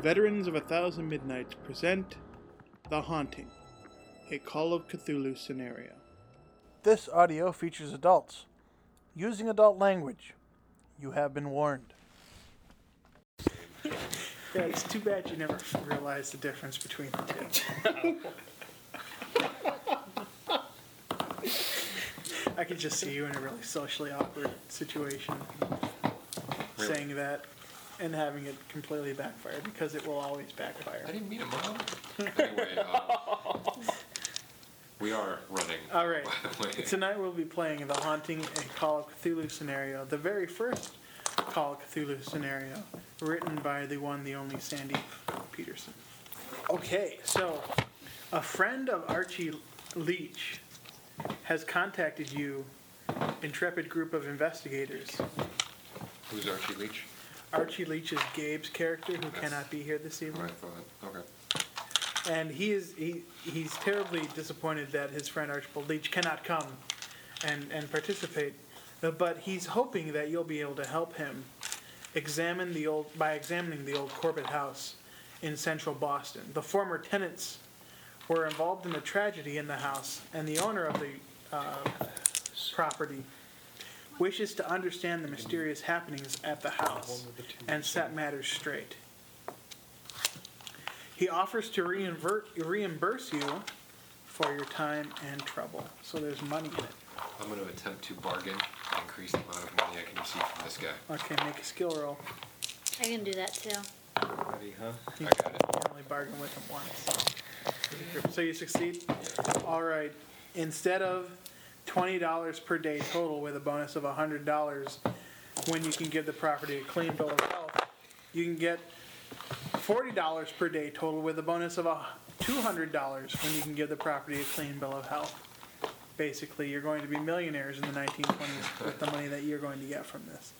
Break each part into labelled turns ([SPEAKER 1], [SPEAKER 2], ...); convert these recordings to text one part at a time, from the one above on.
[SPEAKER 1] veterans of A Thousand Midnights present The Haunting, a Call of Cthulhu scenario.
[SPEAKER 2] This audio features adults using adult language. You have been warned.
[SPEAKER 1] Yeah, it's too bad you never realized the difference between the two. I could just see you in a really socially awkward situation saying that and having it completely backfire because it will always backfire.
[SPEAKER 3] I didn't meet a mom. anyway, um, we are running.
[SPEAKER 1] All right.
[SPEAKER 3] By the way,
[SPEAKER 1] Tonight we'll be playing The Haunting, a Call of Cthulhu scenario, the very first Call of Cthulhu scenario, written by the one, the only Sandy Peterson. Okay, so a friend of Archie Leach has contacted you, intrepid group of investigators.
[SPEAKER 3] who's Archie Leach?
[SPEAKER 1] Archie Leach is Gabe's character who
[SPEAKER 3] Yes.
[SPEAKER 1] cannot be here this evening.
[SPEAKER 3] Right, thought. Okay.
[SPEAKER 1] and he is he, he's terribly disappointed that his friend Archibald Leach cannot come and and participate. Uh, But he's hoping that you'll be able to help him examine the old by examining the old Corbett house in central Boston. The former tenants were involved in a tragedy in the house, and the owner of the uh, property wishes to understand the mysterious happenings at the house and set matters straight. He offers to reinvert, reimburse you for your time and trouble. So there's money in it.
[SPEAKER 3] I'm going to attempt to bargain and increase the amount of money I can receive from this guy.
[SPEAKER 1] Okay, make a skill roll.
[SPEAKER 4] I can do that too.
[SPEAKER 3] Ready, huh?
[SPEAKER 1] You
[SPEAKER 3] I got it.
[SPEAKER 1] can only bargain with him once. So you succeed? All right. Instead of $20 per day total with a bonus of $100 when you can give the property a clean bill of health, you can get $40 per day total with a bonus of a $200 when you can give the property a clean bill of health. Basically, you're going to be millionaires in the 1920s with the money that you're going to get from this.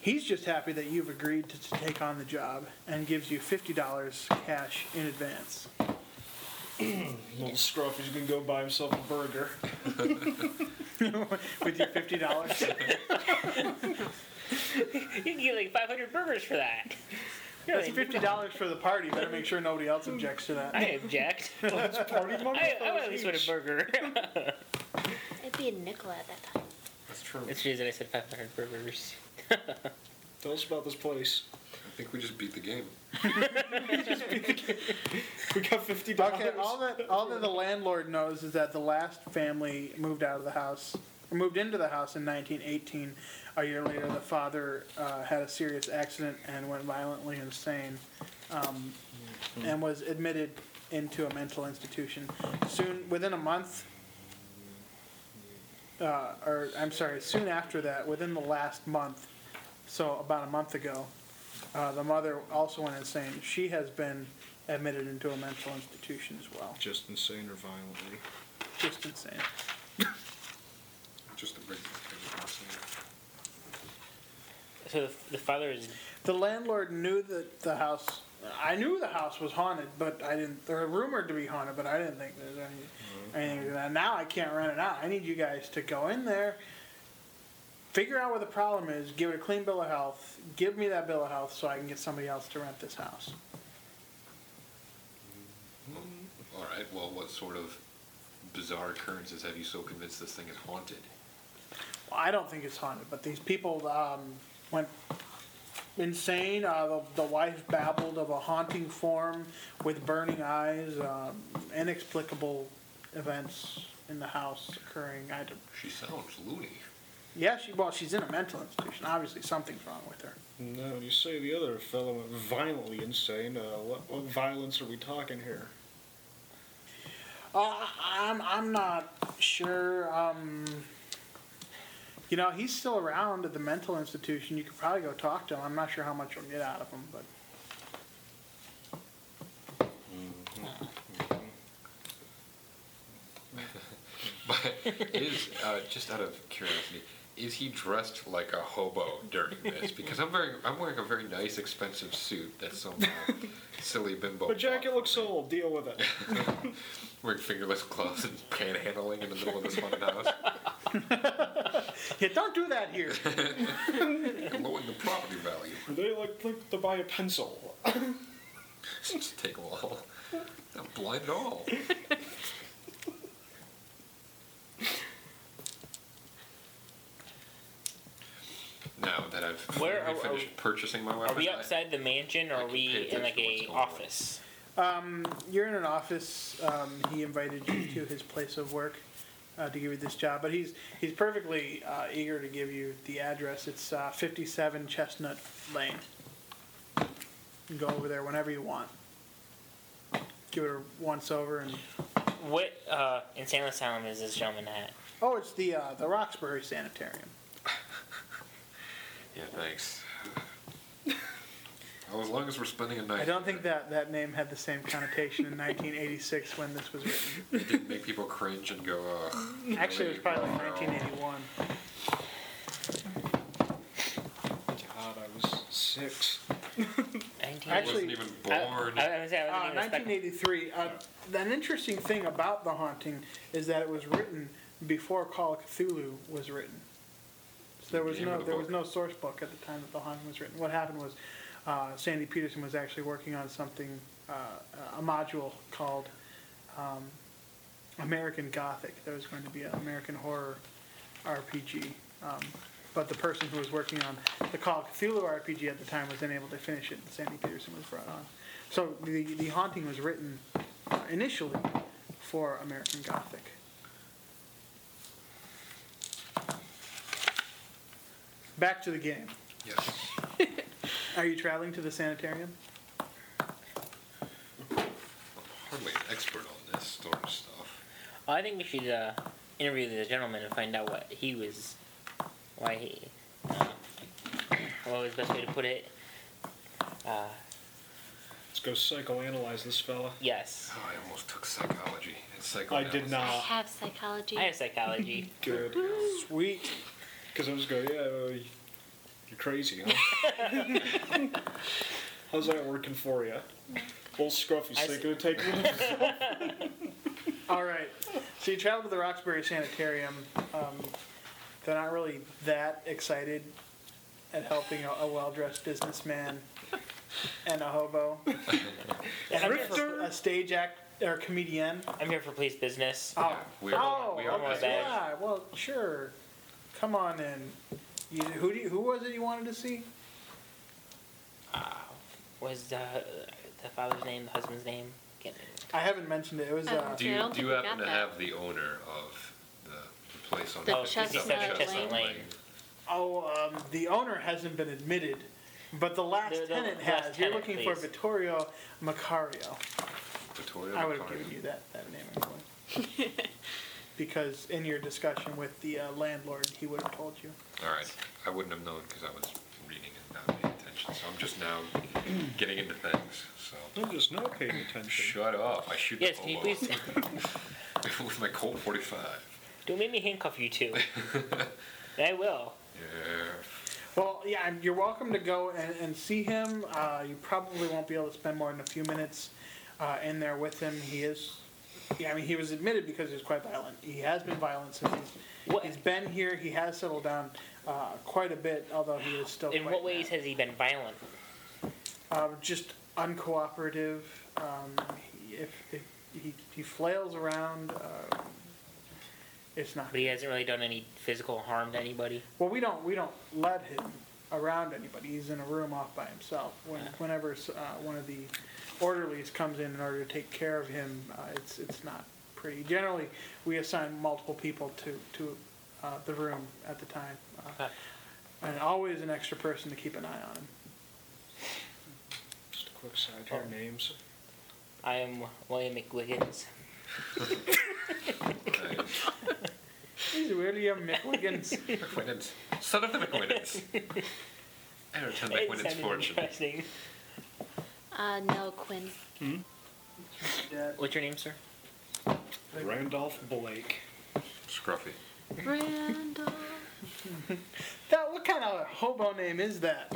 [SPEAKER 1] He's just happy that you've agreed to, to take on the job and gives you $50 cash in advance.
[SPEAKER 5] Little Scruffy's gonna go buy himself a burger.
[SPEAKER 1] With your $50?
[SPEAKER 6] You can get like 500 burgers for that. You're
[SPEAKER 1] That's
[SPEAKER 6] like,
[SPEAKER 1] $50 for the party. Better make sure nobody else objects to
[SPEAKER 6] I
[SPEAKER 1] that.
[SPEAKER 6] object.
[SPEAKER 5] Party
[SPEAKER 6] I, I want at least want a burger.
[SPEAKER 4] It'd be a nickel at that time.
[SPEAKER 3] That's true.
[SPEAKER 6] That's the reason I said 500 burgers.
[SPEAKER 5] Tell us about this place.
[SPEAKER 3] I think we just beat the game.
[SPEAKER 5] We got fifty dollars.
[SPEAKER 1] Okay, all that, all that the landlord knows is that the last family moved out of the house, or moved into the house in 1918. A year later, the father uh, had a serious accident and went violently insane. um, and was admitted into a mental institution. Soon, within a month, uh, or I'm sorry, soon after that, within the last month, so about a month ago, uh, the mother also went insane. She has been admitted into a mental institution as well.
[SPEAKER 5] Just insane or violently.
[SPEAKER 1] Just insane.
[SPEAKER 3] Just a big.
[SPEAKER 6] So the, the father is.
[SPEAKER 1] The landlord knew that the house. I knew the house was haunted, but I didn't. Or rumored to be haunted, but I didn't think there's any anything to that. Now I can't rent it out. I need you guys to go in there, figure out what the problem is, give it a clean bill of health, give me that bill of health so I can get somebody else to rent this house.
[SPEAKER 3] All right. Well, what sort of bizarre occurrences have you so convinced this thing is haunted?
[SPEAKER 1] Well, I don't think it's haunted, but these people um, went insane. Uh, the, the wife babbled of a haunting form with burning eyes, um, inexplicable events in the house occurring. I don't,
[SPEAKER 3] She sounds loony.
[SPEAKER 1] yeah, she, well, she's in a mental institution. Obviously, something's wrong with her.
[SPEAKER 5] No, you say the other fellow went violently insane. Uh, what, what violence are we talking here?
[SPEAKER 1] Uh, I'm, I'm not sure. Um, you know, he's still around at the mental institution. You could probably go talk to him. I'm not sure how much you'll get out of him, but
[SPEAKER 3] But is uh, just out of curiosity, Is he dressed like a hobo during this? Because I'm very, I'm wearing a very nice, expensive suit that's somehow silly bimbo.
[SPEAKER 5] But Jack,
[SPEAKER 3] bought
[SPEAKER 5] it looks
[SPEAKER 3] for me.
[SPEAKER 5] old. Deal with it.
[SPEAKER 3] Wearing fingerless gloves and panhandling in the middle of this haunted house,
[SPEAKER 1] Yeah, don't do that here.
[SPEAKER 3] lowering the property value.
[SPEAKER 5] they like, like to buy a pencil.
[SPEAKER 3] Just take them all. Not blind at all. now that I've
[SPEAKER 6] Where
[SPEAKER 3] finally
[SPEAKER 6] are- are-
[SPEAKER 3] finished purchasing my
[SPEAKER 6] Are
[SPEAKER 3] weapons,
[SPEAKER 6] we
[SPEAKER 3] I-
[SPEAKER 6] outside the mansion, or
[SPEAKER 3] I
[SPEAKER 6] are
[SPEAKER 3] can
[SPEAKER 6] we
[SPEAKER 3] pay
[SPEAKER 6] in like a
[SPEAKER 3] attention to what's going on.
[SPEAKER 6] office?
[SPEAKER 1] Um, You're in an office. Um, he invited you to his place of work uh, to give you this job, but he's he's perfectly uh, eager to give you the address. It's uh, 57 Chestnut Lane. You can go over there whenever you want. Give it a once over, and
[SPEAKER 6] What uh, insane asylum is this gentleman at?
[SPEAKER 1] oh, it's the uh, the Roxbury Sanitarium.
[SPEAKER 3] yeah, thanks. well, as long as we're spending a night,
[SPEAKER 1] I don't think
[SPEAKER 3] there,
[SPEAKER 1] that that name had the same connotation in 1986 when this was written.
[SPEAKER 3] it didn't make people cringe and go. Ugh,
[SPEAKER 1] Actually, it was probably like 1981.
[SPEAKER 5] God, I was six.
[SPEAKER 6] 19?
[SPEAKER 3] I wasn't
[SPEAKER 1] Actually,
[SPEAKER 3] even
[SPEAKER 6] I-
[SPEAKER 3] born.
[SPEAKER 6] I, I, was gonna say, I wasn't
[SPEAKER 1] Uh,
[SPEAKER 6] even expecting-
[SPEAKER 1] 1983. Uh, an interesting thing about The Haunting is that it was written before Call of Cthulhu was written. So there was
[SPEAKER 3] Name of
[SPEAKER 1] no
[SPEAKER 3] the
[SPEAKER 1] there was
[SPEAKER 3] book.
[SPEAKER 1] no source book at the time that The Haunting was written. What happened was uh, Sandy Peterson was actually working on something uh, a module called um, American Gothic. There was going to be an American horror RPG. Um, but the person who was working on the Call of Cthulhu RPG at the time was unable to finish it, and Sandy Peterson was brought on. So the, the Haunting was written uh, initially for American Gothic. Back to the game.
[SPEAKER 3] Yes.
[SPEAKER 1] Are you traveling to the sanitarium?
[SPEAKER 3] I'm hardly an expert on this sort of stuff.
[SPEAKER 6] I think we should uh, interview the gentleman and find out what he was, why he, uh, what was the best way to put it. Uh,
[SPEAKER 5] Let's go psychoanalyze this fella.
[SPEAKER 6] yes,
[SPEAKER 3] Oh, I almost took psychology and
[SPEAKER 5] I
[SPEAKER 3] psychoanalysis.
[SPEAKER 5] did
[SPEAKER 4] I
[SPEAKER 5] not.
[SPEAKER 4] have psychology.
[SPEAKER 6] I have psychology.
[SPEAKER 5] Good.
[SPEAKER 1] Sweet.
[SPEAKER 5] Because I'm just going, yeah, well, you- you're crazy, huh? How's that working for you? Little scruffy
[SPEAKER 6] I
[SPEAKER 5] stick gonna take you.
[SPEAKER 1] All right. So you travel to the Roxbury Sanitarium. Um, they're not really that excited at helping a, a well-dressed businessman and a hobo and a,
[SPEAKER 5] Grifter.
[SPEAKER 1] a stage act or comedian.
[SPEAKER 6] I'm here for police business.
[SPEAKER 1] Oh,
[SPEAKER 3] we are-
[SPEAKER 1] oh,
[SPEAKER 3] we are
[SPEAKER 1] okay,
[SPEAKER 6] with that.
[SPEAKER 1] yeah. Well, sure. Come on in. You, who do you, who was it you wanted to see?
[SPEAKER 6] Was the the father's name, the husband's name? Can't remember.
[SPEAKER 1] I haven't mentioned it. It was. Uh,
[SPEAKER 4] Oh.
[SPEAKER 3] Do
[SPEAKER 4] Yeah, I
[SPEAKER 3] you,
[SPEAKER 4] don't
[SPEAKER 3] do you
[SPEAKER 4] think we
[SPEAKER 3] happen
[SPEAKER 4] got
[SPEAKER 3] to
[SPEAKER 4] that.
[SPEAKER 3] have the owner of the, the place on
[SPEAKER 4] The
[SPEAKER 3] 57
[SPEAKER 4] Chestnut Lane.
[SPEAKER 1] oh, um, the owner hasn't been admitted, but the last
[SPEAKER 6] The- the
[SPEAKER 1] tenant
[SPEAKER 6] last
[SPEAKER 1] has. You're
[SPEAKER 6] tenant,
[SPEAKER 1] looking for
[SPEAKER 6] please.
[SPEAKER 1] Vittorio Macario.
[SPEAKER 3] Vittorio
[SPEAKER 1] I would have
[SPEAKER 3] Macario.
[SPEAKER 1] given you that, that name anyway. because in your discussion with the uh, landlord, he would have told you.
[SPEAKER 3] All right. I wouldn't have known because I was reading and not paying attention. So I'm just now getting into things. So
[SPEAKER 5] I'm just not paying attention.
[SPEAKER 3] shut up. I shoot
[SPEAKER 6] Yes,
[SPEAKER 3] the
[SPEAKER 6] can you
[SPEAKER 3] hobo
[SPEAKER 6] please
[SPEAKER 3] with my Colt 45.
[SPEAKER 6] don't make me handcuff you two? I will.
[SPEAKER 3] Yeah.
[SPEAKER 1] Well, yeah, and you're welcome to go and, and see him. Uh, you probably won't be able to spend more than a few minutes uh, in there with him. He is, yeah, I mean, he was admitted because he was quite violent. He has been violent since he's,
[SPEAKER 6] What-
[SPEAKER 1] he's been here. He has settled down uh, quite a bit, although he is still
[SPEAKER 6] In
[SPEAKER 1] quite
[SPEAKER 6] what ways
[SPEAKER 1] mad.
[SPEAKER 6] has he been violent?
[SPEAKER 1] Um, just uncooperative. Um, he- if, if he, he flails around, um, it's not.
[SPEAKER 6] But he hasn't really done any physical harm to anybody.
[SPEAKER 1] Well, we don't we don't let him around anybody. He's in a room off by himself. When, whenever uh, one of the orderlies comes in in order to take care of him, uh, it's it's not pretty. Generally, we assign multiple people to to uh, the room at the time, uh,
[SPEAKER 6] Okay.
[SPEAKER 1] and always an extra person to keep an eye on him.
[SPEAKER 5] Just a quick side here. Names.
[SPEAKER 6] I am William McWiggins.
[SPEAKER 3] Nice.
[SPEAKER 1] He's William McWiggins.
[SPEAKER 3] McWinnans. Son of the McWinnans. I don't tell
[SPEAKER 6] It
[SPEAKER 3] McWinnans
[SPEAKER 6] sounded
[SPEAKER 3] fortune.
[SPEAKER 6] Interesting.
[SPEAKER 4] Uh, no, Quinn.
[SPEAKER 1] Yeah.
[SPEAKER 6] What's your name, sir?
[SPEAKER 5] Randolph Blake.
[SPEAKER 3] Scruffy.
[SPEAKER 4] Randall.
[SPEAKER 1] That what kind of hobo name is that?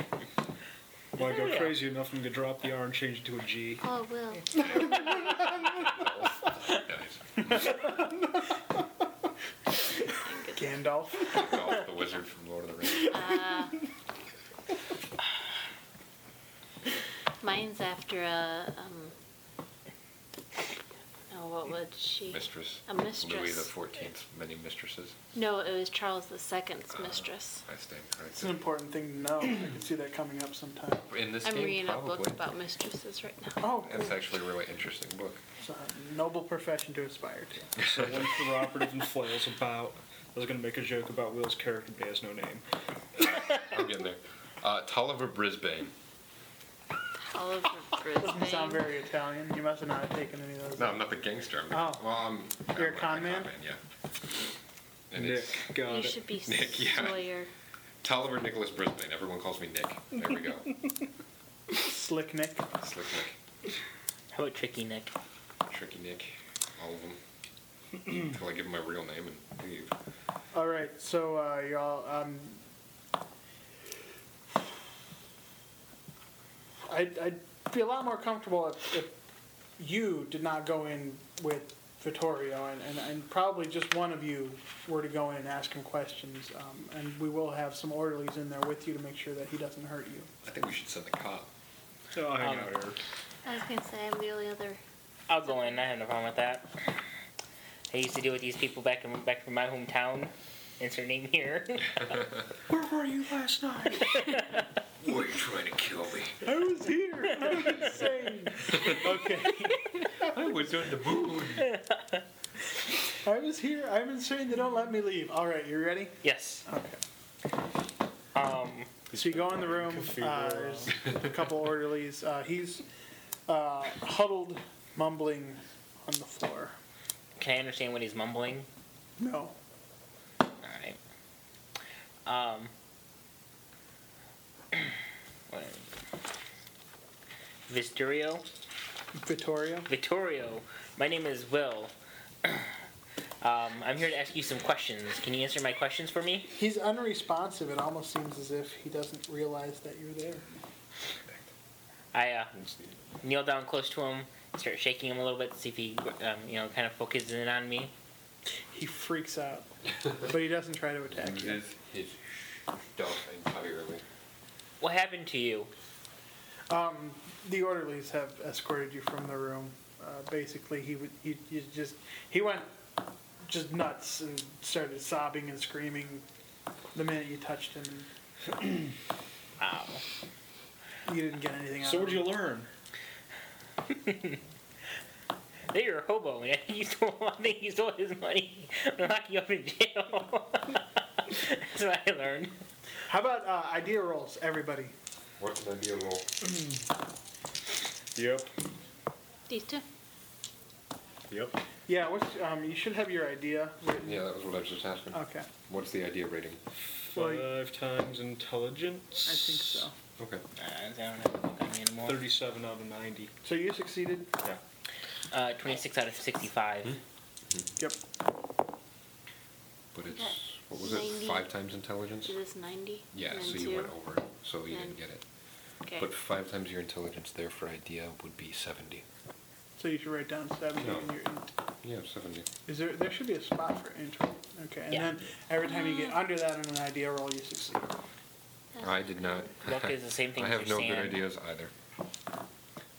[SPEAKER 5] Want to
[SPEAKER 6] Yeah.
[SPEAKER 5] go crazy enough and to drop the R and change it to a G.
[SPEAKER 4] Oh, it will.
[SPEAKER 3] Nice.
[SPEAKER 1] Gandalf.
[SPEAKER 3] Golf, the wizard from Lord of the Rings.
[SPEAKER 4] Uh, mine's after a um. Oh, what was she?
[SPEAKER 3] Mistress.
[SPEAKER 4] A
[SPEAKER 3] Louis the
[SPEAKER 4] mistress.
[SPEAKER 3] Fourteenth, many mistresses.
[SPEAKER 4] No, it was Charles II's
[SPEAKER 3] Uh,
[SPEAKER 4] mistress.
[SPEAKER 3] I stand
[SPEAKER 1] It's an
[SPEAKER 3] corrected.
[SPEAKER 1] important thing to know. I can see that coming up sometime.
[SPEAKER 3] In this
[SPEAKER 4] I'm
[SPEAKER 3] game,
[SPEAKER 4] reading a book
[SPEAKER 3] probably.
[SPEAKER 4] about mistresses right now.
[SPEAKER 1] Oh, cool.
[SPEAKER 3] That's actually a really interesting book.
[SPEAKER 1] It's a noble profession to aspire to.
[SPEAKER 5] So one cooperative and flails about. I was gonna make a joke about Will's character, but he has no name.
[SPEAKER 1] Oh.
[SPEAKER 3] I'm getting there. Uh, Tulliver Brisbane.
[SPEAKER 4] Oliver
[SPEAKER 1] Doesn't sound
[SPEAKER 4] Brisbane.
[SPEAKER 1] very Italian. You must have not taken any of those.
[SPEAKER 3] No, I'm not the gangster. I'm the,
[SPEAKER 1] Oh.
[SPEAKER 3] well, I'm,
[SPEAKER 1] You're
[SPEAKER 3] I'm
[SPEAKER 1] a con man?
[SPEAKER 3] yeah. And
[SPEAKER 5] Nick,
[SPEAKER 3] it's
[SPEAKER 5] got
[SPEAKER 4] You
[SPEAKER 5] it.
[SPEAKER 4] should be
[SPEAKER 3] Nick, yeah.
[SPEAKER 4] Sawyer.
[SPEAKER 3] Tulliver Nicholas Brisbane. Everyone calls me Nick. There we go.
[SPEAKER 1] Slick Nick.
[SPEAKER 3] Slick
[SPEAKER 6] How about Tricky Nick?
[SPEAKER 3] Nick, Tricky Nick, all of them. Until I give them my real name and leave.
[SPEAKER 1] All right, so uh, y'all, um, I'd, I'd be a lot more comfortable if, if you did not go in with Vittorio, and, and, and probably just one of you were to go in and ask him questions. Um, and we will have some orderlies in there with you to make sure that he doesn't hurt you.
[SPEAKER 3] I think we should send the cop.
[SPEAKER 5] So I'll hang
[SPEAKER 6] Um,
[SPEAKER 5] out here.
[SPEAKER 4] I was gonna say I'm the only other.
[SPEAKER 6] I'll go in. I have no problem with that. I used to deal with these people back in back from my hometown. Insert name here.
[SPEAKER 1] Where were you last night?
[SPEAKER 3] Were you trying to kill me?
[SPEAKER 1] I was here. I'm insane. Okay,
[SPEAKER 3] I was on the moon.
[SPEAKER 1] I was here. I'm insane. They don't let me leave. All right, you ready?
[SPEAKER 6] yes.
[SPEAKER 1] Okay.
[SPEAKER 6] Um.
[SPEAKER 1] So you go in the room. Uh,
[SPEAKER 5] Cathedral.
[SPEAKER 1] there's a couple orderlies. Uh, he's uh, huddled, mumbling on the floor.
[SPEAKER 6] Can I understand what he's mumbling?
[SPEAKER 1] No.
[SPEAKER 6] All right. Um. what- Visturio,
[SPEAKER 1] Vittorio?
[SPEAKER 6] Vittorio. My name is Will. um, I'm here to ask you some questions. Can you answer my questions for me?
[SPEAKER 1] He's unresponsive. It almost seems as if he doesn't realize that you're there.
[SPEAKER 6] I uh, kneel down close to him, start shaking him a little bit to see if he, um, you know, kind of focuses in on me.
[SPEAKER 1] He freaks out, but he doesn't try to attack you.
[SPEAKER 3] his stuff entirely.
[SPEAKER 6] What happened to you?
[SPEAKER 1] Um, the orderlies have escorted you from the room. Uh, basically, he, would- he he just he went just nuts and started sobbing and screaming the minute you touched him.
[SPEAKER 6] Wow.
[SPEAKER 1] You didn't get anything out
[SPEAKER 5] So
[SPEAKER 1] of
[SPEAKER 5] what'd
[SPEAKER 1] him.
[SPEAKER 5] you learn?
[SPEAKER 6] They were a hobo, and you stole, I think he stole his money. I'm locking you up in jail. That's what I learned.
[SPEAKER 1] How about uh, idea rolls, everybody?
[SPEAKER 3] What's an idea roll?
[SPEAKER 5] Yep.
[SPEAKER 4] These two.
[SPEAKER 5] Yep.
[SPEAKER 1] Yeah, which, um, you should have your idea written.
[SPEAKER 3] Yeah, that was what I was just asking.
[SPEAKER 1] Okay.
[SPEAKER 3] What's the idea rating?
[SPEAKER 1] Well,
[SPEAKER 5] Five times intelligence.
[SPEAKER 1] I think so.
[SPEAKER 3] Okay.
[SPEAKER 6] Uh, I don't have a book on me anymore.
[SPEAKER 5] Thirty-seven out of ninety.
[SPEAKER 1] So you succeeded.
[SPEAKER 6] Uh, 26 out of 65.
[SPEAKER 3] Hmm?
[SPEAKER 1] Yep.
[SPEAKER 3] But it's,
[SPEAKER 4] Okay.
[SPEAKER 3] what was it,
[SPEAKER 4] Ninety.
[SPEAKER 3] five times intelligence?
[SPEAKER 4] Is this 90?
[SPEAKER 3] Yeah,
[SPEAKER 4] And
[SPEAKER 3] so
[SPEAKER 4] two?
[SPEAKER 3] you went over it, so you
[SPEAKER 4] and-
[SPEAKER 3] didn't get it.
[SPEAKER 4] Okay.
[SPEAKER 3] But five times your intelligence there for idea would be 70.
[SPEAKER 1] So you should write down seventy.
[SPEAKER 3] No.
[SPEAKER 1] in your int.
[SPEAKER 3] Yeah, 70.
[SPEAKER 1] Is there? There should be a spot for intro. Okay. And
[SPEAKER 6] Yeah.
[SPEAKER 1] then every time you get under that in an idea roll, you succeed.
[SPEAKER 4] That's
[SPEAKER 3] I did not.
[SPEAKER 6] Luck is the same thing
[SPEAKER 3] I
[SPEAKER 6] as
[SPEAKER 3] have
[SPEAKER 6] your
[SPEAKER 3] no good
[SPEAKER 6] sand.
[SPEAKER 3] ideas either.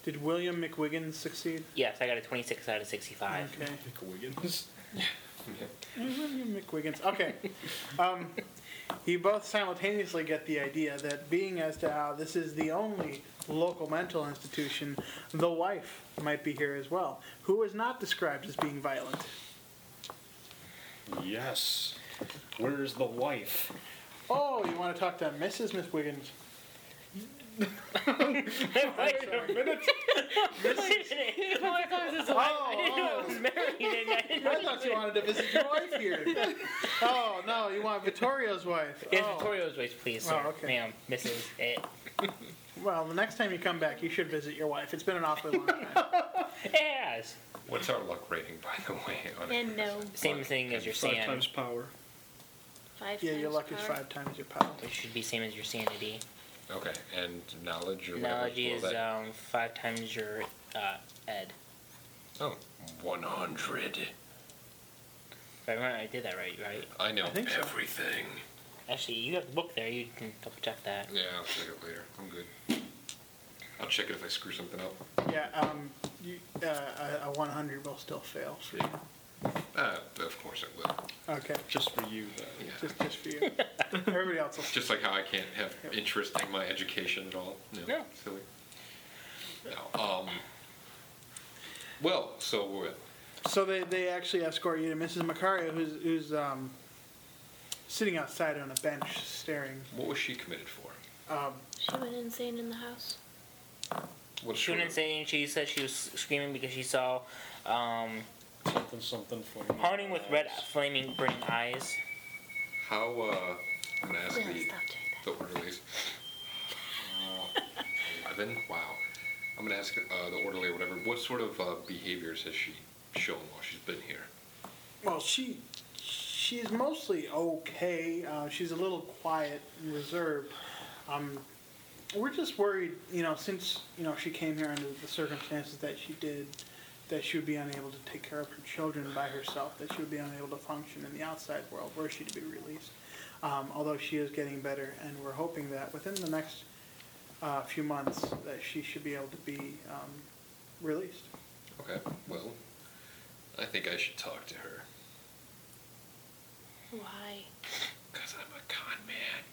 [SPEAKER 1] Did William McWiggins succeed?
[SPEAKER 6] Yes, I got a 26 out of 65.
[SPEAKER 1] Okay.
[SPEAKER 5] Nick Wiggins.
[SPEAKER 1] William McWiggins. Okay. Um, you both simultaneously get the idea that being as to how this is the only local mental institution, the wife might be here as well, who was not described as being violent.
[SPEAKER 5] Yes. Where's the wife?
[SPEAKER 1] Oh, you want to talk to Mrs. McWiggins?
[SPEAKER 6] Wait a minute.
[SPEAKER 4] I thought
[SPEAKER 1] Oh,
[SPEAKER 6] I didn't know I was
[SPEAKER 1] oh,
[SPEAKER 6] married, and I didn't know
[SPEAKER 1] I thought you wanted to visit your wife here. Oh, no, you want Vittorio's wife.
[SPEAKER 6] It's
[SPEAKER 1] Oh.
[SPEAKER 6] Victorio's voice, please,
[SPEAKER 1] Oh,
[SPEAKER 6] sir.
[SPEAKER 1] okay.
[SPEAKER 6] Ma'am, Mrs. It.
[SPEAKER 1] Well, the next time you come back, you should visit your wife. It's been an awfully long time.
[SPEAKER 6] Yes.
[SPEAKER 3] What's our luck rating, by the way? On
[SPEAKER 4] And no.
[SPEAKER 6] Same thing as your
[SPEAKER 5] Five
[SPEAKER 6] sand.
[SPEAKER 5] times power.
[SPEAKER 4] Five
[SPEAKER 1] Yeah,
[SPEAKER 4] times
[SPEAKER 1] your luck is
[SPEAKER 4] power.
[SPEAKER 1] five times your power.
[SPEAKER 6] which should be same as your sanity.
[SPEAKER 3] Okay, and knowledge or whatever.
[SPEAKER 6] Knowledge
[SPEAKER 3] Will
[SPEAKER 6] is
[SPEAKER 3] that-
[SPEAKER 6] um, five times your uh, ed.
[SPEAKER 3] oh,
[SPEAKER 6] uh,
[SPEAKER 3] 100.
[SPEAKER 6] If I remember, I did that right, right?
[SPEAKER 3] I know
[SPEAKER 1] I think so.
[SPEAKER 3] everything.
[SPEAKER 6] Actually, you have the book there. You can double check that.
[SPEAKER 3] Yeah, I'll check it later. I'm good. I'll check it if I screw something up.
[SPEAKER 1] Yeah, um, you, uh, a, a one hundred will still fail for you.
[SPEAKER 3] Uh, of course it will.
[SPEAKER 1] Okay,
[SPEAKER 5] Just for you, though.
[SPEAKER 3] Yeah.
[SPEAKER 1] just, just for you. Everybody else will.
[SPEAKER 3] Just like how I can't have interest in my education at all. No,
[SPEAKER 6] No.
[SPEAKER 3] silly. No. Um, well, so what?
[SPEAKER 1] So they, they actually escort you to Mrs. Macario, who's, who's, um, sitting outside on a bench staring.
[SPEAKER 3] What was she committed for?
[SPEAKER 1] Um,
[SPEAKER 4] She went insane in the house.
[SPEAKER 3] What
[SPEAKER 6] She went insane. She said she was screaming because she saw um,
[SPEAKER 5] Something, something for you.
[SPEAKER 6] Haunting with red flaming burning eyes.
[SPEAKER 3] How? Uh, I'm gonna ask
[SPEAKER 4] No,
[SPEAKER 3] the,
[SPEAKER 4] stop doing that.
[SPEAKER 3] the orderlies. Uh, Eleven. Wow. I'm gonna ask uh, the orderly or whatever. What sort of uh, behaviors has she shown while she's been here?
[SPEAKER 1] well, she, she's mostly okay. Uh, she's a little quiet and reserved. Um, we're just worried, you know, since, you know, she came here under the circumstances that she did, that she would be unable to take care of her children by herself, that she would be unable to function in the outside world were she to be released. Um, although she is getting better, and we're hoping that within the next uh, few months that she should be able to be um, released.
[SPEAKER 3] Okay. Well, I think I should talk to her
[SPEAKER 4] Why?
[SPEAKER 3] because I'm a con man.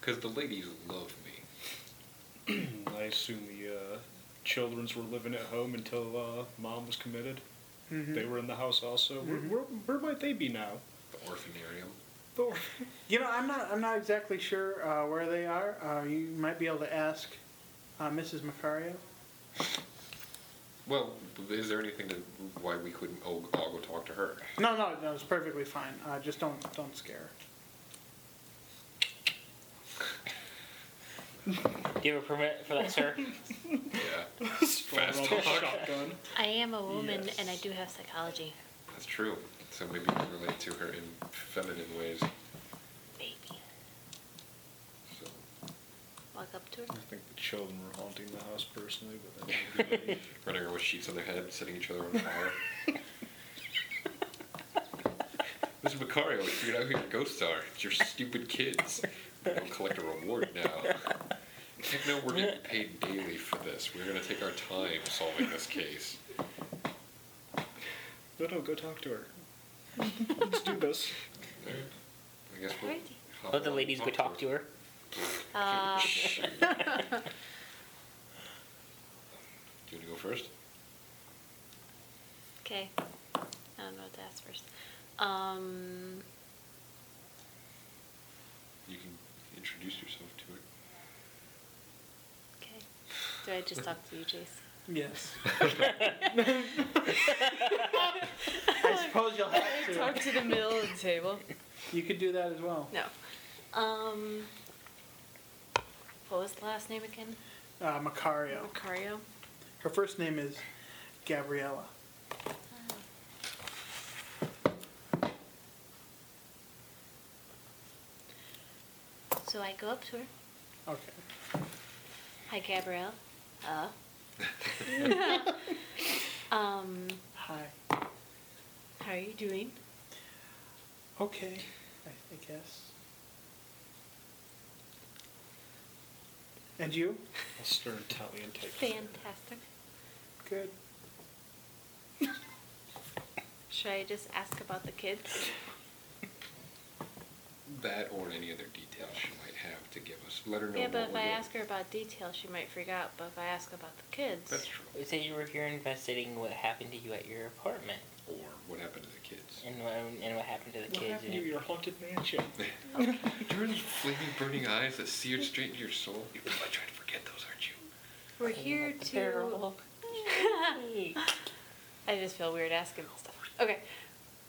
[SPEAKER 3] Because the ladies love me.
[SPEAKER 5] I assume the uh, childrens were living at home until uh, mom was committed.
[SPEAKER 1] Mm-hmm.
[SPEAKER 5] They were in the house also. Where, where, where might they be now?
[SPEAKER 3] The orphanarium.
[SPEAKER 5] Thor.
[SPEAKER 1] You know, I'm not. I'm not exactly sure uh, where they are. Uh, you might be able to ask uh, Mrs. Macario.
[SPEAKER 3] Well, is there anything to why we couldn't all, all go talk to her?
[SPEAKER 1] No, no, no. It's perfectly fine. Uh, just don't, don't scare. her.
[SPEAKER 6] Give her permit for that, sir.
[SPEAKER 3] Yeah,
[SPEAKER 5] Fast
[SPEAKER 3] talk.
[SPEAKER 5] shotgun.
[SPEAKER 4] I am a woman
[SPEAKER 5] Yes.
[SPEAKER 4] and I do have psychology.
[SPEAKER 3] that's true. So maybe we can relate to her in feminine ways.
[SPEAKER 4] Baby.
[SPEAKER 3] So
[SPEAKER 4] Walk up to her.
[SPEAKER 5] I think the children were haunting the house personally, but then everybody-
[SPEAKER 3] running around with sheets on their head, setting each other on fire. Mr. Macario, we figured out who your ghosts are. It's your stupid kids. We don't collect a reward now. Heck no, we're getting paid daily for this. We're gonna take our time solving this case.
[SPEAKER 5] no, no, go talk to her. Let's do this.
[SPEAKER 3] I guess we'll.
[SPEAKER 4] Alrighty.
[SPEAKER 3] hop
[SPEAKER 6] Let the
[SPEAKER 3] on
[SPEAKER 6] ladies go
[SPEAKER 3] and
[SPEAKER 6] talk to her.
[SPEAKER 4] Uh,
[SPEAKER 3] Shoot. Do you want to go first?
[SPEAKER 4] okay. I don't know what to ask first. Um,
[SPEAKER 3] You can introduce yourself to it.
[SPEAKER 4] okay. Do I just talk to you, Jace?
[SPEAKER 1] Yes. I suppose you'll have
[SPEAKER 7] Talk
[SPEAKER 1] to.
[SPEAKER 7] to the middle of the table.
[SPEAKER 1] You could do that as well.
[SPEAKER 4] No. Um, what was the last name again?
[SPEAKER 1] Uh, Macario.
[SPEAKER 4] Macario.
[SPEAKER 1] Her first name is Gabriella.
[SPEAKER 4] So I go up to her.
[SPEAKER 1] Okay.
[SPEAKER 4] Hi, Gabrielle. Uh. um,
[SPEAKER 1] Hi.
[SPEAKER 4] how are you doing?
[SPEAKER 1] Okay. I, I guess. And you?
[SPEAKER 5] I'll stir and tally and take
[SPEAKER 4] Fantastic.
[SPEAKER 1] Good.
[SPEAKER 4] Should I just ask about the kids?
[SPEAKER 3] That or any other details she might have to give us. Let her know.
[SPEAKER 4] Yeah,
[SPEAKER 3] what
[SPEAKER 4] but if
[SPEAKER 3] we're
[SPEAKER 4] I
[SPEAKER 3] doing.
[SPEAKER 4] ask her about details, she might freak out. But if I ask about the
[SPEAKER 3] That's
[SPEAKER 4] kids,
[SPEAKER 3] true.
[SPEAKER 6] You said you were here investigating what happened to you at your apartment
[SPEAKER 3] Or what happened to the kids?
[SPEAKER 6] and what, and what happened to the
[SPEAKER 5] What
[SPEAKER 6] kids.
[SPEAKER 5] happened to
[SPEAKER 6] and-
[SPEAKER 5] your haunted mansion?
[SPEAKER 3] Do you remember those flaming, burning eyes that seared straight into your soul? You're probably trying to forget those, aren't you?
[SPEAKER 4] we're here to.
[SPEAKER 6] Terrible.
[SPEAKER 4] I just feel weird asking this stuff. Okay,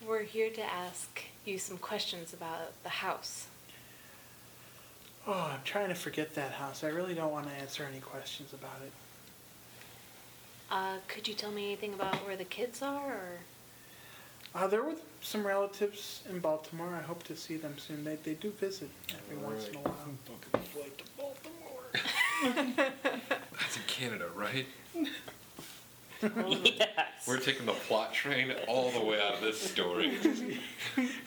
[SPEAKER 4] we're here to ask you some questions about the house.
[SPEAKER 1] Oh, I'm trying to forget that house. I really don't want to answer any questions about it.
[SPEAKER 4] Uh, could you tell me anything about where the kids are, or
[SPEAKER 1] Uh, there were some relatives in Baltimore. I hope to see them soon. They, they do visit every once in a while.
[SPEAKER 5] Don't get a flight to Baltimore.
[SPEAKER 3] That's in Canada, right?
[SPEAKER 6] Yes.
[SPEAKER 3] We're taking the plot train all the way out of this story.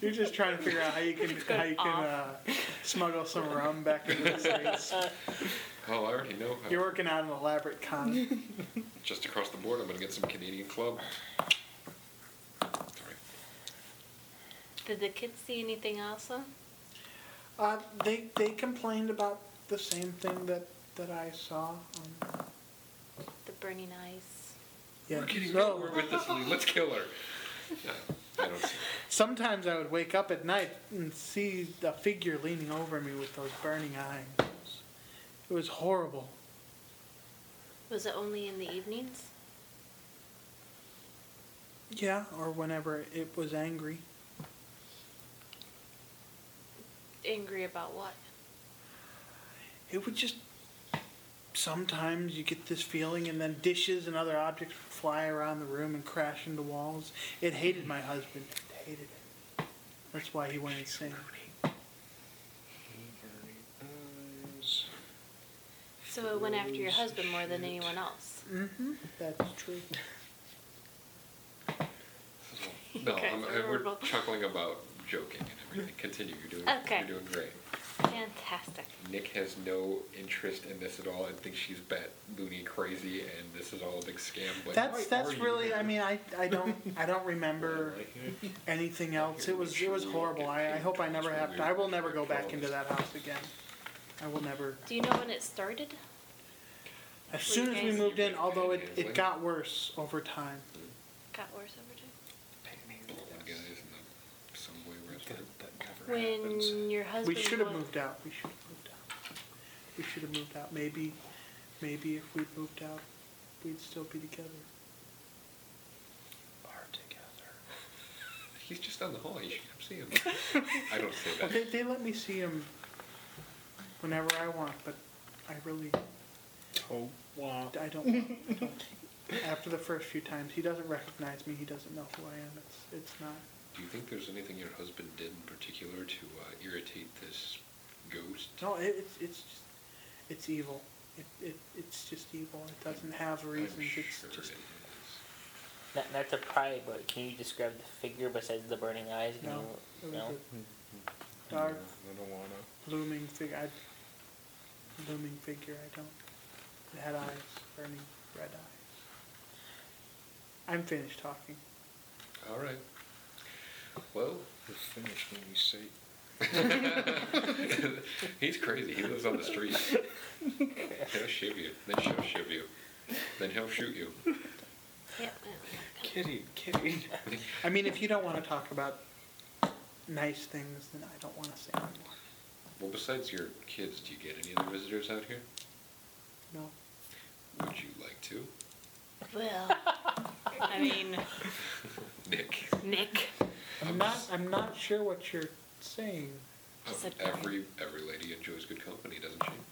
[SPEAKER 1] You're just trying to figure out how you can how you can uh, smuggle some rum back into the states.
[SPEAKER 3] Oh, I already know.
[SPEAKER 1] You're
[SPEAKER 3] How.
[SPEAKER 1] working out an elaborate con.
[SPEAKER 3] Just across the board, I'm gonna get some Canadian club. Sorry.
[SPEAKER 4] Did the kids see anything awesome?
[SPEAKER 1] Uh, they they complained about the same thing that that I saw. Um,
[SPEAKER 4] The burning eyes.
[SPEAKER 1] yeah.
[SPEAKER 3] We're getting
[SPEAKER 1] so-
[SPEAKER 3] nowhere with this. Lee. Let's kill her. No, I don't see.
[SPEAKER 1] Sometimes I would wake up at night and see a figure leaning over me with those burning eyes. It was horrible.
[SPEAKER 4] Was it only in the evenings?
[SPEAKER 1] Yeah, or whenever it was angry.
[SPEAKER 4] Angry about what?
[SPEAKER 1] It would just. Sometimes you get this feeling, and then dishes and other objects would fly around the room and crash into walls. It hated my husband. It hated it. That's why he went insane.
[SPEAKER 5] Eyes.
[SPEAKER 4] So it went after your
[SPEAKER 5] Rose
[SPEAKER 4] husband more than
[SPEAKER 5] shoot.
[SPEAKER 4] anyone else.
[SPEAKER 1] Mm-hmm. That's true.
[SPEAKER 3] No,
[SPEAKER 4] Okay,
[SPEAKER 3] I'm,
[SPEAKER 4] so
[SPEAKER 3] I-
[SPEAKER 4] we're
[SPEAKER 3] we're
[SPEAKER 4] both-
[SPEAKER 3] chuckling about joking and everything. Continue. You're doing.
[SPEAKER 4] Okay.
[SPEAKER 3] You're doing great.
[SPEAKER 4] Fantastic.
[SPEAKER 3] Nick has no interest in this at all and thinks she's bat loony crazy and this is all a big scam. But
[SPEAKER 1] That's
[SPEAKER 3] why are
[SPEAKER 1] that's
[SPEAKER 3] you
[SPEAKER 1] really.
[SPEAKER 3] here?
[SPEAKER 1] I mean, I, I don't I don't remember anything else. It was it was horrible. I, I hope I never have to. I will never go back into that house again. I will never.
[SPEAKER 4] Do you know when it started?
[SPEAKER 1] As soon as we moved in, although it, it got worse over time.
[SPEAKER 4] Got worse over time.
[SPEAKER 3] Blowing guys in the- some way or
[SPEAKER 5] That,
[SPEAKER 3] other.
[SPEAKER 5] that never happens.
[SPEAKER 4] When your husband.
[SPEAKER 1] We should have
[SPEAKER 4] wa-
[SPEAKER 1] moved out. We should have moved out. We should have moved out. Maybe, maybe if we'd moved out, we'd still be together.
[SPEAKER 5] Are together.
[SPEAKER 3] He's just down the hall. You should come see him. I don't say
[SPEAKER 1] Well,
[SPEAKER 3] that.
[SPEAKER 1] they, they let me see him whenever I want, but I really,
[SPEAKER 5] Oh, wow.
[SPEAKER 1] I don't. want- I don't. After the first few times, he doesn't recognize me. He doesn't know who I am. It's it's not.
[SPEAKER 3] Do you think there's anything your husband did in particular to uh, irritate this ghost?
[SPEAKER 1] No, it, it's it's just, it's evil. It, it it's just evil. It doesn't have
[SPEAKER 3] I'm
[SPEAKER 1] reasons. It's
[SPEAKER 3] sure
[SPEAKER 1] just
[SPEAKER 3] it is.
[SPEAKER 6] Not, not to pry, but can you describe the figure besides the burning eyes? Can
[SPEAKER 1] no. It
[SPEAKER 6] you,
[SPEAKER 1] was
[SPEAKER 6] no?
[SPEAKER 1] a dark,
[SPEAKER 5] I don't wanna.
[SPEAKER 1] looming figure. I, looming figure. I don't. It had eyes, burning red eyes. I'm finished talking.
[SPEAKER 3] All right. Well,
[SPEAKER 5] We're finished when we say
[SPEAKER 3] he's crazy. He lives on the street. he'll shoot you. Then she'll shoot you. Then he'll shoot you.
[SPEAKER 4] Yeah, yeah.
[SPEAKER 5] kitty, kitty.
[SPEAKER 1] I mean, if you don't want to talk about nice things, then I don't want to say anymore.
[SPEAKER 3] Well, besides your kids, do you get any other visitors out here?
[SPEAKER 1] No.
[SPEAKER 3] Would you like to?
[SPEAKER 4] Well, I mean,
[SPEAKER 3] Nick.
[SPEAKER 4] Nick.
[SPEAKER 1] I'm
[SPEAKER 3] I'm
[SPEAKER 1] not.
[SPEAKER 3] just-
[SPEAKER 1] I'm not sure what you're saying.
[SPEAKER 3] Um,
[SPEAKER 4] Said no.
[SPEAKER 3] every every lady enjoys good company, doesn't she?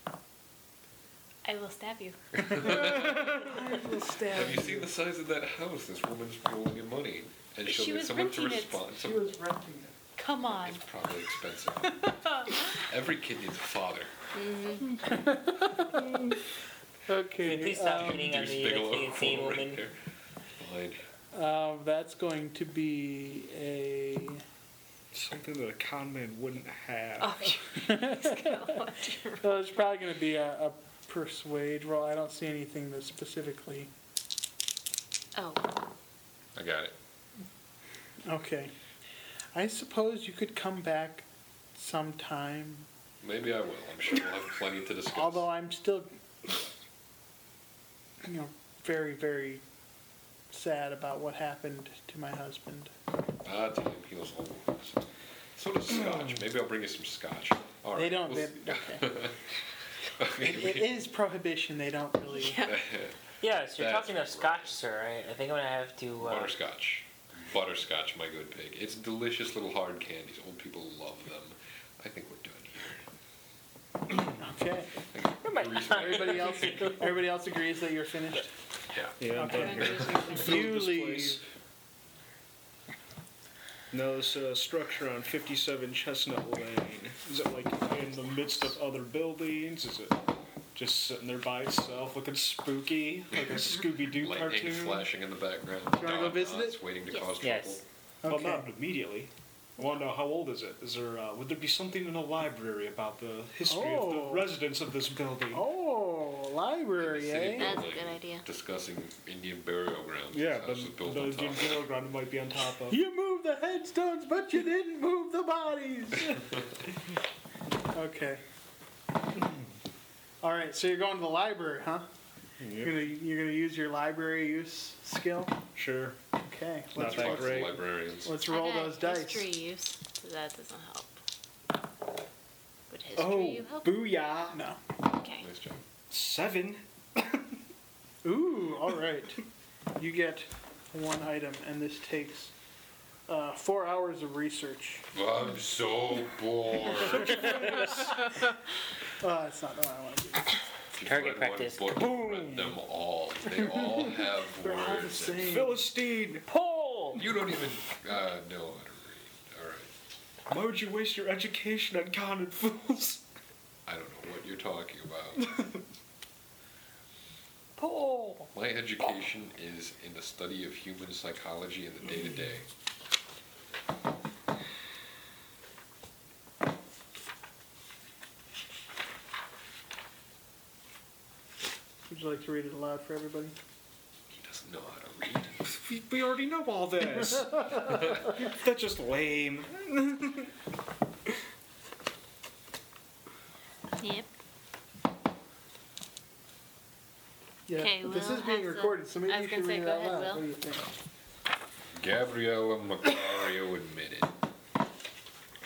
[SPEAKER 4] I will stab you.
[SPEAKER 1] I will stab
[SPEAKER 3] Have you seen the size of that house? This woman's rolling in money, and she'll
[SPEAKER 4] She
[SPEAKER 3] get
[SPEAKER 4] was
[SPEAKER 3] someone to
[SPEAKER 4] renting it.
[SPEAKER 3] respond.
[SPEAKER 1] She
[SPEAKER 3] Some,
[SPEAKER 1] was renting it.
[SPEAKER 4] Come on.
[SPEAKER 3] it's probably expensive. every kid needs a father.
[SPEAKER 6] Can you
[SPEAKER 1] Okay,
[SPEAKER 6] please stop
[SPEAKER 1] um,
[SPEAKER 6] reading on
[SPEAKER 3] Deuce
[SPEAKER 6] the
[SPEAKER 3] Bigelow
[SPEAKER 6] insane
[SPEAKER 3] right
[SPEAKER 6] woman?
[SPEAKER 3] there. Fine.
[SPEAKER 1] um, that's going to be a.
[SPEAKER 5] Something that a con man wouldn't have.
[SPEAKER 4] Oh,
[SPEAKER 1] Oh, it's probably going to be a, a persuade roll. I don't see anything that specifically.
[SPEAKER 4] oh,
[SPEAKER 3] I got it.
[SPEAKER 1] Okay, I suppose you could come back sometime.
[SPEAKER 3] Maybe I will. I'm sure we'll have plenty to discuss.
[SPEAKER 1] Although I'm still, you know, very very sad about what happened to my husband.
[SPEAKER 3] Ah, damn, he knows all the words. So does scotch. Maybe I'll bring you some scotch. All right.
[SPEAKER 1] They don't.
[SPEAKER 3] we'll
[SPEAKER 1] They,
[SPEAKER 3] see.
[SPEAKER 1] it, it is prohibition. They don't really.
[SPEAKER 6] Yes, you're
[SPEAKER 3] That's
[SPEAKER 6] talking of
[SPEAKER 3] right.
[SPEAKER 6] scotch, sir. I, I think I'm gonna have to. Uh,
[SPEAKER 3] Butterscotch. Butterscotch, my good pig. It's delicious little hard candies. Old people love them. I think we're done here.
[SPEAKER 1] Okay. Everybody else. Everybody else agrees that you're finished.
[SPEAKER 3] Yeah.
[SPEAKER 5] Yeah, I'm
[SPEAKER 1] Okay.
[SPEAKER 5] done here.
[SPEAKER 4] okay.
[SPEAKER 5] Filled
[SPEAKER 1] You
[SPEAKER 5] this
[SPEAKER 1] leave.
[SPEAKER 5] place. Now this uh, structure on 57 Chestnut Lane, is it like in the midst of other buildings? Is it just sitting there by itself looking spooky, like a Scooby-Doo
[SPEAKER 3] Lightning
[SPEAKER 5] cartoon?
[SPEAKER 3] flashing in the background.
[SPEAKER 1] You wanna go
[SPEAKER 3] Don
[SPEAKER 1] visit
[SPEAKER 3] Knotts
[SPEAKER 1] it?
[SPEAKER 3] Waiting to
[SPEAKER 4] Yes.
[SPEAKER 3] cause trouble.
[SPEAKER 6] Yes.
[SPEAKER 5] Well,
[SPEAKER 1] Okay.
[SPEAKER 5] not immediately. I want to know how old is it? Is there uh, would there be something in a library about the history of
[SPEAKER 1] Oh.
[SPEAKER 5] the residents of this building?
[SPEAKER 1] Oh, library,
[SPEAKER 3] City
[SPEAKER 1] eh?
[SPEAKER 4] That's a
[SPEAKER 3] building,
[SPEAKER 4] good idea.
[SPEAKER 3] Discussing Indian burial grounds.
[SPEAKER 5] Yeah,
[SPEAKER 3] This
[SPEAKER 5] the,
[SPEAKER 3] house was built on
[SPEAKER 5] the
[SPEAKER 3] top.
[SPEAKER 5] funeral ground might be on top of.
[SPEAKER 1] You moved the headstones, but you didn't move the bodies. okay. All right, so you're going to the library, huh? You're
[SPEAKER 5] Yep,
[SPEAKER 1] gonna you're gonna use your library use skill.
[SPEAKER 5] sure.
[SPEAKER 1] Okay,
[SPEAKER 5] Not
[SPEAKER 1] let's
[SPEAKER 5] that
[SPEAKER 3] Lots of
[SPEAKER 5] great.
[SPEAKER 3] librarians.
[SPEAKER 1] let's roll
[SPEAKER 4] I got
[SPEAKER 1] those dice.
[SPEAKER 4] History use, so that doesn't help. Would history
[SPEAKER 1] Oh,
[SPEAKER 4] you help?
[SPEAKER 1] booyah! No.
[SPEAKER 4] Okay.
[SPEAKER 3] Nice job.
[SPEAKER 5] Seven.
[SPEAKER 1] Ooh, all right. you get one item, and this takes uh, four hours of research.
[SPEAKER 3] I'm so bored.
[SPEAKER 1] Uh, it's not what I want to do.
[SPEAKER 3] If you
[SPEAKER 6] Target
[SPEAKER 3] find one
[SPEAKER 6] practice.
[SPEAKER 3] book, read them all. They all have
[SPEAKER 1] They're
[SPEAKER 3] words.
[SPEAKER 1] all the
[SPEAKER 3] in it.
[SPEAKER 1] same.
[SPEAKER 5] Philistine.
[SPEAKER 6] Pull!
[SPEAKER 3] You don't even uh, know how to read. All right.
[SPEAKER 5] Why would you waste your education on common fools?
[SPEAKER 3] I don't know what you're talking about.
[SPEAKER 6] Pull!
[SPEAKER 3] My education is in the study of human psychology and the day to day.
[SPEAKER 1] Would you like to read it aloud for everybody?
[SPEAKER 3] He doesn't know how to read.
[SPEAKER 5] We, we already know all this. That's just lame.
[SPEAKER 4] Yep.
[SPEAKER 1] Yeah.
[SPEAKER 4] Okay,
[SPEAKER 1] but this
[SPEAKER 4] Will
[SPEAKER 1] is being
[SPEAKER 4] has the-
[SPEAKER 1] recorded, so maybe
[SPEAKER 4] I was
[SPEAKER 1] you
[SPEAKER 4] gonna
[SPEAKER 1] should
[SPEAKER 4] say,
[SPEAKER 1] read it
[SPEAKER 4] go
[SPEAKER 1] out
[SPEAKER 4] ahead,
[SPEAKER 1] loud.
[SPEAKER 4] Will.
[SPEAKER 1] What do you think?
[SPEAKER 3] Gabriella Macario admitted.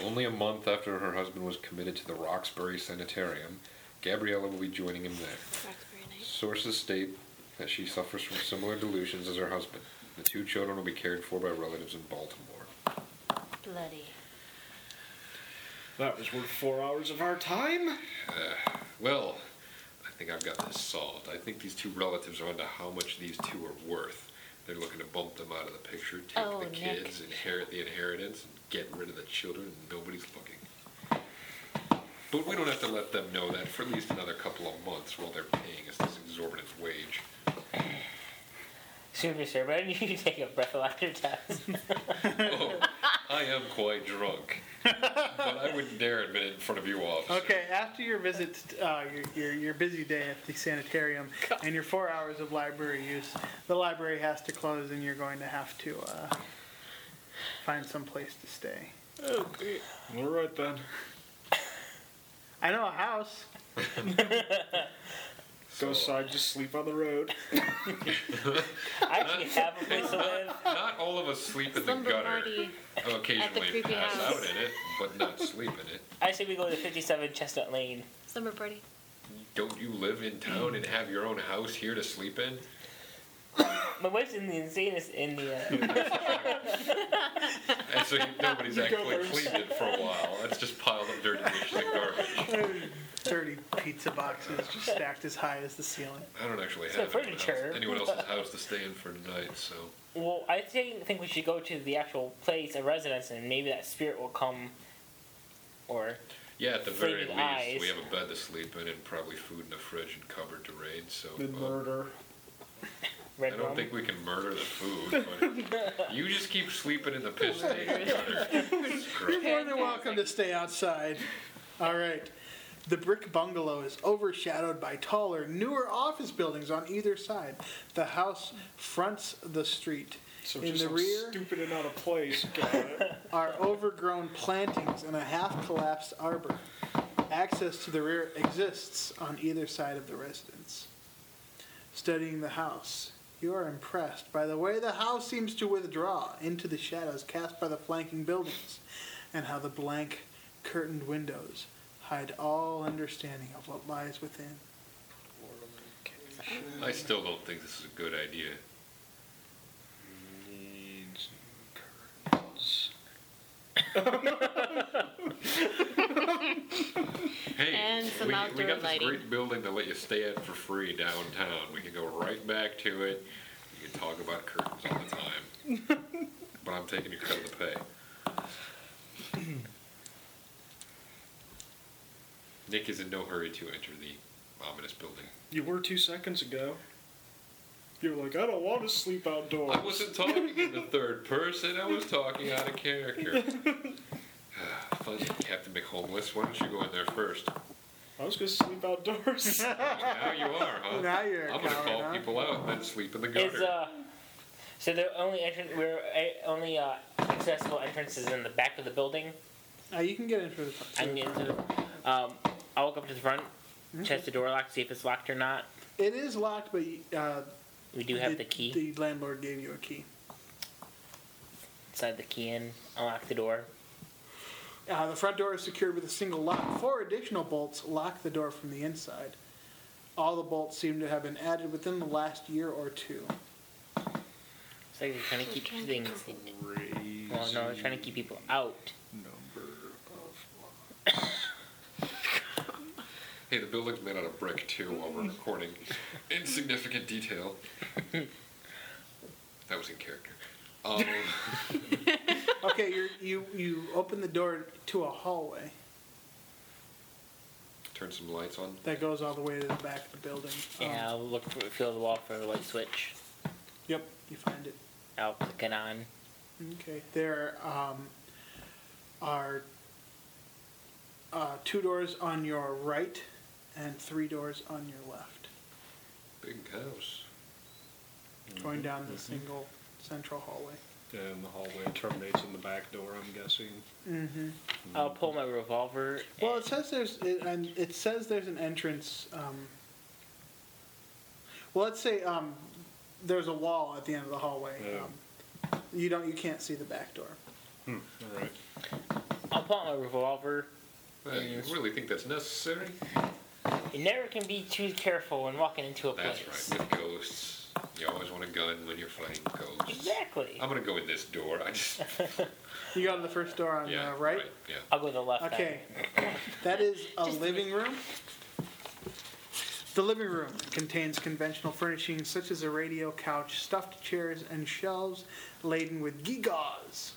[SPEAKER 3] Only a month after her husband was committed to the Roxbury Sanitarium, Gabriella will be joining him there.
[SPEAKER 4] Roxbury Knight.
[SPEAKER 3] Sources state that she suffers from similar delusions as her husband. The two children will be cared for by relatives in Baltimore.
[SPEAKER 4] Bloody.
[SPEAKER 5] That was worth four hours of our time.
[SPEAKER 3] Well, I think I've got this solved. I think these two relatives are onto how much these two are worth. They're looking to bump them out of the picture, take
[SPEAKER 4] Oh,
[SPEAKER 3] the
[SPEAKER 4] Nick.
[SPEAKER 3] kids, inherit the inheritance, and get rid of the children, and nobody's looking. But we don't have to let them know that for at least another couple of months while they're paying us this exorbitant wage.
[SPEAKER 6] Super sir, why didn't you take a breathalyzer test?
[SPEAKER 3] Oh, I am quite drunk. but I wouldn't dare admit it in front of you all.
[SPEAKER 1] Okay, after your visit, uh, your, your, your busy day at the sanitarium, and your four hours of library use, the library has to close, and you're going to have to uh, find some place to stay.
[SPEAKER 5] All right then.
[SPEAKER 1] I know a house.
[SPEAKER 5] Go side, just sleep on the road.
[SPEAKER 6] I actually have a place to live.
[SPEAKER 3] Not all of us sleep in the
[SPEAKER 4] Slumber
[SPEAKER 3] gutter.
[SPEAKER 4] party.
[SPEAKER 3] I'll occasionally
[SPEAKER 4] creepy
[SPEAKER 3] pass
[SPEAKER 4] house.
[SPEAKER 3] out in it, but not sleep in it.
[SPEAKER 6] I say we go to 57 Chestnut Lane.
[SPEAKER 4] Slumber party.
[SPEAKER 3] Don't you live in town and have your own house here to sleep in?
[SPEAKER 6] My wife's in the insanest in the. Uh,
[SPEAKER 3] And so nobody's
[SPEAKER 5] You go
[SPEAKER 3] actually
[SPEAKER 5] first.
[SPEAKER 3] cleaned it for a while. It's just piled up dirty dishes and garbage.
[SPEAKER 1] Thirty pizza boxes just stacked as high as the ceiling.
[SPEAKER 3] I don't actually
[SPEAKER 6] So
[SPEAKER 3] have anyone,
[SPEAKER 6] furniture.
[SPEAKER 3] Else, anyone else's house to stay in for tonight, so
[SPEAKER 6] Well, I think, think we should go to the actual place of residence, and maybe that spirit will come. Or
[SPEAKER 3] yeah, at the
[SPEAKER 6] Sleep
[SPEAKER 3] very
[SPEAKER 6] with
[SPEAKER 3] least,
[SPEAKER 6] eyes.
[SPEAKER 3] we have a bed to sleep in and probably food in the fridge and cupboard to raid. So
[SPEAKER 5] Then
[SPEAKER 3] um,
[SPEAKER 5] murder.
[SPEAKER 6] red
[SPEAKER 3] I don't
[SPEAKER 6] rum.
[SPEAKER 3] think we can murder the food. But you just keep sleeping in the piss tank. brother. Screw it.
[SPEAKER 1] You're more than welcome to stay outside. All right. The brick bungalow is overshadowed by taller, newer office buildings on either side. The house fronts the street.
[SPEAKER 5] So
[SPEAKER 1] In
[SPEAKER 5] just
[SPEAKER 1] the
[SPEAKER 5] so
[SPEAKER 1] rear
[SPEAKER 5] stupid and out of place. Got it.
[SPEAKER 1] are overgrown plantings and a half-collapsed arbor. Access to the rear exists on either side of the residence. Studying the house, you are impressed by the way the house seems to withdraw into the shadows cast by the flanking buildings, and how the blank, curtained windows hide all understanding of what lies within.
[SPEAKER 3] I still don't think this is a good idea.
[SPEAKER 5] Needs new curtains.
[SPEAKER 3] Hey,
[SPEAKER 4] And some
[SPEAKER 3] we, we
[SPEAKER 4] outdoor
[SPEAKER 3] got this
[SPEAKER 4] lighting.
[SPEAKER 3] great building to let you stay at for free downtown. We can go right back to it. You can talk about curtains all the time. but I'm taking your cut of the pay. Nick is in no hurry to enter the ominous building.
[SPEAKER 5] You were two seconds ago. You were like, I don't want to sleep outdoors.
[SPEAKER 3] I wasn't talking in the third person. I was talking out of character. Ah, Fun, Captain McHomeless. Why don't you go in there first?
[SPEAKER 5] I was gonna sleep outdoors.
[SPEAKER 3] Now you are, huh?
[SPEAKER 1] Now you're a
[SPEAKER 3] I'm gonna
[SPEAKER 1] coward,
[SPEAKER 3] call
[SPEAKER 1] huh?
[SPEAKER 3] people out and then sleep in the gutter.
[SPEAKER 6] It's uh, so the only entrance we're uh, only uh, accessible entrance is in the back of the building.
[SPEAKER 1] Uh, you can get in through the front.
[SPEAKER 6] I can get into. The, um, I'll walk up to the front, test the door lock, see if it's locked or not.
[SPEAKER 1] It is locked, but you, uh,
[SPEAKER 6] We do have the key.
[SPEAKER 1] The landlord gave you a key.
[SPEAKER 6] Slide the key in, unlock the door.
[SPEAKER 1] Uh, the front door is secured with a single lock. Four additional bolts lock the door from the inside. All the bolts seem to have been added within the last year or two.
[SPEAKER 6] It's like they're trying to keep
[SPEAKER 4] trying to
[SPEAKER 6] things.
[SPEAKER 5] Crazy
[SPEAKER 6] Well, no, they're trying to keep people out.
[SPEAKER 5] number of
[SPEAKER 3] Hey, the building's made out of brick too. While we're recording, insignificant detail. that was in character. Um,
[SPEAKER 1] Okay, you you you open the door to a hallway
[SPEAKER 3] turn some lights on.
[SPEAKER 1] that goes all the way to the back of the building. Um,
[SPEAKER 6] Yeah, I'll look for, feel the wall for a light switch.
[SPEAKER 1] Yep, you find it.
[SPEAKER 6] I'll click it on.
[SPEAKER 1] Okay, there um, are uh, two doors on your right and three doors on your left,
[SPEAKER 3] Big house.
[SPEAKER 1] going down the single central hallway.
[SPEAKER 5] And the hallway terminates in the back door, I'm guessing.
[SPEAKER 1] Mm-hmm.
[SPEAKER 6] I'll pull my revolver.
[SPEAKER 1] Well,
[SPEAKER 6] and-
[SPEAKER 1] it says there's, it, and it says there's an entrance. Um, well, let's say um, there's a wall at the end of the hallway.
[SPEAKER 5] Yeah.
[SPEAKER 1] Um, you don't, you can't see the back door.
[SPEAKER 5] Alright.
[SPEAKER 6] I'll pull out my revolver.
[SPEAKER 3] Well, you really think that's necessary?
[SPEAKER 6] You never can be too careful when walking into a place.
[SPEAKER 3] That's right. With ghosts, you always want a gun when you're fighting ghosts.
[SPEAKER 6] Exactly.
[SPEAKER 3] I'm gonna go in this door. I just
[SPEAKER 1] You go to the first door on
[SPEAKER 3] yeah
[SPEAKER 1] the Uh, right.
[SPEAKER 3] yeah.
[SPEAKER 6] I'll go to the left.
[SPEAKER 1] Okay, that is a
[SPEAKER 4] Just a
[SPEAKER 1] living room. The living room contains conventional furnishings such as a radio couch, stuffed chairs, and shelves laden with gewgaws.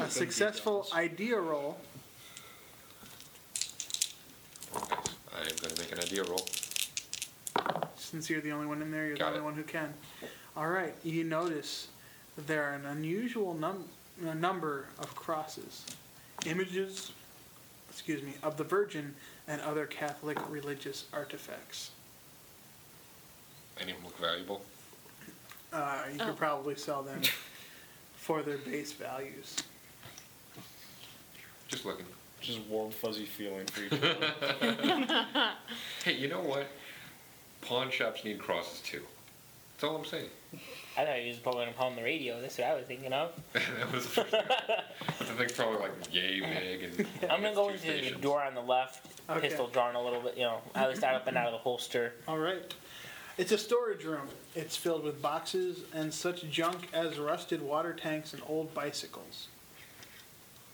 [SPEAKER 1] A successful
[SPEAKER 5] Hmm. gewgaws.
[SPEAKER 1] idea roll.
[SPEAKER 3] I am gonna make an idea roll.
[SPEAKER 1] Since you're the only one in there, you're
[SPEAKER 3] Got
[SPEAKER 1] the only
[SPEAKER 3] it.
[SPEAKER 1] one who can. All right, you notice that there are an unusual num- a number of crosses, images, excuse me, of the Virgin and other Catholic religious artifacts.
[SPEAKER 3] Any of them look valuable?
[SPEAKER 1] Uh, you
[SPEAKER 4] Oh.
[SPEAKER 1] could probably sell them for their base values.
[SPEAKER 3] Just looking.
[SPEAKER 5] Just warm, fuzzy feeling for each other.
[SPEAKER 3] Hey, you know what? Pawn shops need crosses too. That's all I'm saying.
[SPEAKER 6] I thought you was probably gonna pull on the radio. That's what I was thinking of.
[SPEAKER 3] that was the first thing. I think probably like yay big and.
[SPEAKER 6] I'm gonna go
[SPEAKER 3] two
[SPEAKER 6] into the
[SPEAKER 3] stations.
[SPEAKER 6] door on the left,
[SPEAKER 1] Okay.
[SPEAKER 6] pistol drawn a little bit. You know, I was out up and out of the holster.
[SPEAKER 1] All right. It's a storage room. It's filled with boxes and such junk as rusted water tanks and old bicycles.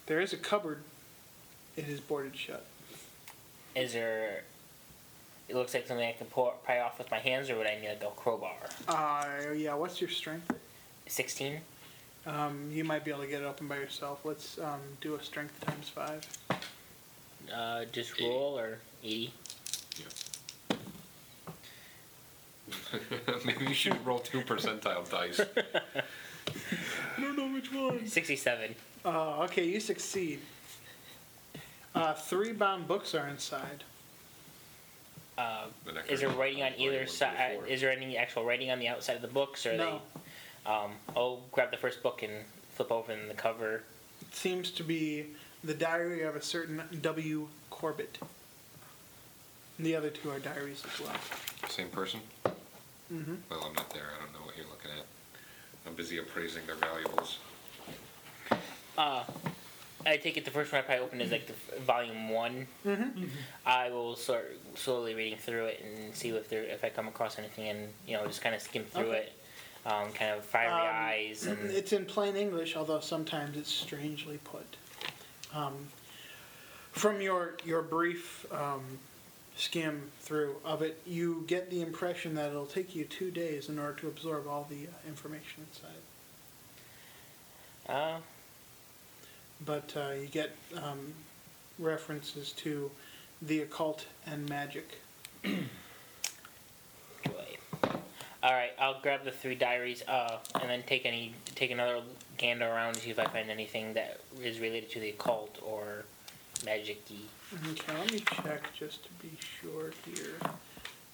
[SPEAKER 1] There is a cupboard. It is boarded shut.
[SPEAKER 6] Is there? It looks like something I can pull pry off with my hands, or would I need like a crowbar?
[SPEAKER 1] Uh, yeah. What's your strength?
[SPEAKER 6] Sixteen.
[SPEAKER 1] Um, you might be able to get it open by yourself. Let's um, do a strength times five.
[SPEAKER 6] Uh, just
[SPEAKER 3] Eighty.
[SPEAKER 6] roll or eighty.
[SPEAKER 3] Maybe you should roll two percentile dice.
[SPEAKER 5] I don't know which one.
[SPEAKER 6] Sixty-seven.
[SPEAKER 1] Oh, okay. You succeed. Uh, three bound books are inside.
[SPEAKER 6] Uh,
[SPEAKER 3] The neck
[SPEAKER 6] is there
[SPEAKER 3] ring.
[SPEAKER 6] writing on
[SPEAKER 3] Writing
[SPEAKER 6] either
[SPEAKER 3] one, two,
[SPEAKER 6] side?
[SPEAKER 3] four.
[SPEAKER 6] Is there any actual writing on the outside of the books, or are
[SPEAKER 1] No.
[SPEAKER 6] they? Um, I'll grab the first book and flip open the cover.
[SPEAKER 1] It seems to be the diary of a certain W. Corbett. And the other two are diaries as well.
[SPEAKER 3] Same person?
[SPEAKER 1] Mhm.
[SPEAKER 3] Well, I'm not there. I don't know what you're looking at. I'm busy appraising their valuables.
[SPEAKER 6] Uh, I take it the first one I probably opened is like the volume one.
[SPEAKER 1] Mhm.
[SPEAKER 6] I will start slowly reading through it and see if there if I come across anything, and you know just kind of skim through
[SPEAKER 1] Okay.
[SPEAKER 6] it, um, kind of fire the
[SPEAKER 1] Um,
[SPEAKER 6] eyes and
[SPEAKER 1] It's in plain English, although sometimes it's strangely put. Um, from your your brief um, skim through of it, you get the impression that it'll take you two days in order to absorb all the uh, information inside.
[SPEAKER 6] uh,
[SPEAKER 1] but uh, you get um, references to the occult and magic.
[SPEAKER 6] Boy. All right, I'll grab the three diaries, uh, and then take any take another gander around to see if I find anything that is related to the occult or magic-y.
[SPEAKER 1] Okay, let me check just to be sure here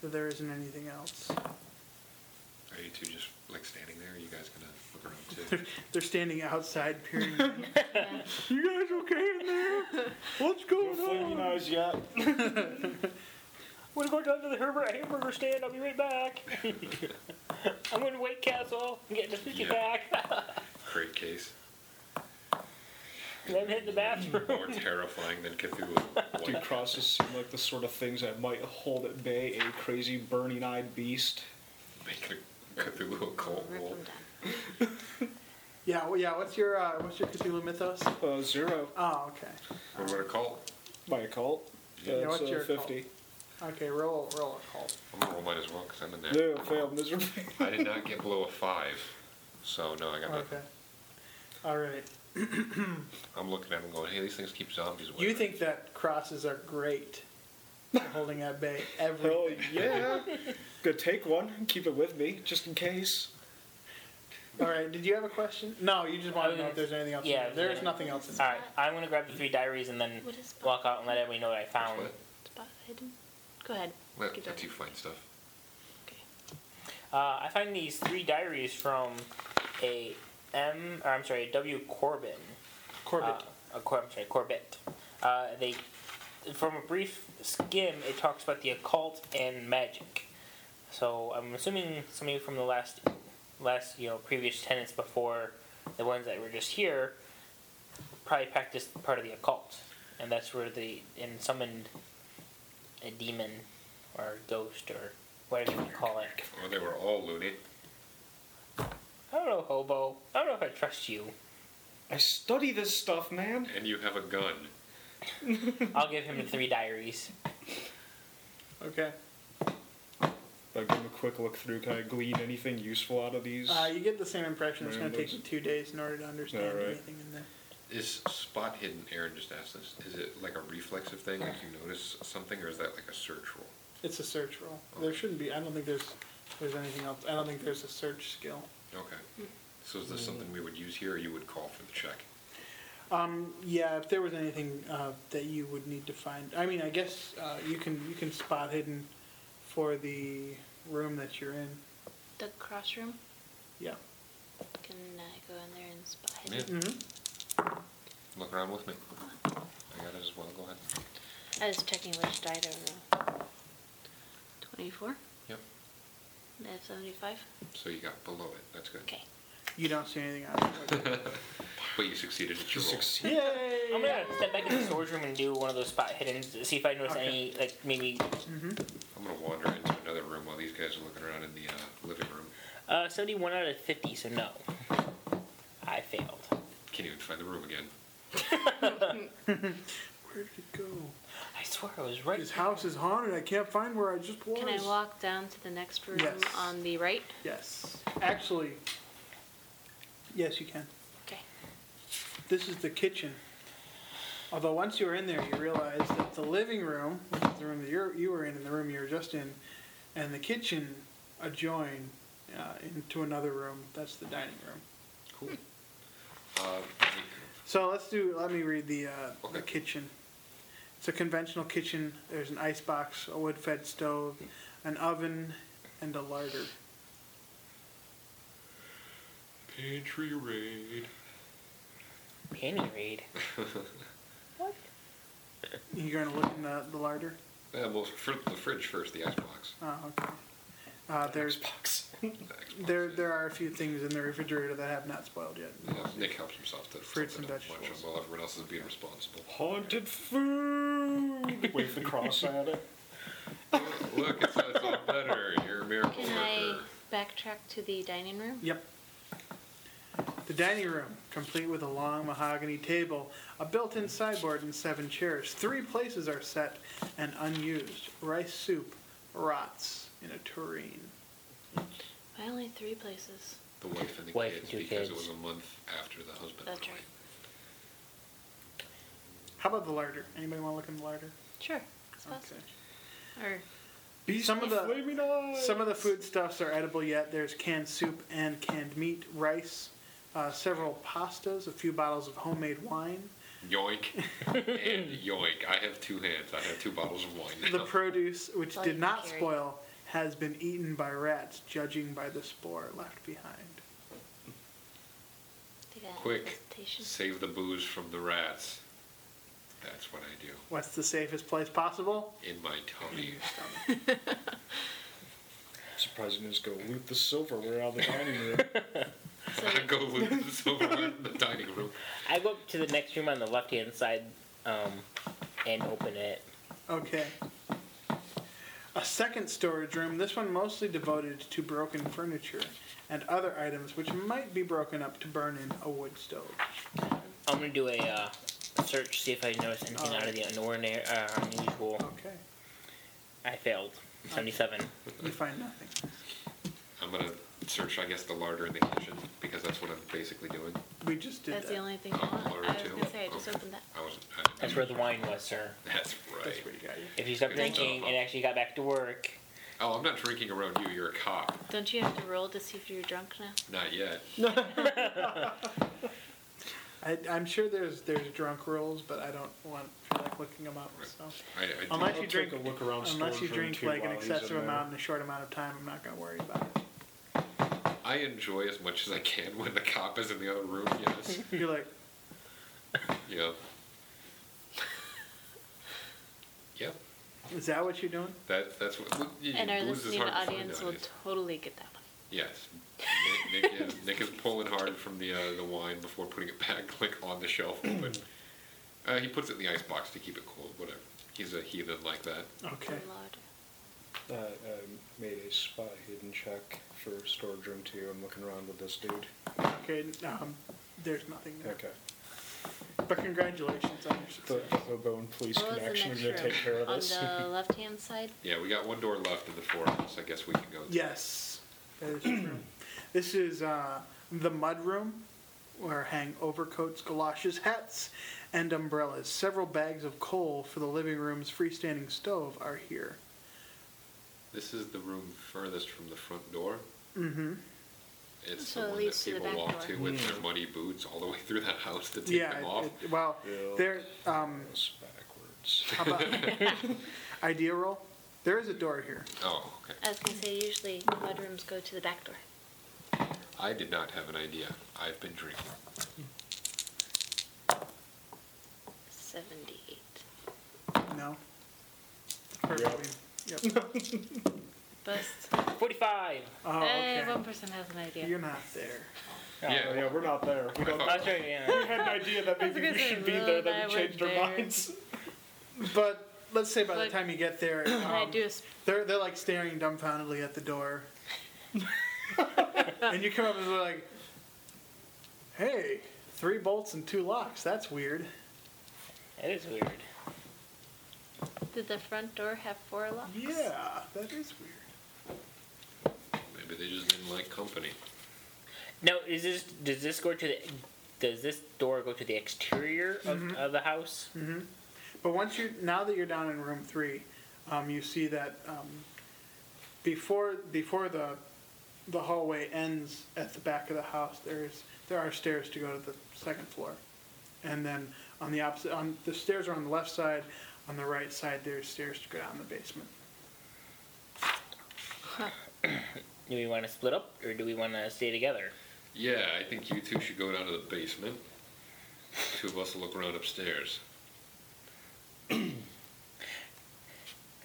[SPEAKER 1] that there isn't anything else.
[SPEAKER 3] Are you two just like standing there? Are you guys gonna look around too?
[SPEAKER 1] They're standing outside peering. in. you guys okay in there? What's
[SPEAKER 5] No
[SPEAKER 1] going on?
[SPEAKER 5] flaming eyes yet.
[SPEAKER 6] I'm gonna go down to the Herbert hamburger stand. I'll be right back. I'm going to White Castle. I'm getting a cookie
[SPEAKER 3] Yeah.
[SPEAKER 6] back.
[SPEAKER 3] Great case.
[SPEAKER 6] then hit the bathroom.
[SPEAKER 3] More terrifying than Cthulhu.
[SPEAKER 5] Dude,
[SPEAKER 3] One.
[SPEAKER 5] crosses seem like the sort of things that might hold at bay a crazy burning eyed beast.
[SPEAKER 3] Make a Cthulhu occult
[SPEAKER 4] Rip
[SPEAKER 3] roll.
[SPEAKER 4] them down.
[SPEAKER 1] Yeah, well, yeah. What's your uh, what's your Cthulhu mythos?
[SPEAKER 5] Uh, zero
[SPEAKER 1] Oh, okay.
[SPEAKER 3] What about a cult?
[SPEAKER 5] by a cult.
[SPEAKER 3] Yeah,
[SPEAKER 5] That's,
[SPEAKER 1] what's
[SPEAKER 5] uh,
[SPEAKER 1] your
[SPEAKER 5] 50.
[SPEAKER 1] Okay, roll roll occult.
[SPEAKER 3] I'm gonna roll mine as well because I'm in there.
[SPEAKER 5] No, failed miserably.
[SPEAKER 3] I did not get below a five, so no, I got nothing.
[SPEAKER 1] Oh, Okay. All right.
[SPEAKER 3] I'm looking at them going, hey, these things keep zombies away.
[SPEAKER 1] You think that crosses are great for holding at bay every
[SPEAKER 5] Hell yeah. Go take one and keep it with me just in case.
[SPEAKER 1] All right. Did you have a question? No, you just want to know if there's anything else. in
[SPEAKER 6] Yeah,
[SPEAKER 1] there. there is
[SPEAKER 6] yeah.
[SPEAKER 1] nothing else in
[SPEAKER 6] All
[SPEAKER 1] there.
[SPEAKER 6] right, I'm gonna grab the three diaries and then
[SPEAKER 4] What is-
[SPEAKER 6] walk out and let everybody know what I found.
[SPEAKER 3] What?
[SPEAKER 4] Spot hidden. Go ahead.
[SPEAKER 3] Let,
[SPEAKER 4] Keep
[SPEAKER 3] let you
[SPEAKER 4] going.
[SPEAKER 3] find stuff.
[SPEAKER 4] Okay.
[SPEAKER 6] Uh, I find these three diaries from a M, or I'm sorry, a W Corbin.
[SPEAKER 1] Corbett.
[SPEAKER 6] Uh, a Cor- I'm sorry, Corbett. Uh, they, from a brief skim, it talks about the occult and magic. So I'm assuming somebody from the last, last you know, previous tenants before the ones that were just here, probably practiced part of the occult, and that's where they and summoned a demon, or ghost, or whatever you want to call it.
[SPEAKER 3] Or Oh, they were all looted.
[SPEAKER 6] I don't know, hobo. I don't know if I trust you.
[SPEAKER 5] I study this stuff, man.
[SPEAKER 3] And you have a gun.
[SPEAKER 6] I'll give him the three diaries.
[SPEAKER 1] okay.
[SPEAKER 5] I give him a quick look through. Can I glean anything useful out of these?
[SPEAKER 1] Uh, you get the same impression. It's going to
[SPEAKER 5] Random.
[SPEAKER 1] take you two days in order to understand
[SPEAKER 5] All right.
[SPEAKER 1] anything in there.
[SPEAKER 3] Is spot hidden, Aaron just asked this, is it like a reflexive thing, like you notice something, or is that like a search roll?
[SPEAKER 1] It's a search roll. There shouldn't be. I don't think there's there's anything else. I don't think there's a search skill.
[SPEAKER 3] Okay. So is
[SPEAKER 1] Hmm.
[SPEAKER 3] this something we would use here, or you would call for the check?
[SPEAKER 1] Um, yeah, if there was anything uh, that you would need to find, I mean, I guess uh, you can you can spot hidden for the room that you're in.
[SPEAKER 4] The cross room.
[SPEAKER 1] Yeah.
[SPEAKER 4] Can I go in there and spot
[SPEAKER 3] Yeah.
[SPEAKER 4] hidden?
[SPEAKER 1] Mm-hmm.
[SPEAKER 3] Look around with me. I got it as well, go ahead.
[SPEAKER 4] I was checking which died I rolled. Twenty-four.
[SPEAKER 3] Yep.
[SPEAKER 4] And I have seventy-five.
[SPEAKER 3] So you got below it, that's good.
[SPEAKER 4] Okay.
[SPEAKER 1] You don't see anything out of the ordinary.
[SPEAKER 3] But you succeeded at your roll.
[SPEAKER 5] Succeed.
[SPEAKER 1] Yay!
[SPEAKER 6] I'm gonna step back in the storage room and do one of those spot hidden to see if I notice
[SPEAKER 1] Okay.
[SPEAKER 6] any, like maybe.
[SPEAKER 3] I'm gonna wander into another room while these guys are looking around in the uh, living room.
[SPEAKER 6] Uh, 71 out of 50, so no. I failed.
[SPEAKER 3] Can't even find the room again.
[SPEAKER 1] Where did it go?
[SPEAKER 6] I swear I was right.
[SPEAKER 1] His house is haunted. I can't find where I just was.
[SPEAKER 4] Can I walk down to the next room
[SPEAKER 1] Yes.
[SPEAKER 4] on the right?
[SPEAKER 1] Yes. Actually, yes, you can.
[SPEAKER 4] Okay.
[SPEAKER 1] This is the kitchen. Although once you were in there, you realize that the living room, which is the room that you're, you were in, and the room you were just in, and the kitchen adjoin uh, into another room. That's the dining room.
[SPEAKER 3] Cool. Uh,
[SPEAKER 1] So let's do. Let me read the uh, the
[SPEAKER 3] Okay.
[SPEAKER 1] kitchen. It's a conventional kitchen. There's an ice box, a wood-fed stove, an oven, and a larder.
[SPEAKER 3] pantry raid.
[SPEAKER 6] Penny raid. What?
[SPEAKER 1] You're gonna look in the, the larder.
[SPEAKER 3] Yeah, well, fr- the fridge first, the icebox.
[SPEAKER 1] Oh, okay. Uh, there's
[SPEAKER 3] The icebox
[SPEAKER 1] there
[SPEAKER 3] is-
[SPEAKER 1] there are a few things in the refrigerator that have not spoiled yet.
[SPEAKER 3] Yeah, Nick helps himself to
[SPEAKER 1] Fruits
[SPEAKER 3] something
[SPEAKER 1] and
[SPEAKER 3] to munch on
[SPEAKER 1] vegetables.
[SPEAKER 3] While everyone else is being responsible.
[SPEAKER 5] Haunted food. Wave the cross at it.
[SPEAKER 3] Look, it's, it's all better. You're a miracle
[SPEAKER 4] Can I
[SPEAKER 3] worker.
[SPEAKER 4] backtrack to the dining room?
[SPEAKER 1] Yep. The dining room, complete with a long mahogany table, a built in sideboard, and seven chairs. Three places are set and unused rice soup, rots in a tureen.
[SPEAKER 4] I only have three places.
[SPEAKER 3] The wife and the
[SPEAKER 6] Wife
[SPEAKER 3] kids,
[SPEAKER 6] and two
[SPEAKER 3] because
[SPEAKER 6] kids.
[SPEAKER 3] it was a month after the husband. went
[SPEAKER 4] That's right.
[SPEAKER 3] away.
[SPEAKER 1] How about the larder? Anybody want to look in the larder?
[SPEAKER 4] Sure. It's possible. Or
[SPEAKER 5] Beast
[SPEAKER 1] Some of the-
[SPEAKER 5] flaming eyes.
[SPEAKER 1] Some of the foodstuffs are edible yet. There's canned soup and canned meat, rice, uh, several pastas, a few bottles of homemade wine.
[SPEAKER 3] Yoink and yoink. I have two hands. I have two bottles of wine.
[SPEAKER 1] The
[SPEAKER 3] now.
[SPEAKER 1] produce, which
[SPEAKER 4] All you
[SPEAKER 1] did
[SPEAKER 4] can
[SPEAKER 1] not
[SPEAKER 4] carry.
[SPEAKER 1] spoil, has been eaten by rats, judging by the spore left behind.
[SPEAKER 4] they got
[SPEAKER 3] Quick.
[SPEAKER 4] presentation.
[SPEAKER 3] Save the booze from the rats. That's what I do
[SPEAKER 1] What's the safest place possible?
[SPEAKER 3] in my tummy.
[SPEAKER 5] Surprising is go loot the silverware out of the dining room.
[SPEAKER 4] So
[SPEAKER 3] I go loot the silverware in the dining room.
[SPEAKER 6] I go up to the next room on the left hand side um, and open it.
[SPEAKER 1] Okay. A second storage room, this one mostly devoted to broken furniture and other items which might be broken up to burn in a wood stove.
[SPEAKER 6] I'm gonna do a uh, search, see if I notice anything out of the unordinary, uh, unusual.
[SPEAKER 1] Okay.
[SPEAKER 6] I failed. 77.
[SPEAKER 1] You find nothing.
[SPEAKER 3] I'm gonna search, I guess, the larder in the kitchen because that's what I'm basically doing.
[SPEAKER 1] We just did
[SPEAKER 4] that's
[SPEAKER 1] that.
[SPEAKER 4] the only thing I want. I
[SPEAKER 3] Or
[SPEAKER 4] was
[SPEAKER 3] two.
[SPEAKER 4] going to say, I just
[SPEAKER 3] Okay.
[SPEAKER 4] opened that.
[SPEAKER 3] I wasn't. I didn't-
[SPEAKER 6] That's where the wine was, sir.
[SPEAKER 3] That's
[SPEAKER 1] That's
[SPEAKER 3] right.
[SPEAKER 1] what you got.
[SPEAKER 6] If you stopped
[SPEAKER 4] Thank you.
[SPEAKER 6] drinking and actually got back to work,
[SPEAKER 3] Oh, I'm not drinking around you. You're a cop.
[SPEAKER 4] Don't you have to roll to see if you're drunk now?
[SPEAKER 3] Not yet.
[SPEAKER 1] I, I'm sure there's there's drunk rules, but I don't want feel like looking them up. So
[SPEAKER 3] I, I do-
[SPEAKER 1] unless
[SPEAKER 5] I'll
[SPEAKER 1] you
[SPEAKER 5] take
[SPEAKER 1] drink
[SPEAKER 5] a look around
[SPEAKER 1] unless
[SPEAKER 5] storage
[SPEAKER 1] you
[SPEAKER 5] room
[SPEAKER 1] drink
[SPEAKER 5] too
[SPEAKER 1] like an
[SPEAKER 5] while he's in
[SPEAKER 1] excessive
[SPEAKER 5] there.
[SPEAKER 1] amount in a short amount of time, I'm not gonna worry about it.
[SPEAKER 3] I enjoy as much as I can when the cop is in the other room. Yes.
[SPEAKER 1] You're like,
[SPEAKER 3] yeah. Yep.
[SPEAKER 1] is that what you're doing?
[SPEAKER 3] That that's what. look, you-
[SPEAKER 4] And our
[SPEAKER 3] booze is
[SPEAKER 4] listening
[SPEAKER 3] hard to find
[SPEAKER 4] audience will
[SPEAKER 3] nowadays.
[SPEAKER 4] totally get that one.
[SPEAKER 3] Yes. Nick, Nick, is, Nick is pulling hard from the uh, the wine before putting it back like on the shelf open. Uh, he puts it in the ice box to keep it cold. Whatever. He's a heathen like that.
[SPEAKER 1] Okay.
[SPEAKER 4] Lord.
[SPEAKER 5] Uh, I made a spot hidden check for storage room two. I'm looking around with this dude.
[SPEAKER 1] Okay. Um, there's nothing there.
[SPEAKER 5] Okay.
[SPEAKER 1] But congratulations on your
[SPEAKER 5] The,
[SPEAKER 1] success.
[SPEAKER 5] the hobo and police
[SPEAKER 4] What was the
[SPEAKER 5] connection are
[SPEAKER 4] next
[SPEAKER 5] going to
[SPEAKER 4] room?
[SPEAKER 5] take care of
[SPEAKER 4] On
[SPEAKER 5] us.
[SPEAKER 4] the left-hand side?
[SPEAKER 3] Yeah, we got one door left in the four of us. I guess we can go. through.
[SPEAKER 1] Yes. That is true. this is uh, the mud room where hang overcoats, galoshes, hats, and umbrellas. Several bags of coal for the living room's freestanding stove are here.
[SPEAKER 3] This is the room furthest from the front door.
[SPEAKER 1] Mm-hmm.
[SPEAKER 3] It's
[SPEAKER 4] So
[SPEAKER 3] the
[SPEAKER 4] it
[SPEAKER 3] one that
[SPEAKER 4] leads to the
[SPEAKER 3] people
[SPEAKER 4] back
[SPEAKER 3] walk
[SPEAKER 4] door.
[SPEAKER 3] to with their muddy boots all the way through the house to take
[SPEAKER 1] Yeah.
[SPEAKER 3] them off.
[SPEAKER 1] It, it, well,
[SPEAKER 5] Yeah.
[SPEAKER 1] there. Um,
[SPEAKER 5] Us backwards.
[SPEAKER 1] how about idea roll? There is a door here.
[SPEAKER 3] oh, okay.
[SPEAKER 4] I was going to say, usually mudrooms go to the back door.
[SPEAKER 3] I did not have an idea. I've been drinking.
[SPEAKER 4] 78.
[SPEAKER 1] No.
[SPEAKER 5] Yep.
[SPEAKER 1] Yep.
[SPEAKER 4] Bust.
[SPEAKER 6] 45.
[SPEAKER 1] Oh,
[SPEAKER 4] Hey,
[SPEAKER 1] okay.
[SPEAKER 4] one person has an idea.
[SPEAKER 1] You're not there.
[SPEAKER 5] Oh,
[SPEAKER 3] yeah.
[SPEAKER 5] yeah, we're not there. We
[SPEAKER 3] I
[SPEAKER 5] don't
[SPEAKER 3] thought-
[SPEAKER 6] I'll show you. yeah.
[SPEAKER 5] we had an idea that
[SPEAKER 4] That's
[SPEAKER 5] maybe
[SPEAKER 4] a
[SPEAKER 5] we
[SPEAKER 4] good
[SPEAKER 5] should be
[SPEAKER 4] thing.
[SPEAKER 5] there,
[SPEAKER 4] Well,
[SPEAKER 5] that
[SPEAKER 4] I
[SPEAKER 5] we changed
[SPEAKER 4] went
[SPEAKER 5] our
[SPEAKER 4] there.
[SPEAKER 5] minds.
[SPEAKER 1] But let's say by the
[SPEAKER 4] But-
[SPEAKER 1] time you get there,
[SPEAKER 4] Can I
[SPEAKER 1] um,
[SPEAKER 4] do a s-
[SPEAKER 1] They're they're like staring dumbfoundedly at the door. and you come up and they're like, "Hey, three bolts and two locks. That's weird."
[SPEAKER 6] That is weird.
[SPEAKER 4] Did the front door have four locks?
[SPEAKER 1] Yeah, that is weird.
[SPEAKER 3] Maybe they just didn't like company.
[SPEAKER 6] Now, is this does this go to the does this door go to the exterior of,
[SPEAKER 5] Mm-hmm.
[SPEAKER 6] of the house?
[SPEAKER 1] But once you now that you're down in room three, um, you see that um, before before the the hallway ends at the back of the house, there's there are stairs to go to the second floor, and then on the opposite on the stairs are on the left side. On the right side, there's stairs to go down the basement.
[SPEAKER 6] Do we want to split up or do we want to stay together?
[SPEAKER 3] Yeah, I think you two should go down to the basement. Two of us will look around upstairs.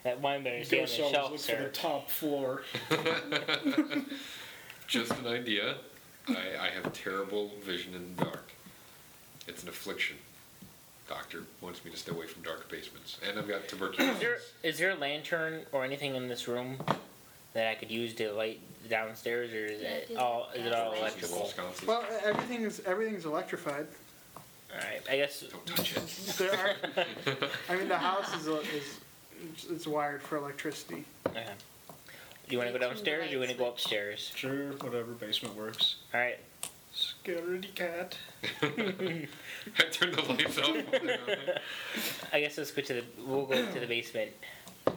[SPEAKER 6] That wine better stay on
[SPEAKER 5] Ghost
[SPEAKER 6] the
[SPEAKER 5] always
[SPEAKER 6] shelf,
[SPEAKER 5] looks for the
[SPEAKER 6] sir.
[SPEAKER 5] top floor.
[SPEAKER 3] Just an idea. I, I have terrible vision in the dark. It's an affliction. Doctor wants me to stay away from dark basements, and I've got
[SPEAKER 6] Is there,
[SPEAKER 3] tuberculosis.
[SPEAKER 6] is there a lantern or anything in this room that I could use to light downstairs, or is
[SPEAKER 4] Yeah,
[SPEAKER 6] it
[SPEAKER 4] do
[SPEAKER 6] all is it all
[SPEAKER 4] gas lights.
[SPEAKER 6] electrical?
[SPEAKER 3] Little sconces.
[SPEAKER 1] Well, e- everything's everything's electrified.
[SPEAKER 6] All right, I guess.
[SPEAKER 3] Don't touch it.
[SPEAKER 1] There are, I mean, the house is a- is it's- it's wired for electricity.
[SPEAKER 6] Okay. Do you want to go
[SPEAKER 4] Turn the
[SPEAKER 6] downstairs? or Do you want to
[SPEAKER 4] lights
[SPEAKER 6] go
[SPEAKER 4] on.
[SPEAKER 6] upstairs?
[SPEAKER 5] Sure, whatever, basement works.
[SPEAKER 6] All right.
[SPEAKER 5] Scaredy cat.
[SPEAKER 3] I turned the lights off.
[SPEAKER 6] I guess let's go to the. We'll go to the basement.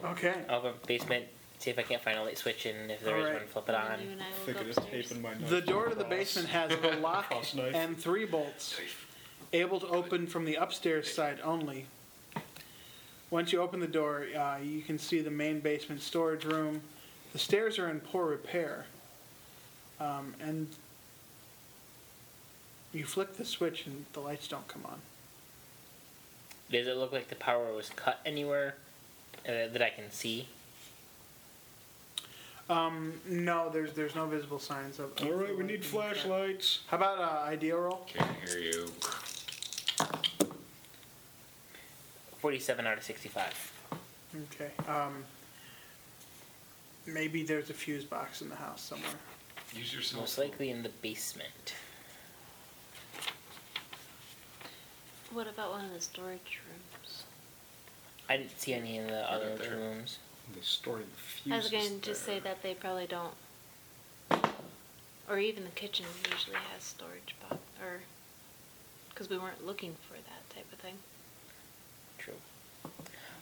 [SPEAKER 1] Okay.
[SPEAKER 6] I'll go to the basement. See if I can't find a light switch, and if there is
[SPEAKER 1] Alright.
[SPEAKER 6] one, flip it
[SPEAKER 4] And then
[SPEAKER 6] on.
[SPEAKER 4] you and I will
[SPEAKER 5] Think
[SPEAKER 4] go
[SPEAKER 5] of just
[SPEAKER 4] upstairs.
[SPEAKER 5] taping my knife.
[SPEAKER 1] The door to the
[SPEAKER 5] across.
[SPEAKER 1] basement has a lock
[SPEAKER 5] Cross knife.
[SPEAKER 1] and three bolts, able to open from the upstairs side only. Once you open the door, uh, you can see the main basement storage room. The stairs are in poor repair. Um, and you flick the switch and the lights don't come on.
[SPEAKER 6] Does it look like the power was cut anywhere uh, that I can see?
[SPEAKER 1] Um, no, there's there's no visible signs of. of
[SPEAKER 5] All right, we
[SPEAKER 1] light being
[SPEAKER 5] need
[SPEAKER 1] cut.
[SPEAKER 5] flashlights.
[SPEAKER 1] How about uh, idea roll?
[SPEAKER 3] Can't hear you.
[SPEAKER 6] Forty-seven out of sixty-five.
[SPEAKER 1] Okay. Um, maybe there's a fuse box in the house somewhere.
[SPEAKER 3] Use your cell
[SPEAKER 6] Most
[SPEAKER 3] phone.
[SPEAKER 6] likely in the basement.
[SPEAKER 4] What about one of the storage rooms?
[SPEAKER 6] I didn't see any in the other
[SPEAKER 3] there.
[SPEAKER 6] rooms.
[SPEAKER 5] They stored the uh,
[SPEAKER 4] I was
[SPEAKER 5] fuses
[SPEAKER 4] going to just say
[SPEAKER 5] there.
[SPEAKER 4] that they probably don't. Or even the kitchen usually has storage box, or, because we weren't looking for that type of thing.
[SPEAKER 6] True.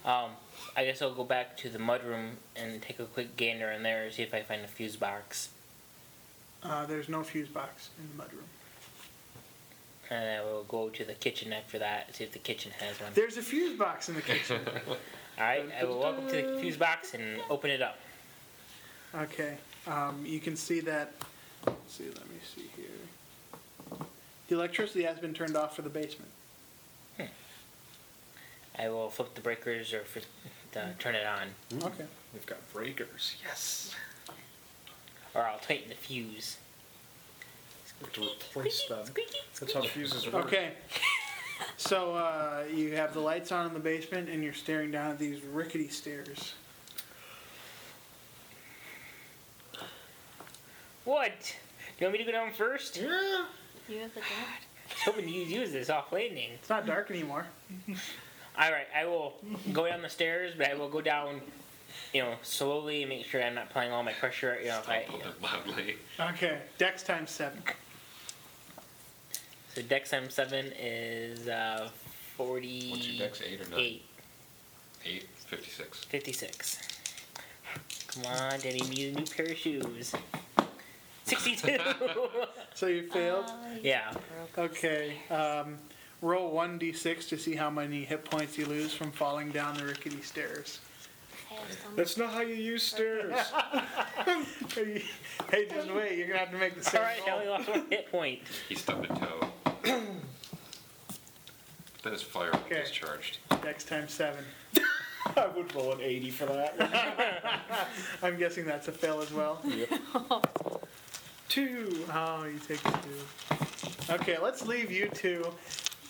[SPEAKER 6] Um, I guess I'll go back to the mudroom and take a quick gander in there and see if I find a fuse box.
[SPEAKER 1] Uh, there's no fuse box in the mudroom.
[SPEAKER 6] And I will go to the kitchen after that, see if the kitchen has one.
[SPEAKER 1] There's a fuse box in the kitchen.
[SPEAKER 6] Alright, I will walk up to the fuse box and open it up.
[SPEAKER 1] okay. Um, you can see that. Let's see, let me see here. The electricity has been turned off for the basement.
[SPEAKER 6] I will flip the breakers or fr- uh, turn it on.
[SPEAKER 1] Okay.
[SPEAKER 5] We've got breakers. Yes.
[SPEAKER 6] Or I'll tighten the fuse.
[SPEAKER 5] We have to replace them. That's how fuses work.
[SPEAKER 1] Okay. So uh, you have the lights on in the basement, and you're staring down at these rickety stairs.
[SPEAKER 6] What? You want me to go down first? I was
[SPEAKER 4] You have the door?
[SPEAKER 6] hoping you'd use this off landing.
[SPEAKER 1] It's not dark anymore.
[SPEAKER 6] Alright, I will go down the stairs, but I will go down, you know, slowly and make sure I'm not applying all my pressure. You know, if I,
[SPEAKER 3] Hold it loudly.
[SPEAKER 1] Okay. Dex times seven.
[SPEAKER 6] So Dex M seven is uh, forty.
[SPEAKER 3] What's your dex? Eight or nine?
[SPEAKER 6] Eight,
[SPEAKER 3] Eight, 56.
[SPEAKER 6] 56. Come on, Daddy, need a new pair of shoes. Sixty-two.
[SPEAKER 1] So you failed.
[SPEAKER 4] Uh,
[SPEAKER 6] yeah.
[SPEAKER 1] Okay. Um, roll one d6 to see how many hit points you lose from falling down the rickety stairs.
[SPEAKER 5] That's not how you use stairs.
[SPEAKER 1] hey, just wait. You're gonna have to make the
[SPEAKER 6] All
[SPEAKER 1] same
[SPEAKER 6] right, now we
[SPEAKER 1] roll.
[SPEAKER 6] lost one hit point.
[SPEAKER 3] He stubbed a toe. then his firearm
[SPEAKER 1] Okay.
[SPEAKER 3] discharged.
[SPEAKER 1] Next time seven.
[SPEAKER 5] I would roll an 80 for that.
[SPEAKER 1] I'm guessing that's a fail as well.
[SPEAKER 5] Two.
[SPEAKER 1] Oh, you take it two. Okay, let's leave you two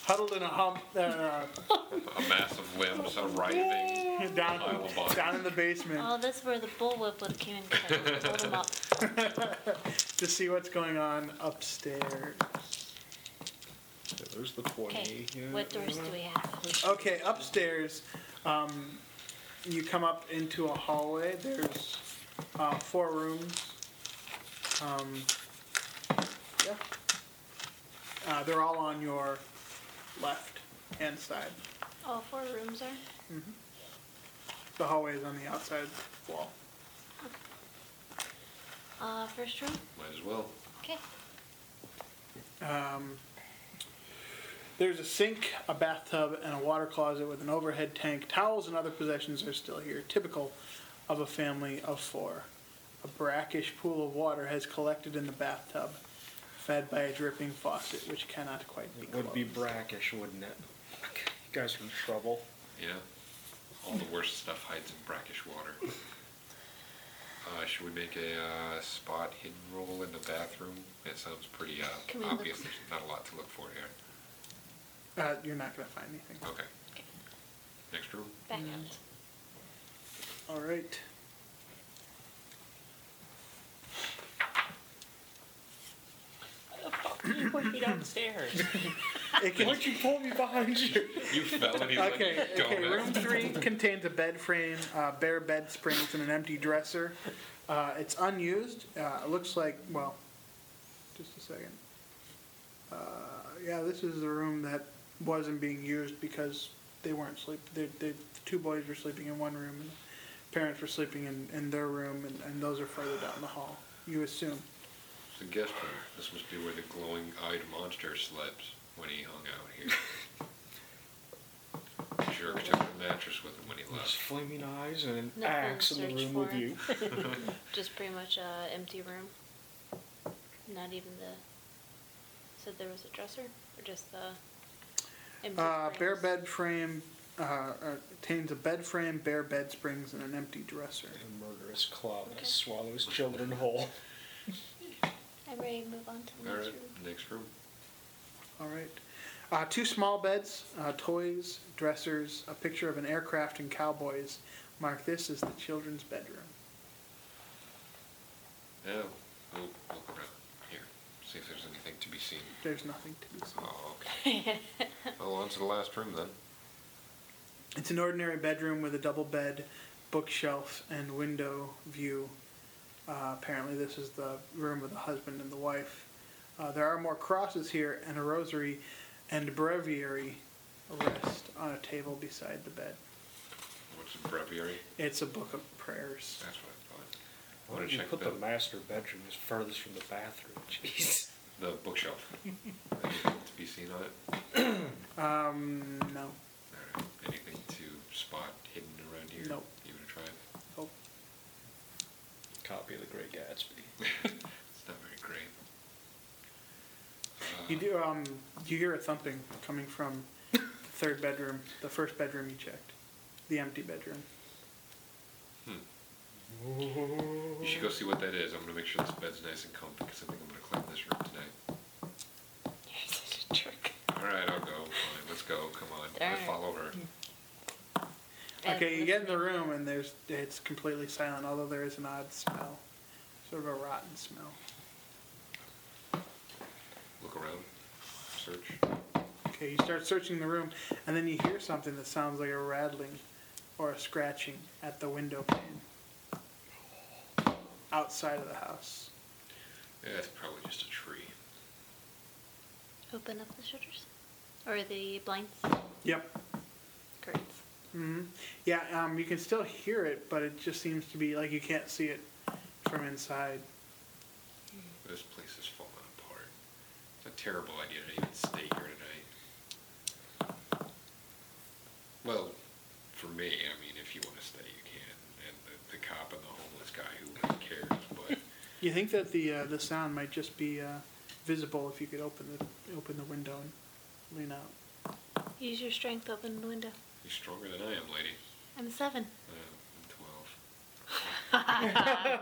[SPEAKER 1] huddled in a hump uh,
[SPEAKER 3] A mass of limbs, a writhing.
[SPEAKER 1] down down in the basement
[SPEAKER 4] Oh, that's where the bullwhip would have came in, 'cause I would've pulled him up.
[SPEAKER 1] to see what's going on upstairs.
[SPEAKER 5] There's the 20.
[SPEAKER 4] Okay,
[SPEAKER 5] Yeah.
[SPEAKER 4] what doors do we have?
[SPEAKER 1] Okay, upstairs, um, you come up into a hallway. There's uh, four rooms. Um, yeah. Uh, they're all on your left hand side.
[SPEAKER 4] All Oh, four rooms are?
[SPEAKER 1] The hallway is on the outside wall.
[SPEAKER 4] Uh, first room?
[SPEAKER 3] Might as well.
[SPEAKER 4] Okay.
[SPEAKER 1] Um, there's a sink, a bathtub, and a water closet with an overhead tank. Towels and other possessions are still here, typical of a family of four. A brackish pool of water has collected in the bathtub, fed by a dripping faucet, which cannot quite be
[SPEAKER 5] It would be
[SPEAKER 1] closed.
[SPEAKER 5] brackish, wouldn't it? You guys are in trouble.
[SPEAKER 3] Yeah. All the worst stuff hides in brackish water. Uh, should we make a uh, spot hidden roll in the bathroom? It sounds pretty
[SPEAKER 4] Can
[SPEAKER 3] uh,
[SPEAKER 4] we look-
[SPEAKER 3] obvious. There's not a lot to look for here.
[SPEAKER 1] Uh, you're not going to find anything.
[SPEAKER 3] Okay.
[SPEAKER 4] Okay.
[SPEAKER 3] Next room.
[SPEAKER 4] Back
[SPEAKER 1] Mm-hmm.
[SPEAKER 4] out.
[SPEAKER 1] All right.
[SPEAKER 6] You pushed me downstairs.
[SPEAKER 1] It can-
[SPEAKER 5] Why'd you pull me behind you?
[SPEAKER 3] You felony like
[SPEAKER 1] Okay, okay.
[SPEAKER 3] dumbass.
[SPEAKER 1] Room three contains a bed frame, uh, bare bed springs, and an empty dresser. Uh, it's unused. Uh, it looks like, well, just a second. Uh, yeah, this is the room that wasn't being used because they weren't sleep. They, they, the two boys were sleeping in one room, and parents were sleeping in, in their room, and, and those are further down the hall. You assume.
[SPEAKER 3] It's a guest room. This must be where the glowing-eyed monster slept when he hung out here. Jerk took the mattress with him when he
[SPEAKER 5] Those
[SPEAKER 3] left.
[SPEAKER 5] flaming eyes and an
[SPEAKER 4] No, I'm
[SPEAKER 5] axe in the
[SPEAKER 4] search
[SPEAKER 5] room
[SPEAKER 4] for
[SPEAKER 5] with
[SPEAKER 4] it.
[SPEAKER 5] you.
[SPEAKER 4] Just pretty much a empty room. Not even the. Said there was a dresser, or just the. Empty
[SPEAKER 1] Uh, bare
[SPEAKER 4] frames?
[SPEAKER 1] bed frame uh, uh, contains a bed frame, bare bed springs, and an empty dresser.
[SPEAKER 5] A murderous claw that
[SPEAKER 4] Okay.
[SPEAKER 5] swallows children whole.
[SPEAKER 4] I'm ready to move on to the
[SPEAKER 3] All
[SPEAKER 4] next
[SPEAKER 3] right,
[SPEAKER 4] room.
[SPEAKER 3] next room.
[SPEAKER 1] All right. Uh, two small beds, uh, toys, dressers, a picture of an aircraft and cowboys. Mark this as the children's bedroom.
[SPEAKER 3] Now, we'll look around here, see if there's anything to be seen.
[SPEAKER 1] There's nothing to be seen.
[SPEAKER 3] Oh, okay. well, on to the last room then.
[SPEAKER 1] It's an ordinary bedroom with a double bed, bookshelf, and window view. Uh, apparently, this is the room with the husband and the wife. Uh, there are more crosses here and a rosary and breviary rest on a table beside the bed.
[SPEAKER 3] What's the breviary?
[SPEAKER 1] It's a book of prayers.
[SPEAKER 3] That's what I thought. I
[SPEAKER 5] Why did
[SPEAKER 3] want
[SPEAKER 5] you
[SPEAKER 3] to check
[SPEAKER 5] put the
[SPEAKER 3] the,
[SPEAKER 5] master bedroom as furthest from the bathroom? Jeez.
[SPEAKER 3] the bookshelf. anything to be seen on it?
[SPEAKER 1] Um, no.
[SPEAKER 3] All right. Anything to spot hidden around here?
[SPEAKER 1] Nope.
[SPEAKER 3] You would have tried?
[SPEAKER 1] Oh,
[SPEAKER 5] Copy of the Great Gatsby.
[SPEAKER 3] It's not very great.
[SPEAKER 1] you do. Um, you hear a thumping coming from the third bedroom, the first bedroom you checked, the empty bedroom.
[SPEAKER 3] You should go see what that is. I'm going to make sure this bed's nice and comfy because I think I'm going to clean this room tonight.
[SPEAKER 4] You're such a jerk.
[SPEAKER 3] All right, I'll go. Fine, let's go. Come on.
[SPEAKER 4] All
[SPEAKER 3] I
[SPEAKER 4] right.
[SPEAKER 3] follow her.
[SPEAKER 1] Okay, you
[SPEAKER 4] And
[SPEAKER 1] get in the room and there's it's completely silent, although there is an odd smell, sort of a rotten smell.
[SPEAKER 3] Look around. Search.
[SPEAKER 1] Okay, you start searching the room and then you hear something that sounds like a rattling or a scratching at the window pane outside of the house.
[SPEAKER 3] Yeah, it's probably just a tree.
[SPEAKER 4] Open up the shutters. Or the blinds.
[SPEAKER 1] Yep.
[SPEAKER 4] Curtains.
[SPEAKER 1] hmm Yeah, um, you can still hear it, but it just seems to be like you can't see it from inside.
[SPEAKER 3] This place is falling apart. It's a terrible idea to even stay here tonight. Well, for me, I mean, if you want to stay, you can. And the, the cop and the homeless guy, who really cares? But
[SPEAKER 1] You think that the uh, the sound might just be uh, visible if you could open the open the window and lean out.
[SPEAKER 4] Use your strength, open the window.
[SPEAKER 3] you're stronger than I am, lady.
[SPEAKER 4] I'm seven.
[SPEAKER 3] Uh, I'm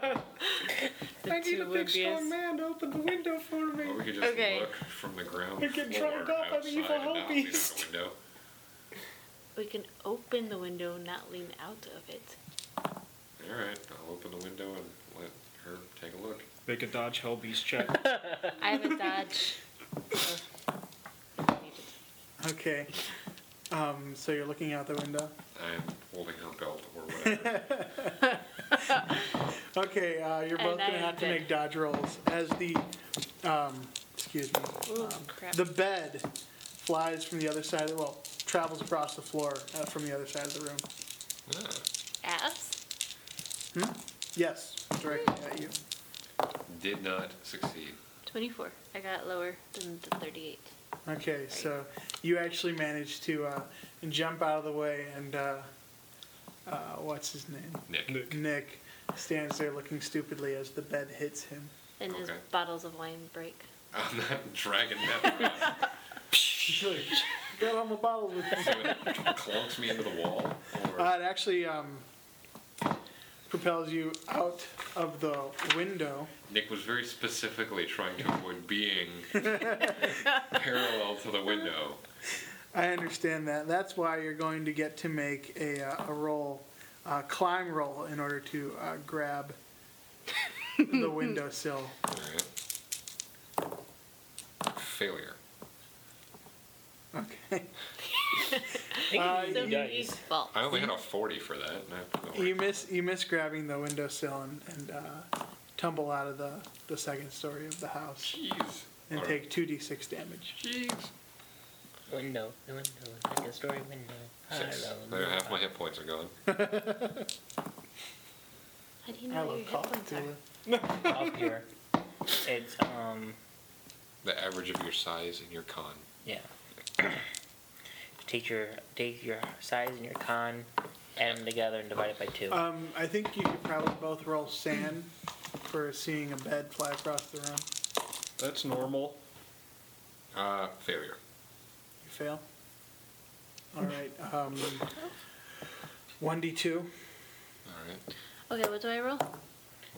[SPEAKER 3] 12.
[SPEAKER 4] The
[SPEAKER 5] I need a big strong man to open the window for me.
[SPEAKER 3] Or we could just
[SPEAKER 4] Okay.
[SPEAKER 3] look from the ground
[SPEAKER 5] You're getting
[SPEAKER 3] floor
[SPEAKER 5] drugged up by
[SPEAKER 3] outside
[SPEAKER 5] the evil
[SPEAKER 3] and not lean out
[SPEAKER 5] Hobies.
[SPEAKER 3] the window.
[SPEAKER 4] We can open the window, not lean out of it.
[SPEAKER 3] All right, I'll open the window and let her take a look.
[SPEAKER 5] Make a dodge hell beast check.
[SPEAKER 4] I have a dodge.
[SPEAKER 1] Okay. Um, so you're looking out the window.
[SPEAKER 3] I'm holding her belt or whatever.
[SPEAKER 1] Okay, uh, you're both
[SPEAKER 4] And I
[SPEAKER 1] gonna have to
[SPEAKER 4] am dead.
[SPEAKER 1] make dodge rolls as the, um, excuse me, um,
[SPEAKER 4] Ooh, crap.
[SPEAKER 1] the bed flies from the other side of the well, travels across the floor uh, from the other side of the room.
[SPEAKER 3] Ah,
[SPEAKER 4] Abs?
[SPEAKER 1] Yes, directly at you.
[SPEAKER 3] did not succeed.
[SPEAKER 4] 24. I got lower than the 38.
[SPEAKER 1] Okay, so you actually managed to uh, jump out of the way, and uh, uh, what's his name?
[SPEAKER 3] Nick.
[SPEAKER 1] Nick stands there looking stupidly as the bed hits him.
[SPEAKER 4] And his
[SPEAKER 3] Okay.
[SPEAKER 4] bottles of wine break.
[SPEAKER 3] I'm not dragging that around.
[SPEAKER 1] Got on the bottle with
[SPEAKER 3] So it clunks me into the wall. Or
[SPEAKER 1] Uh, it actually um, propels you out of the window.
[SPEAKER 3] Nick was very specifically trying to avoid being parallel to the window.
[SPEAKER 1] I understand that. That's why you're going to get to make a, uh, a roll, uh, climb roll, in order to uh, grab the windowsill.
[SPEAKER 3] All right. Failure.
[SPEAKER 1] Okay. Uh,
[SPEAKER 6] I think
[SPEAKER 4] So
[SPEAKER 6] he dies.
[SPEAKER 4] he's false.
[SPEAKER 3] I only had a 40 for that. And I
[SPEAKER 1] You miss you miss grabbing the windowsill and, and uh, tumble out of the, the second story of the house
[SPEAKER 3] Jeez.
[SPEAKER 1] and
[SPEAKER 3] Alright.
[SPEAKER 1] take 2d6 damage.
[SPEAKER 3] Jeez.
[SPEAKER 6] Window, window, second story window.
[SPEAKER 3] Six.
[SPEAKER 6] Hello,
[SPEAKER 3] There, half my hit points are gone.
[SPEAKER 4] How do you know where your hit points are?
[SPEAKER 6] Up here. It's, um,
[SPEAKER 3] The average of your size and your con.
[SPEAKER 6] yeah. Take your, take your size and your con, add them together and divide it by two.
[SPEAKER 1] Um, I think you could probably both roll sand for seeing a bed fly across the room.
[SPEAKER 5] That's normal.
[SPEAKER 3] Uh, failure.
[SPEAKER 1] You fail. All right. Um, 1d2.
[SPEAKER 3] All right.
[SPEAKER 4] Okay, what do I roll?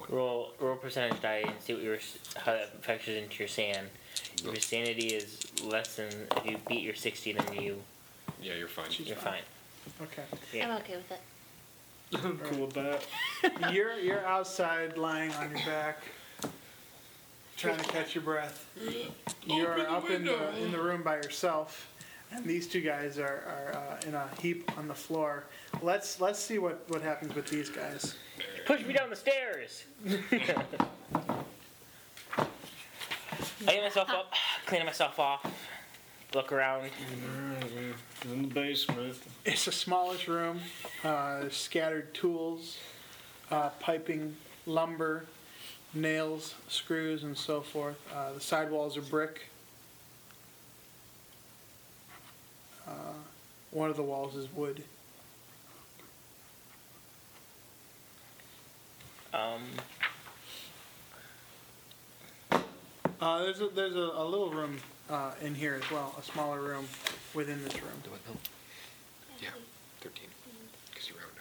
[SPEAKER 6] Roll roll percentage die and see what your s- how that factors into your sand. If your sanity is less than if you beat your sixty, then you
[SPEAKER 3] Yeah, you're fine.
[SPEAKER 1] She's
[SPEAKER 6] you're fine.
[SPEAKER 1] Okay.
[SPEAKER 6] Yeah.
[SPEAKER 4] I'm okay with it.
[SPEAKER 5] I'm cool with that.
[SPEAKER 1] You're you're outside, lying on your back, trying to catch your breath. You are up in the in the room by yourself, and these two guys are are uh, in a heap on the floor. Let's let's see what what happens with these guys.
[SPEAKER 6] Push me down the stairs. I get myself up, clean myself off, look around.
[SPEAKER 5] Alright, we're in the basement.
[SPEAKER 1] It's a smallish room, uh, scattered tools, uh, piping, lumber, nails, screws, and so forth. Uh, the side walls are brick. Uh, one of the walls is wood.
[SPEAKER 6] Um,
[SPEAKER 1] Uh, there's a, there's a, a little room uh, in here as well, a smaller room within this room.
[SPEAKER 3] Do I know? Yeah, 13. Because you round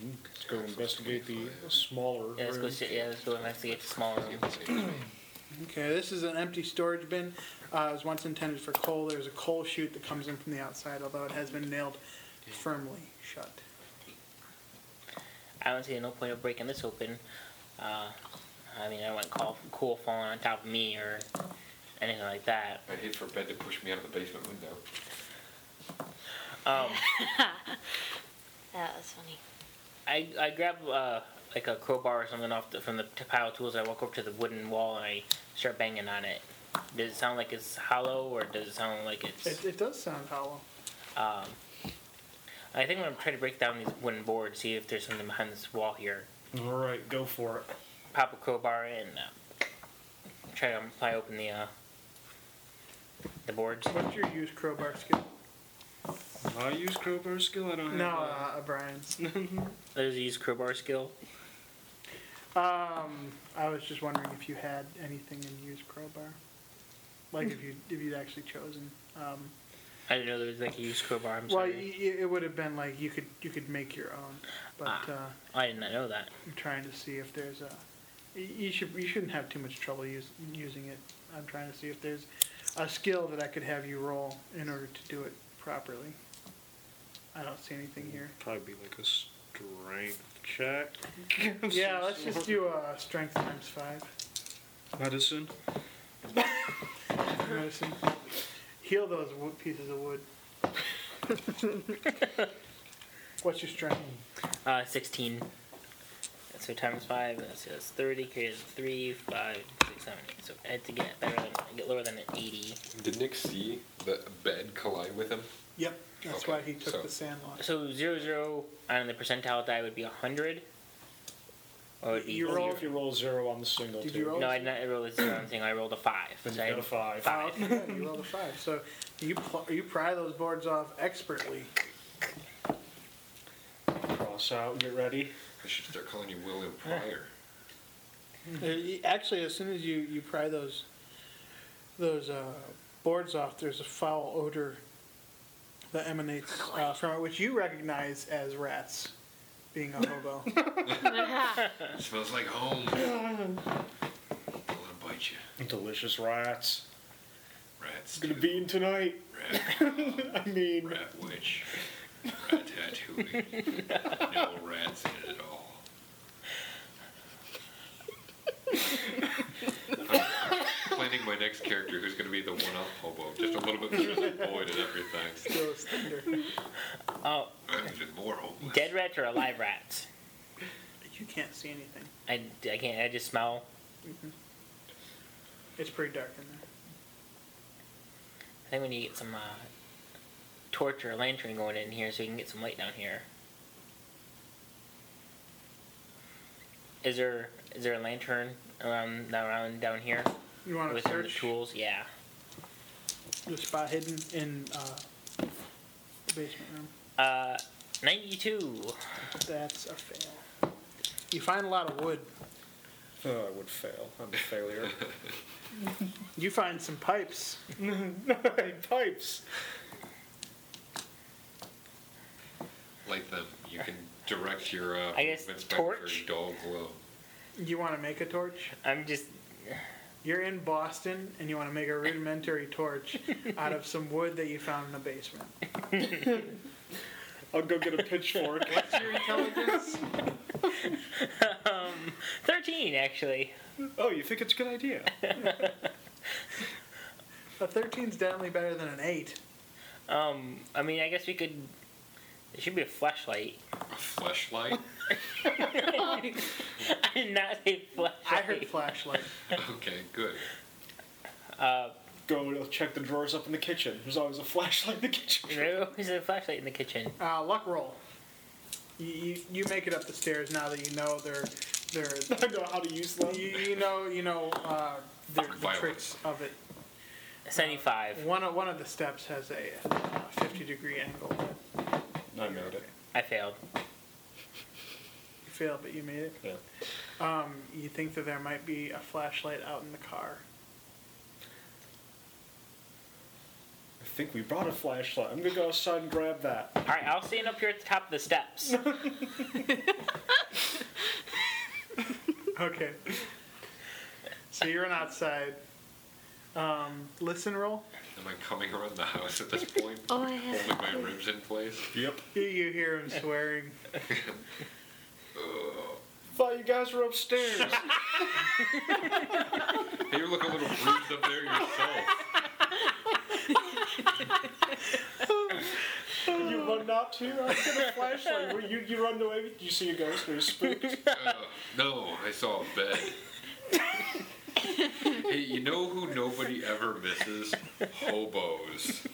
[SPEAKER 3] up.
[SPEAKER 5] Mm, Let's go investigate the smaller
[SPEAKER 6] yeah, let's go.
[SPEAKER 5] room.
[SPEAKER 6] sit- Yeah, let's go investigate the smaller room.
[SPEAKER 1] Okay, this is an empty storage bin. Uh, it was once intended for coal. There's a coal chute that comes in from the outside, although it has been nailed firmly shut.
[SPEAKER 6] I don't see no point of breaking this open. Uh, I mean, I wouldn't call cool falling on top of me or anything like that.
[SPEAKER 3] I'd hate for a bed to push me out of the basement window.
[SPEAKER 6] Um.
[SPEAKER 4] Ah, That was funny.
[SPEAKER 6] I, I grab uh, like a crowbar or something off the, from the t- pile of tools. I walk over to the wooden wall and I start banging on it. Does it sound like it's hollow or does it sound like
[SPEAKER 1] It,
[SPEAKER 6] it's?
[SPEAKER 1] it does sound hollow.
[SPEAKER 6] Um, I think I'm gonna try to break down these wooden boards, see if there's something behind this wall here.
[SPEAKER 5] Alright, go for it.
[SPEAKER 6] Pop a crowbar and uh, try to pry open the uh, the boards.
[SPEAKER 1] What's your used crowbar skill?
[SPEAKER 5] I use crowbar skill, I don't have
[SPEAKER 1] No,
[SPEAKER 5] that.
[SPEAKER 1] uh, Brian's.
[SPEAKER 6] There's a used crowbar skill.
[SPEAKER 1] Um, I was just wondering if you had anything in used crowbar, like if you if you'd actually chosen. Um,
[SPEAKER 6] I didn't know there was like a used crowbar. I'm
[SPEAKER 1] well, y-
[SPEAKER 6] sorry.
[SPEAKER 1] y- it would have been like you could you could make your own, but.
[SPEAKER 6] Ah.
[SPEAKER 1] Uh,
[SPEAKER 6] I did not know that.
[SPEAKER 1] I'm trying to see if there's a. y- You should you shouldn't have too much trouble use, using it. I'm trying to see if there's a skill that I could have you roll in order to do it properly. I don't see anything here.
[SPEAKER 5] Probably be like a strength check. of
[SPEAKER 1] Yeah,
[SPEAKER 5] some
[SPEAKER 1] let's just
[SPEAKER 5] sort.
[SPEAKER 1] do uh, strength times five.
[SPEAKER 5] Medicine.
[SPEAKER 1] Medicine. Heal those wo pieces of wood. What's your strength?
[SPEAKER 6] Uh, 16. So times 5, that's just 30, carries 3, 5, 6, 7, 8. So I had to get better than, get lower than an 80.
[SPEAKER 3] Did Nick see the bed collide with him?
[SPEAKER 1] Yep, that's
[SPEAKER 3] Okay,
[SPEAKER 1] why he took
[SPEAKER 3] so-
[SPEAKER 1] the sand lock.
[SPEAKER 6] So 0, 0 on the percentile die would be 100. Or would be
[SPEAKER 1] You
[SPEAKER 5] Only
[SPEAKER 1] roll-
[SPEAKER 5] if you roll zero on the single.
[SPEAKER 1] Did
[SPEAKER 5] too.
[SPEAKER 1] you roll?
[SPEAKER 6] No, I, didn't, I rolled a 0 on the thing, I rolled a 5.
[SPEAKER 5] Then
[SPEAKER 6] So I
[SPEAKER 5] you got a
[SPEAKER 6] had
[SPEAKER 5] five.
[SPEAKER 1] Oh,
[SPEAKER 6] 5.
[SPEAKER 1] okay, you rolled a five. So you pl- you pry those boards off expertly.
[SPEAKER 5] Cross out. Get ready.
[SPEAKER 3] I should start calling you William Pryor.
[SPEAKER 1] Uh, y- Actually, as soon as you, you pry those those uh, boards off, there's a foul odor that emanates uh, from it, which you recognize as rats. Being a hobo,
[SPEAKER 3] It smells like home. I want to bite you.
[SPEAKER 5] Delicious rats.
[SPEAKER 3] Rats.
[SPEAKER 5] It's gonna
[SPEAKER 3] too.
[SPEAKER 5] be in tonight.
[SPEAKER 3] Rat,
[SPEAKER 5] I mean,
[SPEAKER 3] rat witch. Rat tattooing. no rats in it at all. I'm planning my next character who's going to be the one-up hobo. Just a little bit more Boyd and everything.
[SPEAKER 1] still is thunder.
[SPEAKER 6] Oh,
[SPEAKER 3] I'm even more homeless.
[SPEAKER 6] dead rats or alive rats?
[SPEAKER 1] You can't see anything.
[SPEAKER 6] I, I can't. I just smell.
[SPEAKER 1] It's pretty dark in there.
[SPEAKER 6] I think we need to get some uh, torch or lantern going in here so we can get some light down here. Is there is there a lantern around around down here
[SPEAKER 1] You want to
[SPEAKER 6] within the
[SPEAKER 1] search
[SPEAKER 6] tools? Yeah.
[SPEAKER 1] the spot hidden in uh, the basement room.
[SPEAKER 6] Uh, ninety-two.
[SPEAKER 1] That's a fail. You find a lot of wood.
[SPEAKER 5] Oh, I would fail. I'm a failure.
[SPEAKER 1] You find some pipes.
[SPEAKER 5] Pipes.
[SPEAKER 3] Light them. You can direct your uh,
[SPEAKER 6] I guess
[SPEAKER 3] movements back to your
[SPEAKER 6] torch?
[SPEAKER 3] dull glow.
[SPEAKER 1] You want to make a torch?
[SPEAKER 6] I'm just
[SPEAKER 1] You're in Boston and you want to make a rudimentary torch out of some wood that you found in the basement.
[SPEAKER 5] I'll go get a pitchfork.
[SPEAKER 1] What's your intelligence?
[SPEAKER 6] um thirteen actually.
[SPEAKER 5] oh, you think it's a good idea?
[SPEAKER 1] a 13's definitely better than an 8.
[SPEAKER 6] Um, I mean, I guess we could. It should be a flashlight.
[SPEAKER 3] A flashlight?
[SPEAKER 6] I did not say flashlight.
[SPEAKER 1] I heard flashlight.
[SPEAKER 3] okay, good.
[SPEAKER 6] Uh,
[SPEAKER 5] Go and check the drawers up in the kitchen. There's always a flashlight in the kitchen.
[SPEAKER 6] there was a flashlight in the kitchen.
[SPEAKER 1] Uh, luck roll. You, you, you make it up the stairs now that you know they're they're
[SPEAKER 5] I know how to use them.
[SPEAKER 1] you, you know you know uh, the, the
[SPEAKER 3] Violence.
[SPEAKER 1] tricks of it.
[SPEAKER 6] Seventy-five.
[SPEAKER 1] One of, one of the steps has a uh, 50 degree angle.
[SPEAKER 5] I made it.
[SPEAKER 6] I failed.
[SPEAKER 1] You failed, but you made it.
[SPEAKER 5] Yeah.
[SPEAKER 1] Um, you think that there might be a flashlight out in the car.
[SPEAKER 5] I think we brought a flashlight. I'm gonna go outside and grab that.
[SPEAKER 6] All right, I'll stand up here at the top of the steps.
[SPEAKER 1] Okay. so you run outside. Um, listen roll.
[SPEAKER 3] Am I coming around the house at this point?
[SPEAKER 4] Oh, I have
[SPEAKER 3] Holding my ribs in place?
[SPEAKER 5] Yep.
[SPEAKER 1] You, you hear him swearing.
[SPEAKER 5] Thought you guys were upstairs.
[SPEAKER 3] Hey, you look a little bruised up there yourself.
[SPEAKER 5] you run out to. I was gonna flashlight. Where you you run away. You see a ghost. You're spooked.
[SPEAKER 3] Uh, no, I saw a bed. hey, you know who nobody ever misses? Hobos.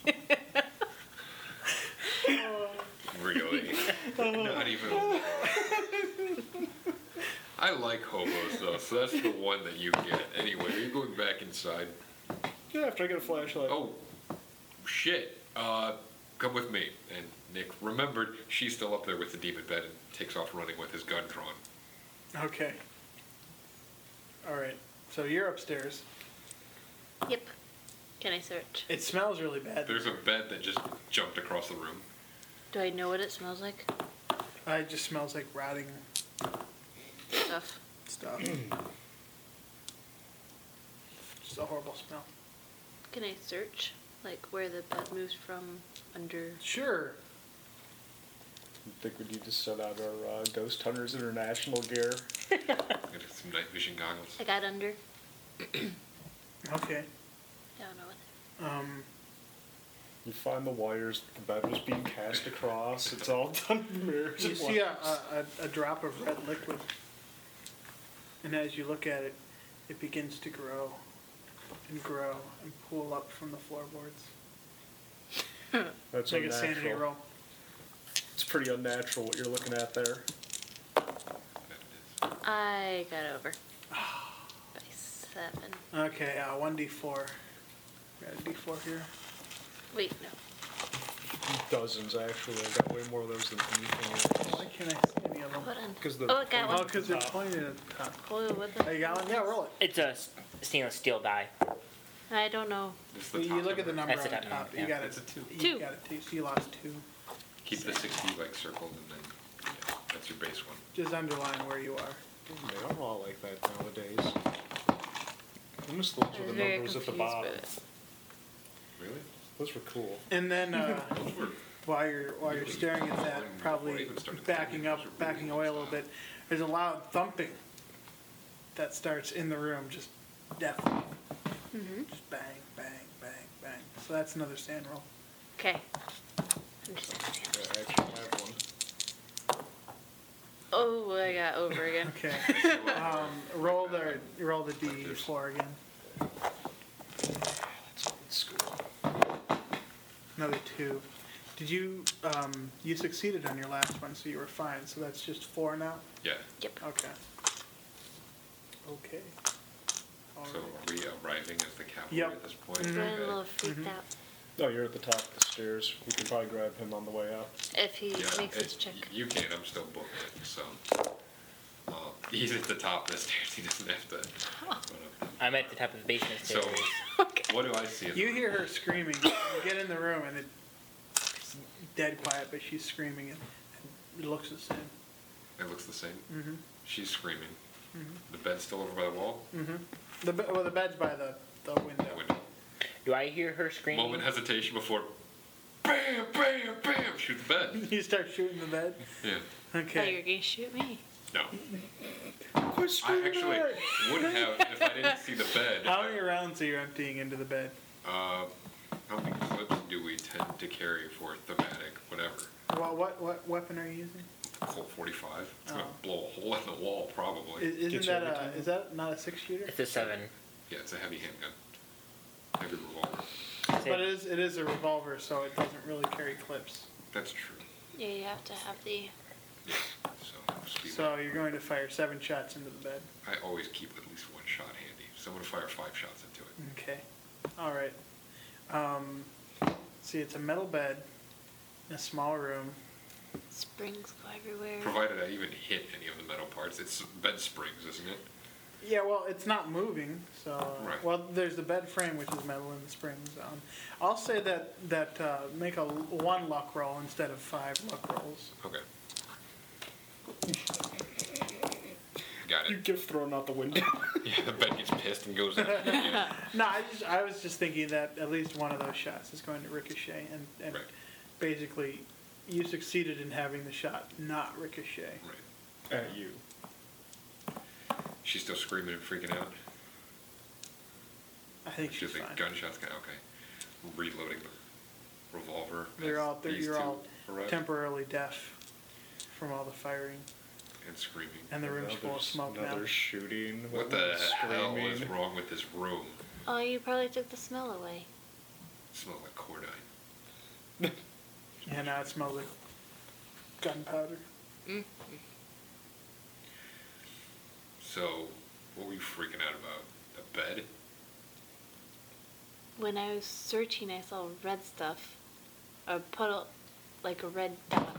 [SPEAKER 3] really? Not even. a little. I like hobos though, so that's the one that you get. Anyway, are you going back inside?
[SPEAKER 5] Yeah, after I get a flashlight.
[SPEAKER 3] Oh, shit. Uh, come with me. And Nick remembered she's still up there with the demon bed and takes off running with his gun drawn.
[SPEAKER 1] Okay. All right. So you're upstairs.
[SPEAKER 4] Yep. Can I search?
[SPEAKER 1] It smells really bad.
[SPEAKER 3] There's a bed that just jumped across the room.
[SPEAKER 4] Do I know what it smells like?
[SPEAKER 1] Uh, it just smells like rotting
[SPEAKER 4] Stuff.
[SPEAKER 1] stuff. just a horrible smell.
[SPEAKER 4] Can I search? Like where the bed moves from under.
[SPEAKER 1] Sure.
[SPEAKER 5] I think we need to set out our uh, Ghost Hunters International gear.
[SPEAKER 3] Got some night vision goggles.
[SPEAKER 4] I got under.
[SPEAKER 1] Okay.
[SPEAKER 4] I don't know what.
[SPEAKER 1] Um,
[SPEAKER 5] You find the wires the bed was being cast across. It's all done in mirrors.
[SPEAKER 1] you
[SPEAKER 5] and
[SPEAKER 1] see a,
[SPEAKER 5] wires.
[SPEAKER 1] a, a- a drop of red liquid, and as you look at it, it begins to grow and grow and pool up from the floorboards.
[SPEAKER 5] That's
[SPEAKER 1] It's like a
[SPEAKER 5] unnatural.
[SPEAKER 1] sanity roll.
[SPEAKER 5] It's pretty unnatural what you're looking at there.
[SPEAKER 4] I got over. By seven.
[SPEAKER 1] Okay, uh, 1d4. Got a d4 here.
[SPEAKER 4] Wait, no.
[SPEAKER 5] Dozens actually. I got way more of those than anything else.
[SPEAKER 1] Why can't I see any of them?
[SPEAKER 4] Hold on.
[SPEAKER 5] 'Cause the
[SPEAKER 4] Oh, I got
[SPEAKER 1] Oh,
[SPEAKER 4] one.
[SPEAKER 1] because they're pointed at the top.
[SPEAKER 4] Holy wood.
[SPEAKER 1] Oh, you got one? Yeah, roll it.
[SPEAKER 6] It's a s- stainless steel die.
[SPEAKER 4] I don't know.
[SPEAKER 3] It's the
[SPEAKER 1] You
[SPEAKER 3] top
[SPEAKER 1] look at the number
[SPEAKER 3] number.
[SPEAKER 1] on
[SPEAKER 6] That's
[SPEAKER 1] the
[SPEAKER 6] the top
[SPEAKER 1] top.
[SPEAKER 6] number,
[SPEAKER 1] You
[SPEAKER 6] yeah.
[SPEAKER 1] got it.
[SPEAKER 3] It's a two.
[SPEAKER 1] You
[SPEAKER 4] Two.
[SPEAKER 1] got it, two. So you lost two.
[SPEAKER 3] Keep the 60 like circled and then yeah, that's your base one.
[SPEAKER 1] Just underline where you are.
[SPEAKER 5] They are all like that nowadays. I miss those
[SPEAKER 4] I
[SPEAKER 5] were
[SPEAKER 4] was
[SPEAKER 5] the
[SPEAKER 4] very
[SPEAKER 5] numbers at
[SPEAKER 4] confused
[SPEAKER 5] the
[SPEAKER 4] by
[SPEAKER 5] bottom.
[SPEAKER 4] this.
[SPEAKER 3] Really?
[SPEAKER 5] Those were cool.
[SPEAKER 1] And then uh,
[SPEAKER 3] Those were
[SPEAKER 1] while you're while you're staring at that, probably backing up, backing away a little bit, there's a loud thumping that starts in the room, just death. Just bang, bang, bang, bang. So that's another sand roll.
[SPEAKER 4] Okay. I'm just-
[SPEAKER 5] I actually have one.
[SPEAKER 4] Oh, I got over again.
[SPEAKER 1] Okay. Um, roll the roll the d4 again. Another two. Did you um, you succeeded on your last one, so you were fine. So that's just four now.
[SPEAKER 3] Yeah.
[SPEAKER 1] Okay. Okay. All
[SPEAKER 3] So are
[SPEAKER 1] right.
[SPEAKER 3] we arriving as the cavalry
[SPEAKER 1] Yep.
[SPEAKER 3] at this point?
[SPEAKER 4] I'm a
[SPEAKER 3] Okay.
[SPEAKER 4] little freaked out.
[SPEAKER 5] Oh, you're at the top of the stairs. We can probably grab him on the way out.
[SPEAKER 4] If he
[SPEAKER 3] Yeah,
[SPEAKER 4] makes his
[SPEAKER 3] it-
[SPEAKER 4] check.
[SPEAKER 3] y- You can. I'm still booked, so uh, he's at the top of the stairs. He doesn't have to.
[SPEAKER 6] I'm at the top of the basement
[SPEAKER 3] So,
[SPEAKER 6] stairs.
[SPEAKER 4] Okay.
[SPEAKER 3] what do I see? as-
[SPEAKER 1] You hear her screaming. You get in the room and it, it's dead quiet, but she's screaming and, and it looks the same.
[SPEAKER 3] It looks the same.
[SPEAKER 1] Mhm.
[SPEAKER 3] She's screaming.
[SPEAKER 1] Mm-hmm.
[SPEAKER 3] The bed's still over by the wall.
[SPEAKER 1] The be- well, the bed's by the, the window.
[SPEAKER 3] That window.
[SPEAKER 6] Do I hear her screaming?
[SPEAKER 3] Moment hesitation before, bam, bam, bam, shoot the bed.
[SPEAKER 1] You start shooting the bed.
[SPEAKER 3] Yeah.
[SPEAKER 5] Oh,
[SPEAKER 4] Thought you were
[SPEAKER 1] Okay.
[SPEAKER 4] gonna shoot me.
[SPEAKER 3] No.
[SPEAKER 5] Quit
[SPEAKER 3] I
[SPEAKER 5] screaming!
[SPEAKER 3] actually would have if I didn't see the bed.
[SPEAKER 1] How many rounds are you emptying into the bed?
[SPEAKER 3] Uh, how many clips do we tend to carry for thematic, whatever?
[SPEAKER 1] Well, what what weapon are you using?
[SPEAKER 3] Colt 45. It's gonna
[SPEAKER 1] Oh.
[SPEAKER 3] blow a hole in the wall, probably.
[SPEAKER 1] Is, isn't
[SPEAKER 5] Gets you
[SPEAKER 1] that
[SPEAKER 5] every
[SPEAKER 1] a
[SPEAKER 5] time.
[SPEAKER 1] is that not a six shooter?
[SPEAKER 6] It's a seven.
[SPEAKER 3] Yeah, it's a heavy handgun. Heavy revolver.
[SPEAKER 6] It's a-
[SPEAKER 1] But it is it is a revolver, so it doesn't really carry clips.
[SPEAKER 3] That's true.
[SPEAKER 4] Yeah, you have to have the.
[SPEAKER 3] So, speed
[SPEAKER 1] So you're going to fire seven shots into the bed.
[SPEAKER 3] I always keep at least one shot handy. So I'm gonna fire five shots into it.
[SPEAKER 1] Okay. All right. Um, see, it's a metal bed in a small room.
[SPEAKER 4] Springs go everywhere.
[SPEAKER 3] Provided I even hit any of the metal parts. It's bed springs, isn't it?
[SPEAKER 1] Yeah, well, it's not moving, so uh,
[SPEAKER 3] Right.
[SPEAKER 1] well, there's the bed frame which is metal and the springs. Um, I'll say that that uh, make a l- one luck roll instead of five luck rolls.
[SPEAKER 3] Okay. Got
[SPEAKER 5] You
[SPEAKER 3] it.
[SPEAKER 5] get thrown out the window.
[SPEAKER 3] Yeah, the bed gets pissed and goes. out. Yeah.
[SPEAKER 1] No, I just I was just thinking that at least one of those shots is going to ricochet, and, and
[SPEAKER 3] Right.
[SPEAKER 1] basically, you succeeded in having the shot not ricochet.
[SPEAKER 3] Right.
[SPEAKER 5] At you.
[SPEAKER 3] She's still screaming and freaking out.
[SPEAKER 1] I think
[SPEAKER 3] Do you
[SPEAKER 1] she's
[SPEAKER 3] think
[SPEAKER 1] fine.
[SPEAKER 3] gunshots gonna okay. Reloading the revolver.
[SPEAKER 1] They're
[SPEAKER 3] as
[SPEAKER 1] all they're,
[SPEAKER 3] these
[SPEAKER 1] you're
[SPEAKER 3] two
[SPEAKER 1] all
[SPEAKER 3] arrive
[SPEAKER 1] temporarily deaf from all the firing,
[SPEAKER 3] and screaming.
[SPEAKER 1] and the room's full of
[SPEAKER 5] Another-
[SPEAKER 1] smoke now.
[SPEAKER 5] another shooting.
[SPEAKER 3] What the hell
[SPEAKER 5] screaming.
[SPEAKER 3] is wrong with this room?
[SPEAKER 4] Oh, you probably took the smell away.
[SPEAKER 3] It smells like cordite.
[SPEAKER 1] Yeah, now it smells like gunpowder.
[SPEAKER 3] So, what were you freaking out about? The bed?
[SPEAKER 4] When I was searching, I saw red stuff. A puddle, like a red dot.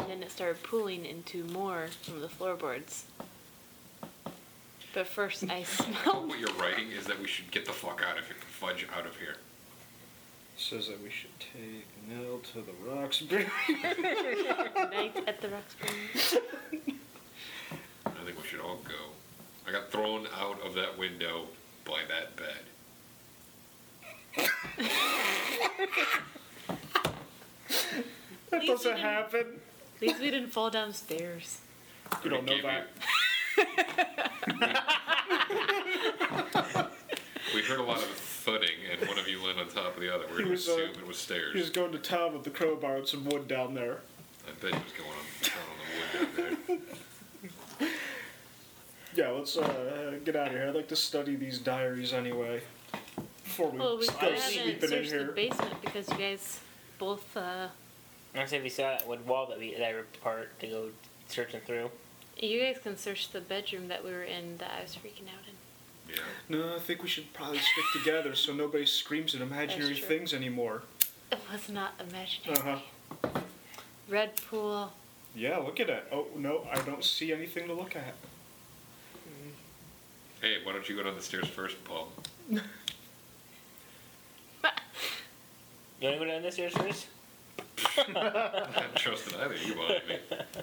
[SPEAKER 4] And then it started pooling into more from the floorboards. But first, I
[SPEAKER 3] I hope
[SPEAKER 1] Oh.
[SPEAKER 4] smelled.
[SPEAKER 3] what you're writing is that we should get the fuck out of here, fudge out of here.
[SPEAKER 5] Says that we should take Nell to the Roxbury.
[SPEAKER 4] night at the Roxbury.
[SPEAKER 3] I think we should all go. I got thrown out of that window by that bed.
[SPEAKER 5] that
[SPEAKER 4] Please
[SPEAKER 5] doesn't
[SPEAKER 4] didn't-
[SPEAKER 5] happen.
[SPEAKER 4] At least we didn't fall downstairs.
[SPEAKER 5] You don't know
[SPEAKER 3] Gave you-
[SPEAKER 5] that.
[SPEAKER 3] We heard a lot of thudding, and one of you went on top of the other. We're
[SPEAKER 5] He
[SPEAKER 3] gonna
[SPEAKER 5] was, uh,
[SPEAKER 3] assume it was stairs.
[SPEAKER 5] He's going to town with the crowbar and some wood down there.
[SPEAKER 3] I bet he was going on, going on the wood down there.
[SPEAKER 5] Yeah, let's uh, get out of here. I'd like to study these diaries anyway. Before we
[SPEAKER 4] Well, we
[SPEAKER 5] start
[SPEAKER 4] haven't
[SPEAKER 5] sleeping in
[SPEAKER 4] searched the
[SPEAKER 5] here.
[SPEAKER 4] basement because you guys both, uh,
[SPEAKER 6] I say we saw that wood wall that we that I ripped apart to go searching through.
[SPEAKER 4] you guys can search the bedroom that we were in that I was freaking out in.
[SPEAKER 3] Yeah.
[SPEAKER 5] No, I think we should probably stick together so nobody screams at imaginary
[SPEAKER 4] true.
[SPEAKER 5] things anymore.
[SPEAKER 4] It was not imaginary.
[SPEAKER 5] Uh-huh.
[SPEAKER 4] Red pool.
[SPEAKER 5] Yeah, look at it. Oh, no, I don't see anything to look at.
[SPEAKER 3] Hey, why don't you go down the stairs first, Paul?
[SPEAKER 6] You want to go down this stairs first?
[SPEAKER 3] I don't trust in either you, Bonnie,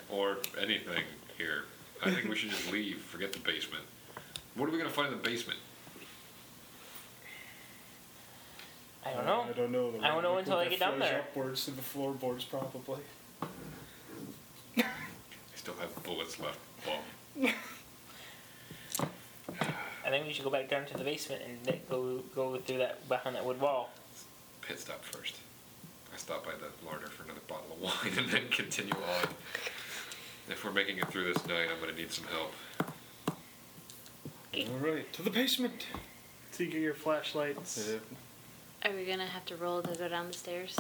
[SPEAKER 3] or anything here. I think we should just leave. Forget the basement. What are we gonna find in the basement?
[SPEAKER 6] I don't know.
[SPEAKER 5] I don't know. The
[SPEAKER 6] I don't know
[SPEAKER 5] liquid
[SPEAKER 6] until I
[SPEAKER 5] that
[SPEAKER 6] get down
[SPEAKER 5] flows
[SPEAKER 6] there.
[SPEAKER 5] Upwards to the floorboards, probably.
[SPEAKER 3] I still have bullets left, Paul.
[SPEAKER 6] I think we should go back down to the basement and let- go go through that behind that wood wall.
[SPEAKER 3] Pit stop first. I stopped by the larder for another bottle of wine and then continue on. If we're making it through this night, I'm going to need some help.
[SPEAKER 5] All right, to the basement.
[SPEAKER 1] So you get your flashlights.
[SPEAKER 5] Uh,
[SPEAKER 4] Are we gonna have to roll to go down the stairs?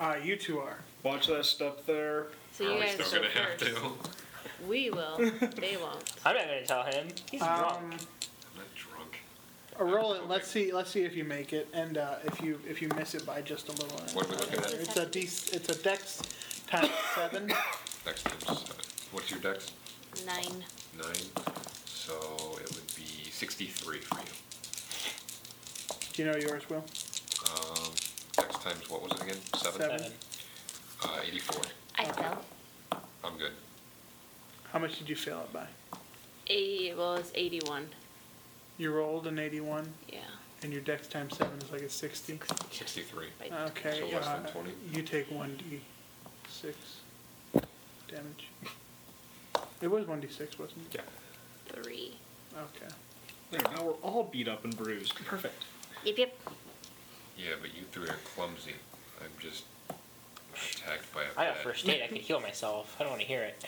[SPEAKER 1] Uh, you two are.
[SPEAKER 5] watch that step there.
[SPEAKER 4] So
[SPEAKER 3] Are
[SPEAKER 4] you
[SPEAKER 3] we
[SPEAKER 4] guys
[SPEAKER 3] still
[SPEAKER 4] go
[SPEAKER 3] gonna have
[SPEAKER 4] first.
[SPEAKER 3] to? I'm
[SPEAKER 4] We will. They won't.
[SPEAKER 6] I'm not gonna tell him. He's drunk.
[SPEAKER 1] Um,
[SPEAKER 3] not drunk.
[SPEAKER 1] uh, roll it. Let's see. Let's see if you make it, and uh, if you if you miss it by just a little.
[SPEAKER 3] What are we looking at?
[SPEAKER 1] It's a D. It's a Dex times seven.
[SPEAKER 3] Dex times seven. What's your dex?
[SPEAKER 4] Nine.
[SPEAKER 3] Nine. So it would be 63 for you.
[SPEAKER 1] Do you know yours, Will?
[SPEAKER 3] Um, dex times what was it again? Seven.
[SPEAKER 1] Seven.
[SPEAKER 6] Seven.
[SPEAKER 3] Uh, 84.
[SPEAKER 4] I fell.
[SPEAKER 3] I'm good.
[SPEAKER 1] How much did you fail it by?
[SPEAKER 4] A well, it's eighty-one.
[SPEAKER 1] You rolled an eighty-one,
[SPEAKER 4] Yeah.
[SPEAKER 1] and your Dex times seven is like a sixty.
[SPEAKER 3] 63.
[SPEAKER 4] Right.
[SPEAKER 1] Okay.
[SPEAKER 3] So less than
[SPEAKER 1] uh,
[SPEAKER 3] 20?
[SPEAKER 1] You take one D six damage. It was one D six, wasn't it?
[SPEAKER 4] Three.
[SPEAKER 1] Okay.
[SPEAKER 5] There, now we're all beat up and bruised. Perfect.
[SPEAKER 4] Yep. Yep.
[SPEAKER 3] Yeah, but you three are clumsy. I'm just attacked by a
[SPEAKER 6] I got
[SPEAKER 3] bat.
[SPEAKER 6] first aid. I could heal myself. I don't want to hear it.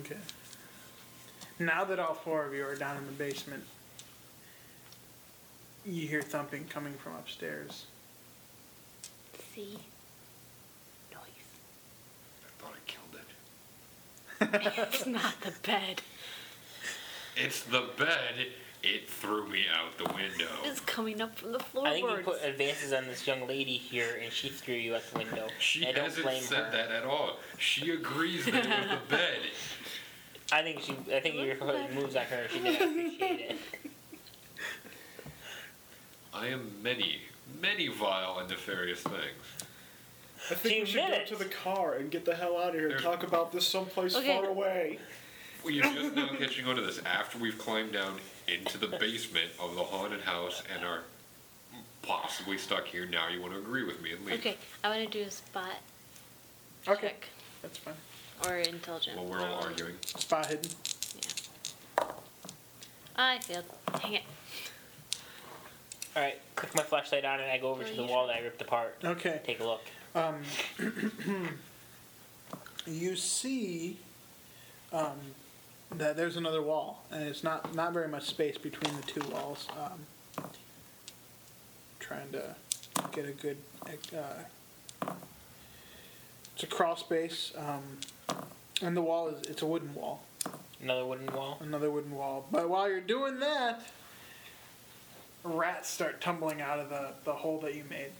[SPEAKER 1] Okay. Now that all four of you are down in the basement, you hear thumping coming from upstairs.
[SPEAKER 4] See. Noise.
[SPEAKER 3] I thought I killed it.
[SPEAKER 4] it's not the bed.
[SPEAKER 3] It's the bed. It threw me out the window.
[SPEAKER 4] It's coming up from the
[SPEAKER 6] I think you
[SPEAKER 4] floorboards.
[SPEAKER 6] put advances on this young lady here, and she threw you out the window.
[SPEAKER 3] She
[SPEAKER 6] I don't
[SPEAKER 3] hasn't
[SPEAKER 6] blame
[SPEAKER 3] said
[SPEAKER 6] her.
[SPEAKER 3] that at all. She agrees that it was the bed.
[SPEAKER 6] I think she. I think your moves on her. She didn't appreciate it.
[SPEAKER 3] I am many, many vile and nefarious things.
[SPEAKER 5] I think
[SPEAKER 6] Few
[SPEAKER 5] we should
[SPEAKER 6] minutes.
[SPEAKER 5] go to the car and get the hell out of here.
[SPEAKER 3] There's-
[SPEAKER 5] Talk about this someplace
[SPEAKER 4] Okay.
[SPEAKER 5] far away.
[SPEAKER 3] We are just now catching on to this after we've climbed down into the basement of the haunted house and are possibly stuck here. Now you want to agree with me and leave.
[SPEAKER 4] okay, I want to do a spot
[SPEAKER 1] Okay,
[SPEAKER 4] check
[SPEAKER 1] that's fine.
[SPEAKER 4] or intelligence.
[SPEAKER 3] While we're all
[SPEAKER 4] Um,
[SPEAKER 3] arguing.
[SPEAKER 1] Spot hidden.
[SPEAKER 4] I failed. Dang it.
[SPEAKER 6] All right, click my flashlight on, and I go over to the wall that I ripped apart.
[SPEAKER 1] Okay.
[SPEAKER 6] Take a look.
[SPEAKER 1] Um, you see um, that there's another wall, and it's not not very much space between the two walls. Um, trying to get a good. Uh, it's a crawl space, um, and the wall is it's a wooden wall,
[SPEAKER 6] Another wooden wall.
[SPEAKER 1] another wooden wall. But while you're doing that, rats start tumbling out of the, the hole that you made.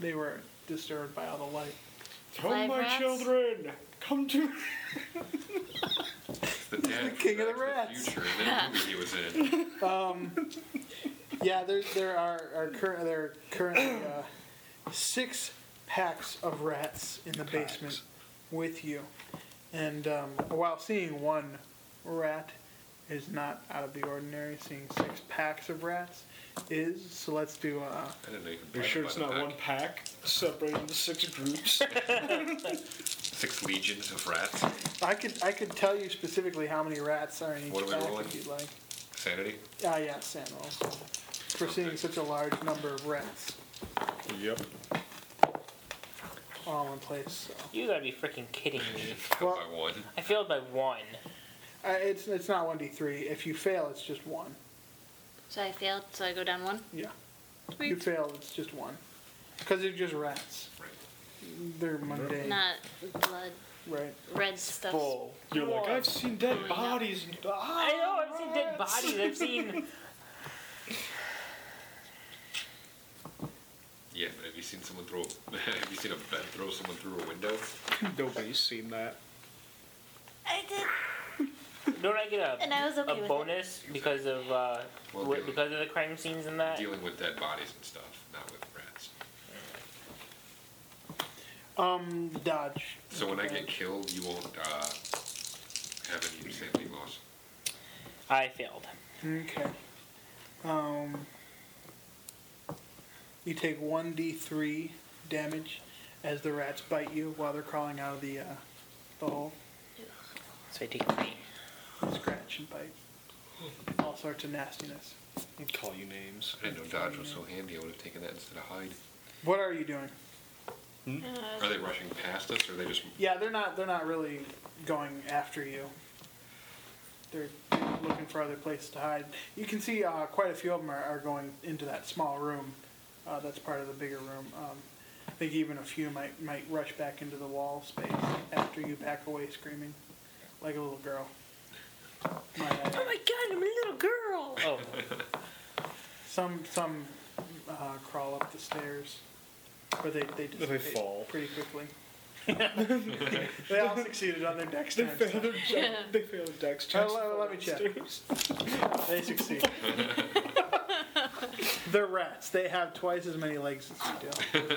[SPEAKER 1] They were disturbed by all the light.
[SPEAKER 5] Come,
[SPEAKER 4] Live
[SPEAKER 5] my
[SPEAKER 4] rats?
[SPEAKER 5] children, come to.
[SPEAKER 3] It's the dad
[SPEAKER 1] the king of the
[SPEAKER 3] from Back to
[SPEAKER 1] rats.
[SPEAKER 3] Future, and that movie he was in.
[SPEAKER 1] Yeah, there there are are current there are currently uh, six packs of rats in the basement with you, and um, while seeing one rat is not out of the ordinary, seeing six packs of rats is. So let's do. Uh,
[SPEAKER 3] I didn't know you could
[SPEAKER 5] Are you
[SPEAKER 3] buy
[SPEAKER 5] sure
[SPEAKER 3] them
[SPEAKER 5] it's
[SPEAKER 3] by the
[SPEAKER 5] not
[SPEAKER 3] pack.
[SPEAKER 5] one pack separated into six groups?
[SPEAKER 3] Six legions of rats.
[SPEAKER 1] I could I could tell you specifically how many rats are in each
[SPEAKER 3] What are we
[SPEAKER 1] pack
[SPEAKER 3] rolling?
[SPEAKER 1] if you'd like.
[SPEAKER 3] Sanity.
[SPEAKER 1] Ah, yeah, sand rolls. For seeing
[SPEAKER 3] Okay.
[SPEAKER 1] such a large number of rats
[SPEAKER 5] yep.
[SPEAKER 1] all in place. So.
[SPEAKER 6] You gotta be freaking kidding me.
[SPEAKER 3] Cut
[SPEAKER 1] Well-
[SPEAKER 3] by one.
[SPEAKER 6] I failed by one.
[SPEAKER 1] Uh, it's it's not one d three. If you fail, it's just one.
[SPEAKER 4] So I failed, so I go down one.
[SPEAKER 1] Yeah. You
[SPEAKER 4] Sweet.
[SPEAKER 1] failed. It's just one. Because they're just rats.
[SPEAKER 3] Right.
[SPEAKER 1] They're mundane.
[SPEAKER 4] Not blood,
[SPEAKER 1] Right.
[SPEAKER 4] red stuff.
[SPEAKER 6] Bull.
[SPEAKER 5] You're like,
[SPEAKER 6] Come on.
[SPEAKER 5] I've seen dead bodies. And,
[SPEAKER 6] I
[SPEAKER 5] ah,
[SPEAKER 6] know. I've seen dead bodies. I've seen.
[SPEAKER 3] Yeah, but have you seen someone throw? have you seen a bat throw someone through a window?
[SPEAKER 5] nobody's seen that.
[SPEAKER 4] I did,
[SPEAKER 6] Don't I get a
[SPEAKER 4] and I was okay with
[SPEAKER 6] a
[SPEAKER 4] it.
[SPEAKER 6] bonus because of uh,
[SPEAKER 3] Well,
[SPEAKER 6] wi-
[SPEAKER 3] dude.
[SPEAKER 6] because of the crime scenes and that?
[SPEAKER 3] Dealing with dead bodies and stuff, not with rats.
[SPEAKER 1] Um, dodge.
[SPEAKER 3] So when I get killed, you won't uh, have any sanity loss.
[SPEAKER 6] I failed.
[SPEAKER 1] Okay. Um. You take one d three damage as the rats bite you while they're crawling out of the uh, the hole.
[SPEAKER 6] So I take three.
[SPEAKER 1] Scratch and bite. All sorts of nastiness.
[SPEAKER 5] I'd call you names.
[SPEAKER 3] I didn't know dodge was so handy. I would have taken that instead of hide.
[SPEAKER 1] What are you doing?
[SPEAKER 3] Are they rushing past us, or are they just
[SPEAKER 1] Yeah, they're not. They're not really going after you. They're looking for other places to hide. You can see uh, quite a few of them are, are going into that small room. Uh, that's part of the bigger room. Um, I think even a few might might rush back into the wall space after you back away, screaming like a little girl. My, uh,
[SPEAKER 4] my god, I'm a little girl.
[SPEAKER 6] Oh,
[SPEAKER 1] some some uh, crawl up the stairs, but they they just
[SPEAKER 5] They fall.
[SPEAKER 1] pretty quickly. they all succeeded on their dex
[SPEAKER 5] They
[SPEAKER 1] turns.
[SPEAKER 5] failed their check. They failed their dex checks.
[SPEAKER 1] let- let me check. They succeed. They're rats. They have twice as many legs as you do.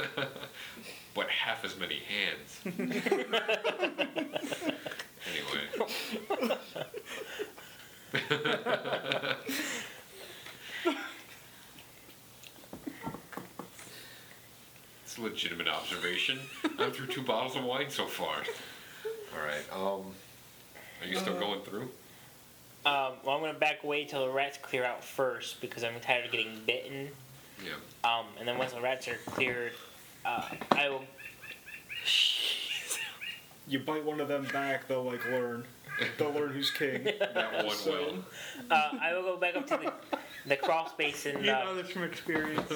[SPEAKER 3] but half as many hands? anyway, it's a legitimate observation. I'm through two bottles of wine so far. All right. Um, are you still going through?
[SPEAKER 6] um, well, I'm gonna back away till the rats clear out first because I'm tired of getting bitten.
[SPEAKER 3] Yeah.
[SPEAKER 6] Um, and then once the rats are cleared, uh, I will.
[SPEAKER 5] You bite one of them back, they'll like learn. They'll learn who's king.
[SPEAKER 3] That one
[SPEAKER 5] So-
[SPEAKER 3] will.
[SPEAKER 6] Uh, I will go back up to the, the crawl space and.
[SPEAKER 1] You
[SPEAKER 6] Uh,
[SPEAKER 1] know this from experience.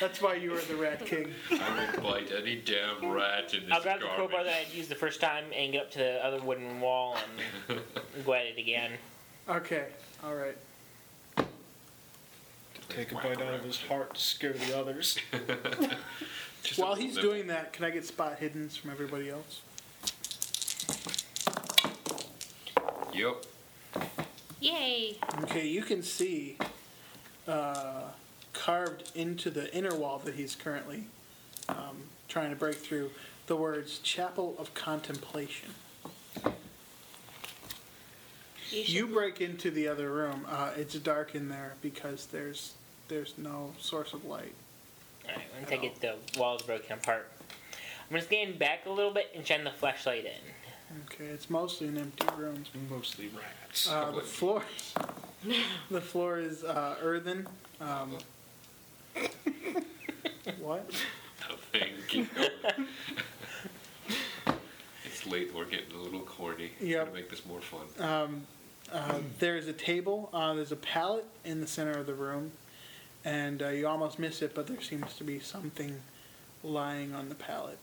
[SPEAKER 1] That's why you were the rat king.
[SPEAKER 3] I will bite any damn rat in this
[SPEAKER 6] I'll grab the
[SPEAKER 3] garbage.
[SPEAKER 6] crowbar that I'd used the first time and get up to the other wooden wall and go at it again.
[SPEAKER 1] Okay, all right.
[SPEAKER 5] Take a bite out of his heart to scare the others.
[SPEAKER 3] Just a
[SPEAKER 1] While
[SPEAKER 3] little
[SPEAKER 1] he's
[SPEAKER 3] nibble.
[SPEAKER 1] doing that, can I get spot hiddens from everybody else?
[SPEAKER 3] Yep.
[SPEAKER 4] Yay.
[SPEAKER 1] Okay, you can see uh, carved into the inner wall that he's currently um, trying to break through the words "Chapel of Contemplation."
[SPEAKER 4] You should
[SPEAKER 1] You break into the other room. Uh, it's dark in there because there's there's no source of light.
[SPEAKER 6] Alright, once I get the walls broken apart, I'm gonna stand back a little bit and shine the flashlight in.
[SPEAKER 1] Okay, it's mostly an empty room.
[SPEAKER 5] Mostly rats.
[SPEAKER 1] Uh, the floor, the floor is uh, earthen. Um, what?
[SPEAKER 3] Nothing. Keep going. it's late. We're getting a little corny.
[SPEAKER 1] Yep.
[SPEAKER 3] to make this more fun.
[SPEAKER 1] Uh, there's a table. Uh, there's a pallet in the center of the room, and uh, you almost miss it, but there seems to be something lying on the pallet.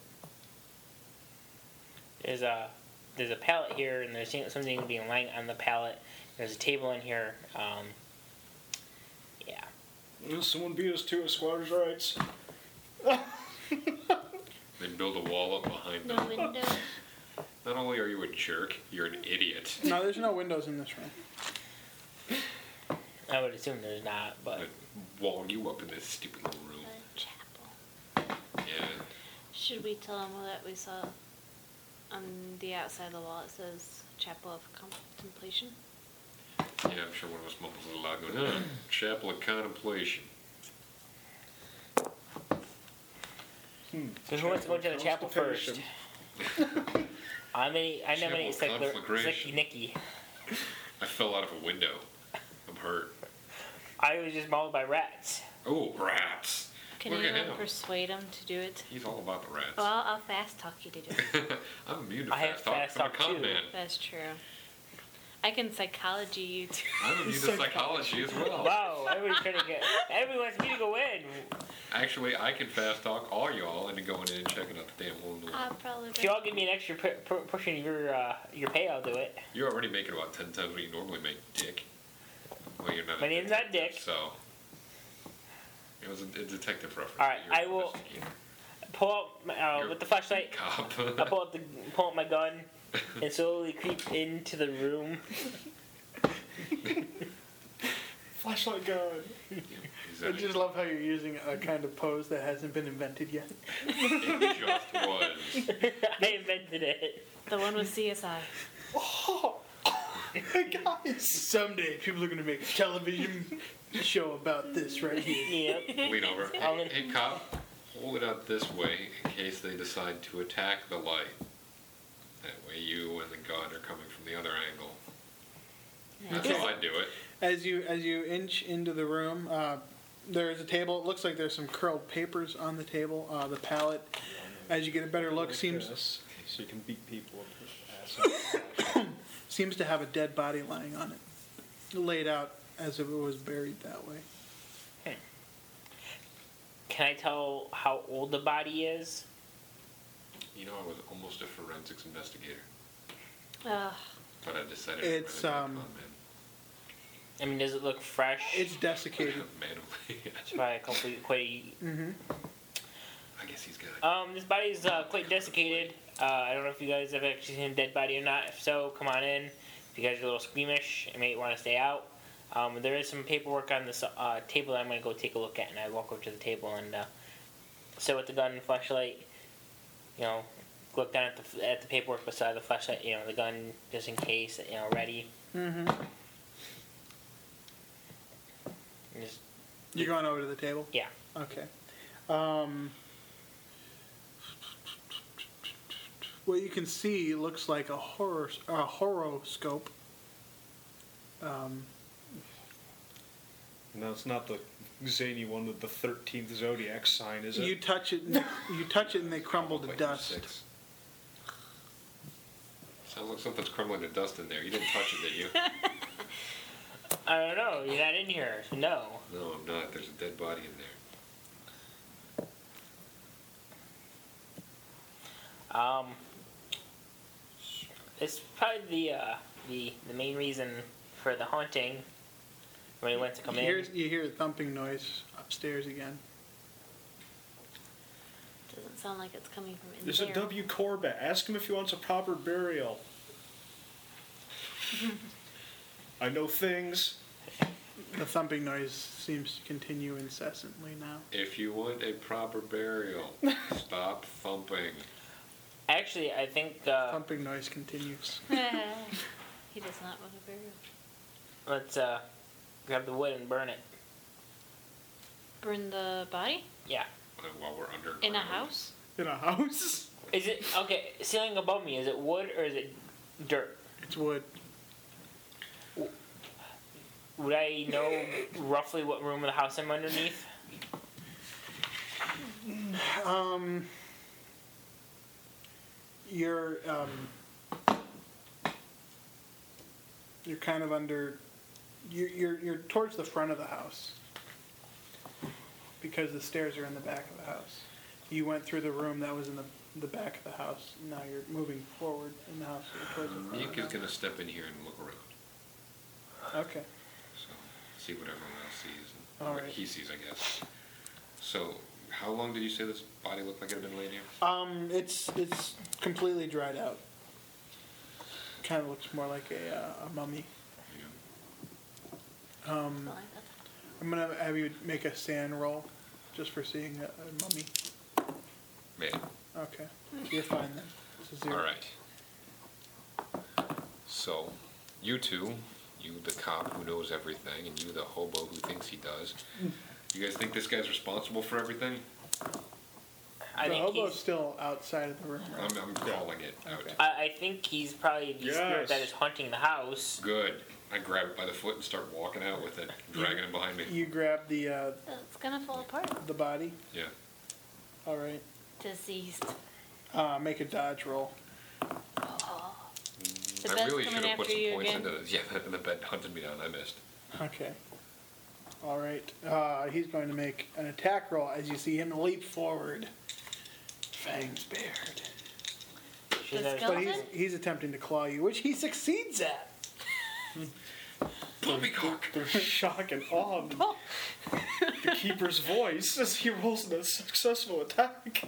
[SPEAKER 6] There's a there's a pallet here and there's something being lying on the pallet. There's a table in here. Um, yeah.
[SPEAKER 5] Someone beat us to it, squatters' rights.
[SPEAKER 3] Then build a wall up behind
[SPEAKER 4] no
[SPEAKER 3] them.
[SPEAKER 4] window.
[SPEAKER 3] Not only are you a jerk, you're an idiot.
[SPEAKER 1] No, there's no windows in this room.
[SPEAKER 6] I would assume there's not, but
[SPEAKER 3] I wall you up in this stupid little room.
[SPEAKER 4] A chapel.
[SPEAKER 3] Yeah.
[SPEAKER 4] Should we tell them that we saw on the outside of the wall? It says Chapel of Contemplation.
[SPEAKER 3] Yeah, I'm sure one of us mumbles it aloud, going, "Ah, "Chapel of Contemplation."
[SPEAKER 6] so who wants to go into the chapel first? I'm a, I nominate
[SPEAKER 3] Chapel
[SPEAKER 6] Secular
[SPEAKER 3] conflagration.
[SPEAKER 6] Zeki Nikki.
[SPEAKER 3] I fell out of a window. I'm hurt.
[SPEAKER 6] I was just mauled by rats.
[SPEAKER 3] Oh, rats!
[SPEAKER 4] Can
[SPEAKER 3] Look at
[SPEAKER 4] anyone
[SPEAKER 3] him.
[SPEAKER 4] persuade him to do it?
[SPEAKER 3] He's all about the rats.
[SPEAKER 4] Well, I'll fast talk you to do it.
[SPEAKER 3] I'm immune to
[SPEAKER 6] I have
[SPEAKER 3] fast talk.
[SPEAKER 6] fast
[SPEAKER 3] I'm a
[SPEAKER 6] talk,
[SPEAKER 3] con
[SPEAKER 6] too.
[SPEAKER 3] man.
[SPEAKER 4] That's true. I can psychology you too.
[SPEAKER 3] I'm immune to psychology as well.
[SPEAKER 6] Wow, everybody's trying to get. Everyone wants me to go in.
[SPEAKER 3] Actually, I can fast talk all y'all into going in and checking out the damn hole in the wall.
[SPEAKER 4] I'll probably.
[SPEAKER 6] If you all give me an extra pu- pu- portion of your uh, your pay, I'll do it.
[SPEAKER 3] You're already making about ten times what you normally make, Dick. Well, you're not.
[SPEAKER 6] My
[SPEAKER 3] a
[SPEAKER 6] name's not
[SPEAKER 3] detective,
[SPEAKER 6] Dick.
[SPEAKER 3] So it was a, a detective reference.
[SPEAKER 6] All right,
[SPEAKER 3] but
[SPEAKER 6] I
[SPEAKER 3] you're an
[SPEAKER 6] will-
[SPEAKER 3] investigator.
[SPEAKER 6] Pull out my, uh,
[SPEAKER 3] You're-
[SPEAKER 6] with the flashlight.
[SPEAKER 3] Cop.
[SPEAKER 6] I pull out the pull out my gun and slowly creep into the room.
[SPEAKER 5] Flashlight gun.
[SPEAKER 3] Is
[SPEAKER 1] I
[SPEAKER 3] that
[SPEAKER 1] just love how you're using a kind of pose that hasn't been invented yet.
[SPEAKER 3] it just was.
[SPEAKER 6] I invented it.
[SPEAKER 4] The one with CSI.
[SPEAKER 5] Guys!
[SPEAKER 1] Someday people are going to make a television show about this right here.
[SPEAKER 6] Yep.
[SPEAKER 3] Lean over.
[SPEAKER 6] I'll-
[SPEAKER 3] Hey, hey, cop. Hold it out this way in case they decide to attack the light. That way, you and the gun are coming from the other angle. That's how I do it.
[SPEAKER 1] As you as you inch into the room, uh, there is a table. It looks like there's some curled papers on the table. Uh, the pallet As you get a better look,
[SPEAKER 5] Like
[SPEAKER 1] seems
[SPEAKER 5] this, so you can beat people up with ass.
[SPEAKER 1] seems to have a dead body lying on it, laid out as if it was buried that way.
[SPEAKER 6] Can I tell how old the body is?
[SPEAKER 3] You know, I was almost a forensics investigator,
[SPEAKER 4] Ugh.
[SPEAKER 3] but I decided
[SPEAKER 1] It's,
[SPEAKER 3] to run
[SPEAKER 1] um,
[SPEAKER 3] it
[SPEAKER 6] I mean, does it look fresh?
[SPEAKER 1] It's
[SPEAKER 3] man.
[SPEAKER 1] desiccated.
[SPEAKER 3] man
[SPEAKER 6] It's probably a couple, quite
[SPEAKER 1] Mm-hmm.
[SPEAKER 3] I guess he's good.
[SPEAKER 6] Um, this body is uh, quite desiccated. Uh, I don't know if you guys have actually seen a dead body or not. If so, come on in. If you guys are a little squeamish, you may want to stay out. Um, there is some paperwork on this uh, table that I'm going to go take a look at, and I walk over to the table and uh, sit with the gun and flashlight. You know, look down at the at the paperwork beside the flashlight. You know, the gun just in case. You know, ready.
[SPEAKER 1] Mm-hmm.
[SPEAKER 6] And just
[SPEAKER 1] You're going over to the table.
[SPEAKER 6] Yeah.
[SPEAKER 1] Okay. Um, what you can see looks like a horror a horoscope. Um,
[SPEAKER 5] No, it's not the zany one with the 13th zodiac sign, is it?
[SPEAKER 1] you touch it, and, you touch it, and they crumble to
[SPEAKER 3] Wait,
[SPEAKER 1] dust.
[SPEAKER 3] six. Sounds like something's crumbling to dust in there. You didn't touch it, did you?
[SPEAKER 6] I don't know. You're not in here. so No.
[SPEAKER 3] No, I'm not. There's a dead body in there.
[SPEAKER 6] Um, it's probably the, uh, the the main reason for the haunting when he went to come
[SPEAKER 1] you, hear,
[SPEAKER 6] in.
[SPEAKER 1] you hear a thumping noise upstairs again.
[SPEAKER 4] Doesn't sound like it's coming from in
[SPEAKER 5] There's a
[SPEAKER 4] there.
[SPEAKER 5] W. Corbett. Ask him if he wants a proper burial. I know things.
[SPEAKER 1] The thumping noise seems to continue incessantly now.
[SPEAKER 3] If you want a proper burial, stop thumping.
[SPEAKER 6] Actually, I think uh,
[SPEAKER 1] Thumping noise continues.
[SPEAKER 4] he does not want a burial.
[SPEAKER 6] let's uh, grab the wood and burn it.
[SPEAKER 4] Burn the body
[SPEAKER 6] Yeah.
[SPEAKER 3] While we're underground.
[SPEAKER 4] in a house.
[SPEAKER 1] In a house?
[SPEAKER 6] Is it okay? Ceiling above me is it wood or is it dirt?
[SPEAKER 1] It's wood.
[SPEAKER 6] Would I know roughly what room of the house I'm underneath?
[SPEAKER 1] Um, you're um, you're kind of under. You're, you're you're towards the front of the house because the stairs are in the back of the house. You went through the room that was in the the back of the house. Now you're moving forward in the house. so You're towards the front
[SPEAKER 3] Nick
[SPEAKER 1] of
[SPEAKER 3] is
[SPEAKER 1] the
[SPEAKER 3] gonna step in here and look around,
[SPEAKER 1] house. Okay.
[SPEAKER 3] so see what everyone else sees. and
[SPEAKER 1] All
[SPEAKER 3] what
[SPEAKER 1] right.
[SPEAKER 3] He sees, I guess. So, how long did you say this body looked like it had been laying here?
[SPEAKER 1] Um, it's it's completely dried out. Kind of looks more like a, uh, a mummy.
[SPEAKER 3] You know,
[SPEAKER 1] Um,
[SPEAKER 4] Well, I- that's-
[SPEAKER 1] I'm gonna have you make a sand roll, just for seeing a, a mummy.
[SPEAKER 3] Man,
[SPEAKER 1] Okay,
[SPEAKER 6] Hmm.
[SPEAKER 1] you're fine then. It's a zero.
[SPEAKER 3] all right. So, you two, you the cop who knows everything, and you the hobo who thinks he does.
[SPEAKER 4] Hmm.
[SPEAKER 3] You guys think this guy's responsible for everything?
[SPEAKER 6] I
[SPEAKER 1] the
[SPEAKER 6] think
[SPEAKER 1] hobo's
[SPEAKER 6] he's.
[SPEAKER 1] still outside of the room,
[SPEAKER 3] I'm,
[SPEAKER 1] right?
[SPEAKER 3] I'm calling it out.
[SPEAKER 1] Okay.
[SPEAKER 6] I, I think he's probably the spirit
[SPEAKER 5] Yes.
[SPEAKER 6] that is haunting the house.
[SPEAKER 3] Good. I grab it by the foot and start walking out with it, dragging it behind me.
[SPEAKER 1] You grab the uh,
[SPEAKER 4] It's gonna fall apart.
[SPEAKER 1] the body.
[SPEAKER 3] Yeah.
[SPEAKER 1] All right.
[SPEAKER 4] Diseased.
[SPEAKER 1] Uh, make a dodge roll.
[SPEAKER 4] Oh. The
[SPEAKER 3] I
[SPEAKER 4] bed's
[SPEAKER 3] really should
[SPEAKER 4] coming
[SPEAKER 3] have put
[SPEAKER 4] after
[SPEAKER 3] some
[SPEAKER 4] you
[SPEAKER 3] points
[SPEAKER 4] again.
[SPEAKER 3] into this. Yeah, the bed hunted me down. I missed.
[SPEAKER 1] Okay. All right. Uh, he's going to make an attack roll as you see him leap forward. Fangs bared.
[SPEAKER 6] She's
[SPEAKER 4] The
[SPEAKER 6] never-
[SPEAKER 4] skeleton?
[SPEAKER 1] But he's he's attempting to claw you, which he succeeds at.
[SPEAKER 3] Poppycock!
[SPEAKER 5] They're shock and awe of
[SPEAKER 4] Oh,
[SPEAKER 5] the, the keeper's voice as he rolls in a successful attack.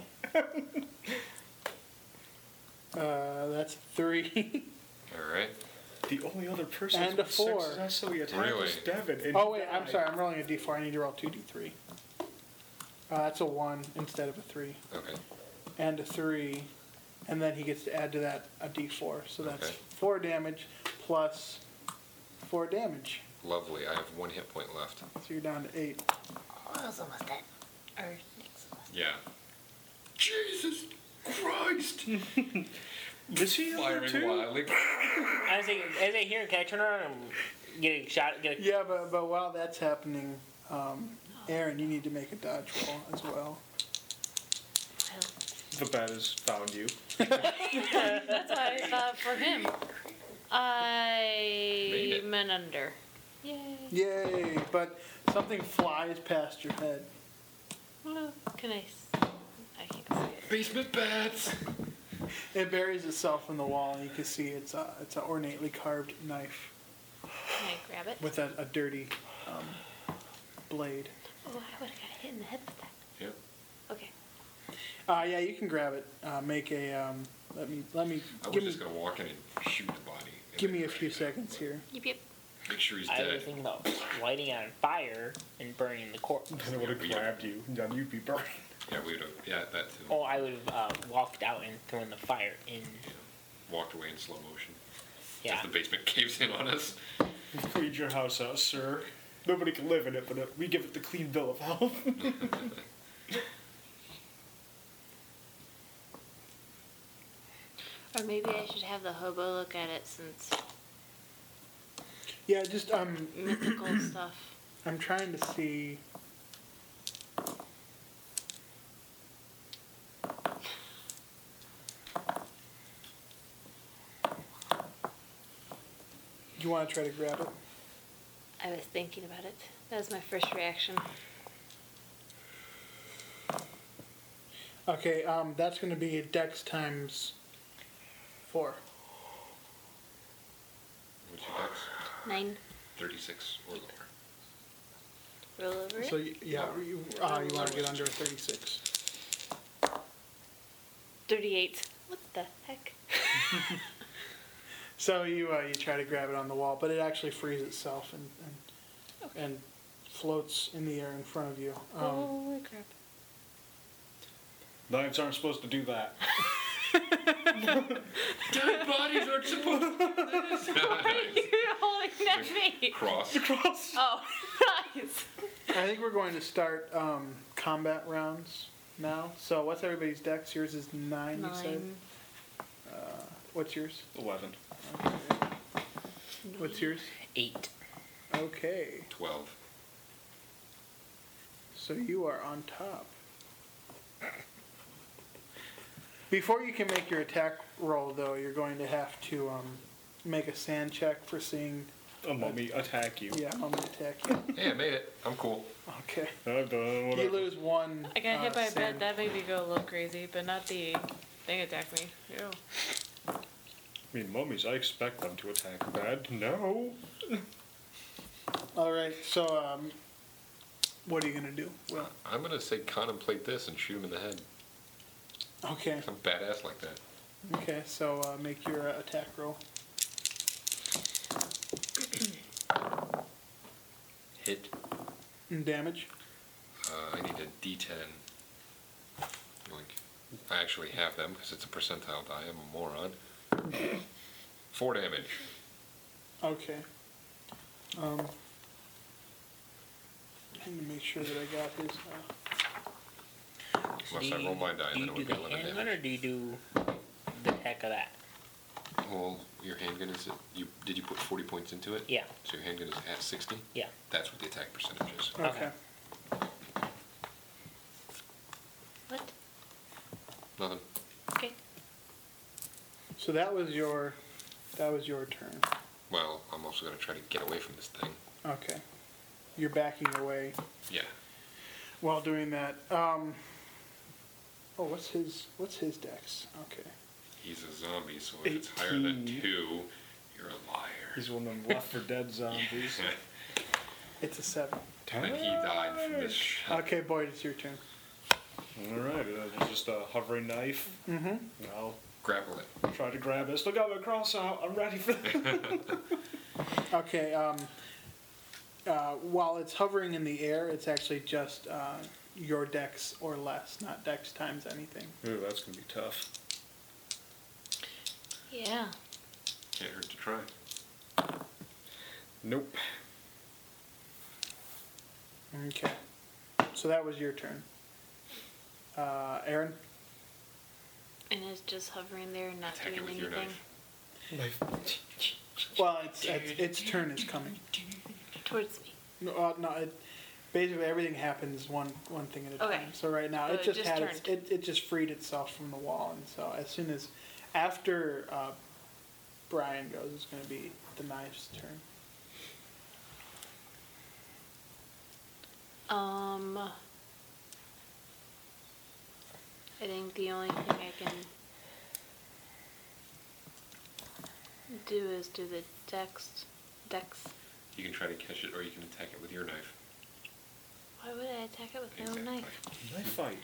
[SPEAKER 1] Uh, that's three.
[SPEAKER 3] All right.
[SPEAKER 5] The only other person
[SPEAKER 1] And a
[SPEAKER 5] who
[SPEAKER 1] four.
[SPEAKER 5] successfully attacked was
[SPEAKER 3] Really?
[SPEAKER 5] Devin. and
[SPEAKER 1] oh
[SPEAKER 5] he
[SPEAKER 1] wait, I'm
[SPEAKER 5] died.
[SPEAKER 1] sorry. I'm rolling a d4. I need to roll two d3. Uh, that's a one instead of a three,
[SPEAKER 3] Okay.
[SPEAKER 1] and a three, and then he gets to add to that a d4. So that's
[SPEAKER 3] Okay.
[SPEAKER 1] four damage plus four damage.
[SPEAKER 3] Lovely. I have one hit point left.
[SPEAKER 4] Oh.
[SPEAKER 1] So you're down to eight.
[SPEAKER 4] I was almost dead. Or next almost.
[SPEAKER 3] Yeah. Jesus Christ!
[SPEAKER 5] Is he in there
[SPEAKER 3] Firing
[SPEAKER 5] too?
[SPEAKER 3] wildly.
[SPEAKER 6] As I, as I hear, it, can I turn around and get a shot? Get a,
[SPEAKER 1] Yeah, but but while that's happening, um, Aaron, you need to make a dodge roll as well.
[SPEAKER 4] Well,
[SPEAKER 5] the bat has found you.
[SPEAKER 4] That's why I thought for him.
[SPEAKER 3] Made
[SPEAKER 4] I
[SPEAKER 3] it.
[SPEAKER 4] meant under. Yay.
[SPEAKER 1] Yay! But something flies past your head.
[SPEAKER 4] Well, Can I? s- I can't see it.
[SPEAKER 3] Basement bats.
[SPEAKER 1] It buries itself in the wall, and you can see it's a it's an ornately carved knife
[SPEAKER 4] Can I grab it?
[SPEAKER 1] with a, a dirty um, blade.
[SPEAKER 4] Oh, I would have got hit in the head with that.
[SPEAKER 3] Yep.
[SPEAKER 4] Okay.
[SPEAKER 1] Uh, yeah, you can grab it. Uh, make a um, let me let me
[SPEAKER 3] I was
[SPEAKER 1] give me
[SPEAKER 3] just gonna walk in and shoot the body. and
[SPEAKER 1] give
[SPEAKER 3] then
[SPEAKER 1] me a
[SPEAKER 3] drag
[SPEAKER 1] few
[SPEAKER 3] it out,
[SPEAKER 1] seconds
[SPEAKER 3] but
[SPEAKER 1] here.
[SPEAKER 4] Yep, yep.
[SPEAKER 3] Make sure he's
[SPEAKER 6] I was
[SPEAKER 3] dead.
[SPEAKER 6] thinking about lighting it on fire and burning the corpse.
[SPEAKER 5] They would have
[SPEAKER 3] we don't-
[SPEAKER 5] grabbed you. Now you'd be burning.
[SPEAKER 3] Yeah, we would have. Yeah, that too.
[SPEAKER 6] Oh, I would have uh, walked out and thrown the fire in.
[SPEAKER 3] Walked away in slow motion.
[SPEAKER 6] Yeah.
[SPEAKER 3] As the basement caves in on us.
[SPEAKER 5] Cleaned your house out, sir. Nobody can live in it, but uh, we give it the clean bill of health.
[SPEAKER 4] Or maybe I should have the hobo look at it since
[SPEAKER 1] Yeah, just um,
[SPEAKER 4] mythical stuff.
[SPEAKER 1] I'm trying to see. You want to try to grab it?
[SPEAKER 4] I was thinking about it. That was my first reaction.
[SPEAKER 1] Okay, um, that's going to be a dex times four.
[SPEAKER 3] What's your dex?
[SPEAKER 4] Nine.
[SPEAKER 3] Thirty-six or lower.
[SPEAKER 4] Roll over
[SPEAKER 1] So
[SPEAKER 4] it.
[SPEAKER 1] you, yeah, you, uh, you want to get under a thirty-six.
[SPEAKER 4] Thirty-eight. What the heck?
[SPEAKER 1] So you uh, you try to grab it on the wall, but it actually frees itself and and, and floats in the air in front of you. Um,
[SPEAKER 4] Holy crap.
[SPEAKER 5] Knives aren't supposed to do that.
[SPEAKER 3] Dead bodies aren't supposed to do
[SPEAKER 4] You're holding that
[SPEAKER 3] this.
[SPEAKER 4] me.
[SPEAKER 3] Cross.
[SPEAKER 4] Oh, nice.
[SPEAKER 1] I think we're going to start um, combat rounds now. So what's everybody's dex? Yours is nine. You said. Uh,
[SPEAKER 4] Nine.
[SPEAKER 1] What's yours?
[SPEAKER 5] Eleven.
[SPEAKER 1] What's yours?
[SPEAKER 6] Eight.
[SPEAKER 1] Okay.
[SPEAKER 3] Twelve.
[SPEAKER 1] So you are on top. Before you can make your attack roll, though, you're going to have to um, make a sand check for seeing.
[SPEAKER 5] A mummy attack you.
[SPEAKER 1] Yeah, I'm gonna attack you.
[SPEAKER 3] Hey, I made it. I'm cool.
[SPEAKER 1] Okay.
[SPEAKER 5] I've done
[SPEAKER 1] You
[SPEAKER 5] whatever.
[SPEAKER 1] lose one.
[SPEAKER 7] I got
[SPEAKER 1] uh,
[SPEAKER 7] hit by a
[SPEAKER 1] sand.
[SPEAKER 7] bat. That made me go a little crazy, but not the thing attacked me. Ew.
[SPEAKER 5] I mean, mummies. I expect them to attack bad. No.
[SPEAKER 1] All right. So um, what are you gonna do? Well,
[SPEAKER 3] I'm gonna say contemplate this and shoot him in the head.
[SPEAKER 1] okay.
[SPEAKER 3] I'm badass like that.
[SPEAKER 1] Okay. So uh, make your uh, attack roll.
[SPEAKER 3] Hit.
[SPEAKER 1] And damage.
[SPEAKER 3] Uh, I need a D10. Like, I actually have them because it's a percentile die. I'm a moron. Four damage.
[SPEAKER 1] Okay. Um, let me make sure that I got this. Uh,
[SPEAKER 3] Unless I
[SPEAKER 6] Do
[SPEAKER 3] roll
[SPEAKER 6] you-
[SPEAKER 3] my die, then
[SPEAKER 6] do you
[SPEAKER 3] it would
[SPEAKER 6] do
[SPEAKER 3] be
[SPEAKER 6] the
[SPEAKER 3] 11
[SPEAKER 6] handgun,
[SPEAKER 3] damage.
[SPEAKER 6] or do you do the heck of that?
[SPEAKER 3] Well, your handgun is at, you did you put 40 points into it?
[SPEAKER 6] Yeah.
[SPEAKER 3] So your handgun is at 60.
[SPEAKER 6] Yeah.
[SPEAKER 3] That's what the attack percentage is.
[SPEAKER 1] okay.
[SPEAKER 6] Okay.
[SPEAKER 4] What?
[SPEAKER 3] Nothing.
[SPEAKER 4] Okay.
[SPEAKER 1] So that was your, that was your turn.
[SPEAKER 3] Well, I'm also gonna try to get away from this thing.
[SPEAKER 1] Okay. You're backing away
[SPEAKER 3] Yeah.
[SPEAKER 1] while doing that. Um, oh, what's his? What's his dex? Okay.
[SPEAKER 3] He's a zombie, so if it's higher than
[SPEAKER 5] 18.
[SPEAKER 3] two, you're a liar.
[SPEAKER 5] He's one of them Left for Dead zombies.
[SPEAKER 1] It's a seven.
[SPEAKER 3] and he died from this shot.
[SPEAKER 1] Okay, Boyd, it's your turn.
[SPEAKER 5] All right. Uh, just a hovering knife.
[SPEAKER 1] Mm-hmm.
[SPEAKER 5] I'll
[SPEAKER 3] Grapple it.
[SPEAKER 5] try to grab it. Still got my cross out. I'm ready for that.
[SPEAKER 1] Okay. Um, uh, while it's hovering in the air, it's actually just uh, your dex or less, not dex times anything.
[SPEAKER 5] Ooh, that's gonna be tough.
[SPEAKER 4] Yeah.
[SPEAKER 3] Can't hurt to try.
[SPEAKER 5] Nope.
[SPEAKER 1] Okay. So that was your turn. Uh, Aaron?
[SPEAKER 4] And it's just hovering there, and not
[SPEAKER 3] Attack it
[SPEAKER 4] doing
[SPEAKER 3] with your
[SPEAKER 4] anything.
[SPEAKER 3] knife.
[SPEAKER 1] Well, it's, it's, its turn is coming.
[SPEAKER 4] Towards me.
[SPEAKER 1] No, uh, no it, Basically, everything happens one one thing at a
[SPEAKER 4] Okay.
[SPEAKER 1] time. So right now,
[SPEAKER 4] So
[SPEAKER 1] it
[SPEAKER 4] it
[SPEAKER 1] just
[SPEAKER 4] just
[SPEAKER 1] had its,
[SPEAKER 4] turned.
[SPEAKER 1] it, it just freed itself from the wall, and so as soon as after uh, Brian goes, it's going to be the knife's turn.
[SPEAKER 4] Um, I think the only thing I can do is do the dex. Dex.
[SPEAKER 3] You can try to catch it, or you can attack it with your knife.
[SPEAKER 4] Why would I attack it with my own knife?
[SPEAKER 5] Knife fight.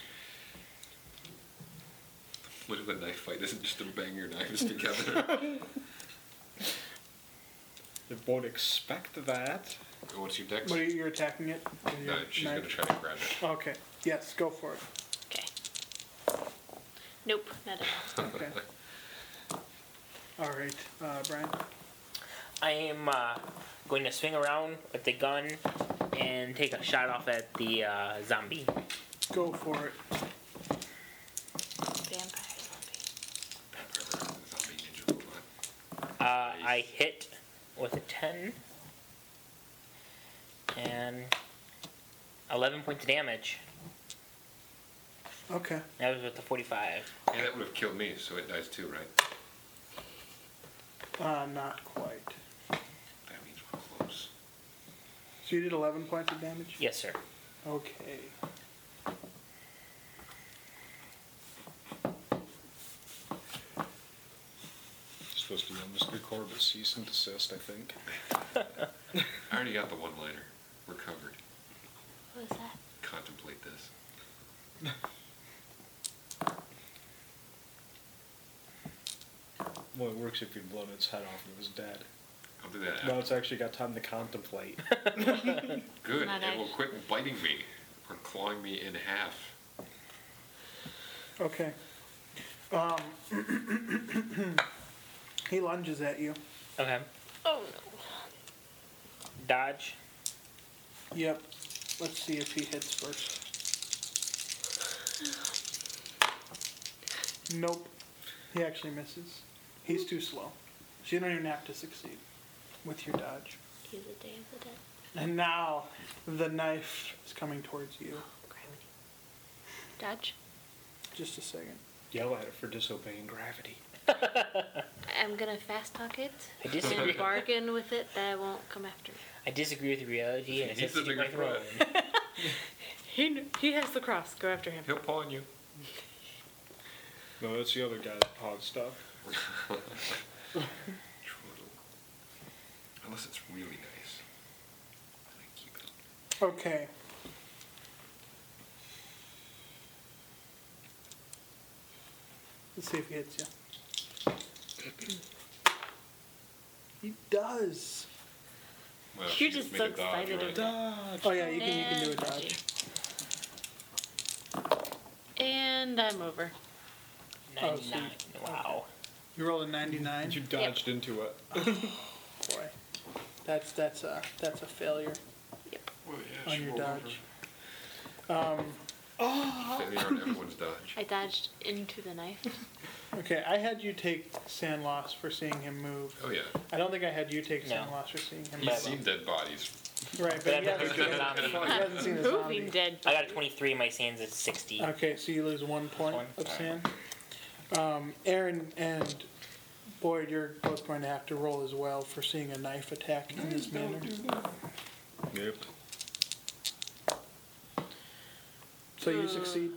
[SPEAKER 3] What if the knife fight isn't just to bang your knives together?
[SPEAKER 5] They won't expect that.
[SPEAKER 3] Oh, What's your dex?
[SPEAKER 1] What are you, you're attacking it? with your
[SPEAKER 3] No, Uh, she's
[SPEAKER 1] knife?
[SPEAKER 3] gonna try to grab it.
[SPEAKER 1] Okay. Yes, go for it.
[SPEAKER 4] Okay. Nope, not at all.
[SPEAKER 1] Okay. All right, uh, Brian.
[SPEAKER 6] I am uh, going to swing around with the gun and take a shot off at the uh, zombie.
[SPEAKER 1] Go for it.
[SPEAKER 4] Vampire zombie.
[SPEAKER 3] Pepper, zombie ninja robot.
[SPEAKER 6] Uh, I hit with a 10 and 11 points of damage.
[SPEAKER 1] Okay.
[SPEAKER 6] That was with the 45.
[SPEAKER 3] Yeah, that would have killed me, so it dies too, right?
[SPEAKER 1] Uh, not quite.
[SPEAKER 3] That means we're close.
[SPEAKER 1] So you did 11 points of damage?
[SPEAKER 6] Yes, sir.
[SPEAKER 1] Okay.
[SPEAKER 5] Supposed to be on Mr. Corbett's cease and desist, I think.
[SPEAKER 3] I already got the one liner. We're covered.
[SPEAKER 4] What was that?
[SPEAKER 3] Contemplate this.
[SPEAKER 5] Well, it works if you'd blown its head off and it was dead.
[SPEAKER 3] I'll do that after.
[SPEAKER 5] Now it's actually got time to contemplate.
[SPEAKER 3] Good.
[SPEAKER 4] Not
[SPEAKER 3] It will
[SPEAKER 4] act-
[SPEAKER 3] quit biting me or clawing me in half.
[SPEAKER 1] Okay. Um, he lunges at you.
[SPEAKER 6] Okay.
[SPEAKER 4] Oh no.
[SPEAKER 6] Dodge.
[SPEAKER 1] Yep. Let's see if he hits first. Nope. He actually misses. He's too slow. So you don't even have to succeed with your dodge.
[SPEAKER 4] He's a day of the dead.
[SPEAKER 1] And now the knife is coming towards you.
[SPEAKER 4] Gravity. Dodge.
[SPEAKER 1] Just a second.
[SPEAKER 5] Yell at it for disobeying gravity.
[SPEAKER 4] I'm gonna fast talk it
[SPEAKER 6] I
[SPEAKER 4] and
[SPEAKER 6] disagree.
[SPEAKER 4] bargain with it that it won't come after me.
[SPEAKER 6] I disagree with reality and it
[SPEAKER 3] He's
[SPEAKER 6] says
[SPEAKER 3] the
[SPEAKER 6] to keep my
[SPEAKER 3] bigger
[SPEAKER 6] throne.
[SPEAKER 7] He, kn- he has the cross. Go after him.
[SPEAKER 3] He'll paw on you.
[SPEAKER 5] No, that's the other guy that pod stuff.
[SPEAKER 3] Twaddle. Unless it's really nice. Then I keep it.
[SPEAKER 1] Okay. Let's see if he hits you. He does.
[SPEAKER 3] Well,
[SPEAKER 4] You're
[SPEAKER 3] she
[SPEAKER 4] just
[SPEAKER 3] made
[SPEAKER 4] so
[SPEAKER 3] a dodge,
[SPEAKER 4] excited
[SPEAKER 3] right?
[SPEAKER 5] Dodge!
[SPEAKER 1] Oh yeah, you can you can do a dodge.
[SPEAKER 7] And I'm over.
[SPEAKER 1] Oh, so you-
[SPEAKER 6] 99. Wow.
[SPEAKER 1] You rolled a ninety-nine.
[SPEAKER 5] You dodged into it.
[SPEAKER 1] Boy, that's that's a that's a failure
[SPEAKER 3] Well, yeah,
[SPEAKER 1] on
[SPEAKER 3] she
[SPEAKER 1] your
[SPEAKER 3] rolled
[SPEAKER 1] dodge. Um,
[SPEAKER 3] over. Failure
[SPEAKER 1] Oh.
[SPEAKER 3] on everyone's dodge.
[SPEAKER 4] I dodged into the knife.
[SPEAKER 1] Okay, I had you take sand loss for seeing him move.
[SPEAKER 3] Oh yeah.
[SPEAKER 1] I don't think I had you take
[SPEAKER 6] No.
[SPEAKER 1] sand loss for seeing him
[SPEAKER 3] He's
[SPEAKER 6] Bye-bye.
[SPEAKER 1] move.
[SPEAKER 3] seen dead bodies.
[SPEAKER 1] Right,
[SPEAKER 6] But
[SPEAKER 1] but
[SPEAKER 6] I've
[SPEAKER 1] he
[SPEAKER 6] never
[SPEAKER 1] hasn't
[SPEAKER 6] seen a
[SPEAKER 1] seen-
[SPEAKER 6] zombie.
[SPEAKER 1] he hasn't seen a
[SPEAKER 7] Moving
[SPEAKER 1] zombie.
[SPEAKER 7] dead.
[SPEAKER 6] I got a 23. My sands at 60.
[SPEAKER 1] Okay, so you lose one point
[SPEAKER 6] One.
[SPEAKER 1] of sand. Um, Aaron and Boyd, you're both going to have to roll as well for seeing a knife attack in this manner.
[SPEAKER 5] Yep.
[SPEAKER 1] So you succeed.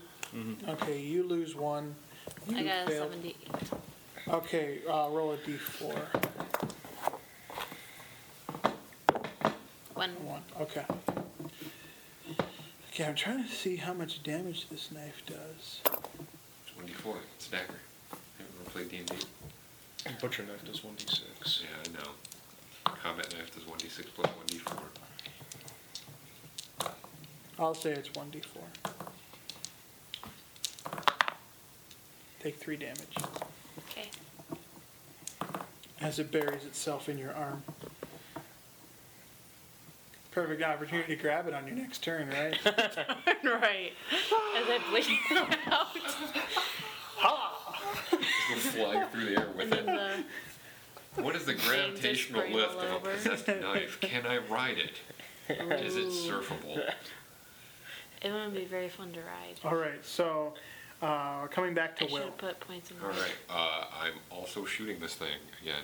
[SPEAKER 1] Okay, you lose one. You
[SPEAKER 4] I got a
[SPEAKER 1] failed.
[SPEAKER 4] 78.
[SPEAKER 1] Okay, uh, roll a d4.
[SPEAKER 4] One.
[SPEAKER 1] One. Okay. Okay, I'm trying to see how much damage this knife does.
[SPEAKER 3] Twenty-four. It's dagger. Haven't ever played D and D.
[SPEAKER 5] Butcher knife does 1d6.
[SPEAKER 3] Yeah, I know. Combat knife does one d six plus one d four.
[SPEAKER 1] I'll say it's 1d4. Take three damage
[SPEAKER 4] Okay.
[SPEAKER 1] as it buries itself in your arm. Perfect opportunity to grab it on your next turn, right?
[SPEAKER 7] right.
[SPEAKER 4] As I blink out,
[SPEAKER 3] Just gonna fly through the air with
[SPEAKER 4] and then
[SPEAKER 3] it.
[SPEAKER 4] the
[SPEAKER 3] What is the
[SPEAKER 4] James is
[SPEAKER 3] gravitational
[SPEAKER 4] spraying
[SPEAKER 3] lift
[SPEAKER 4] all
[SPEAKER 3] of a
[SPEAKER 4] over.
[SPEAKER 3] possessed knife? Can I ride it? Is it surfable?
[SPEAKER 4] It would be very fun to ride.
[SPEAKER 1] All right, so uh, coming back to
[SPEAKER 4] I should
[SPEAKER 1] Will.
[SPEAKER 4] have put points in
[SPEAKER 3] All
[SPEAKER 4] there.
[SPEAKER 3] right, uh, I'm also shooting this thing again.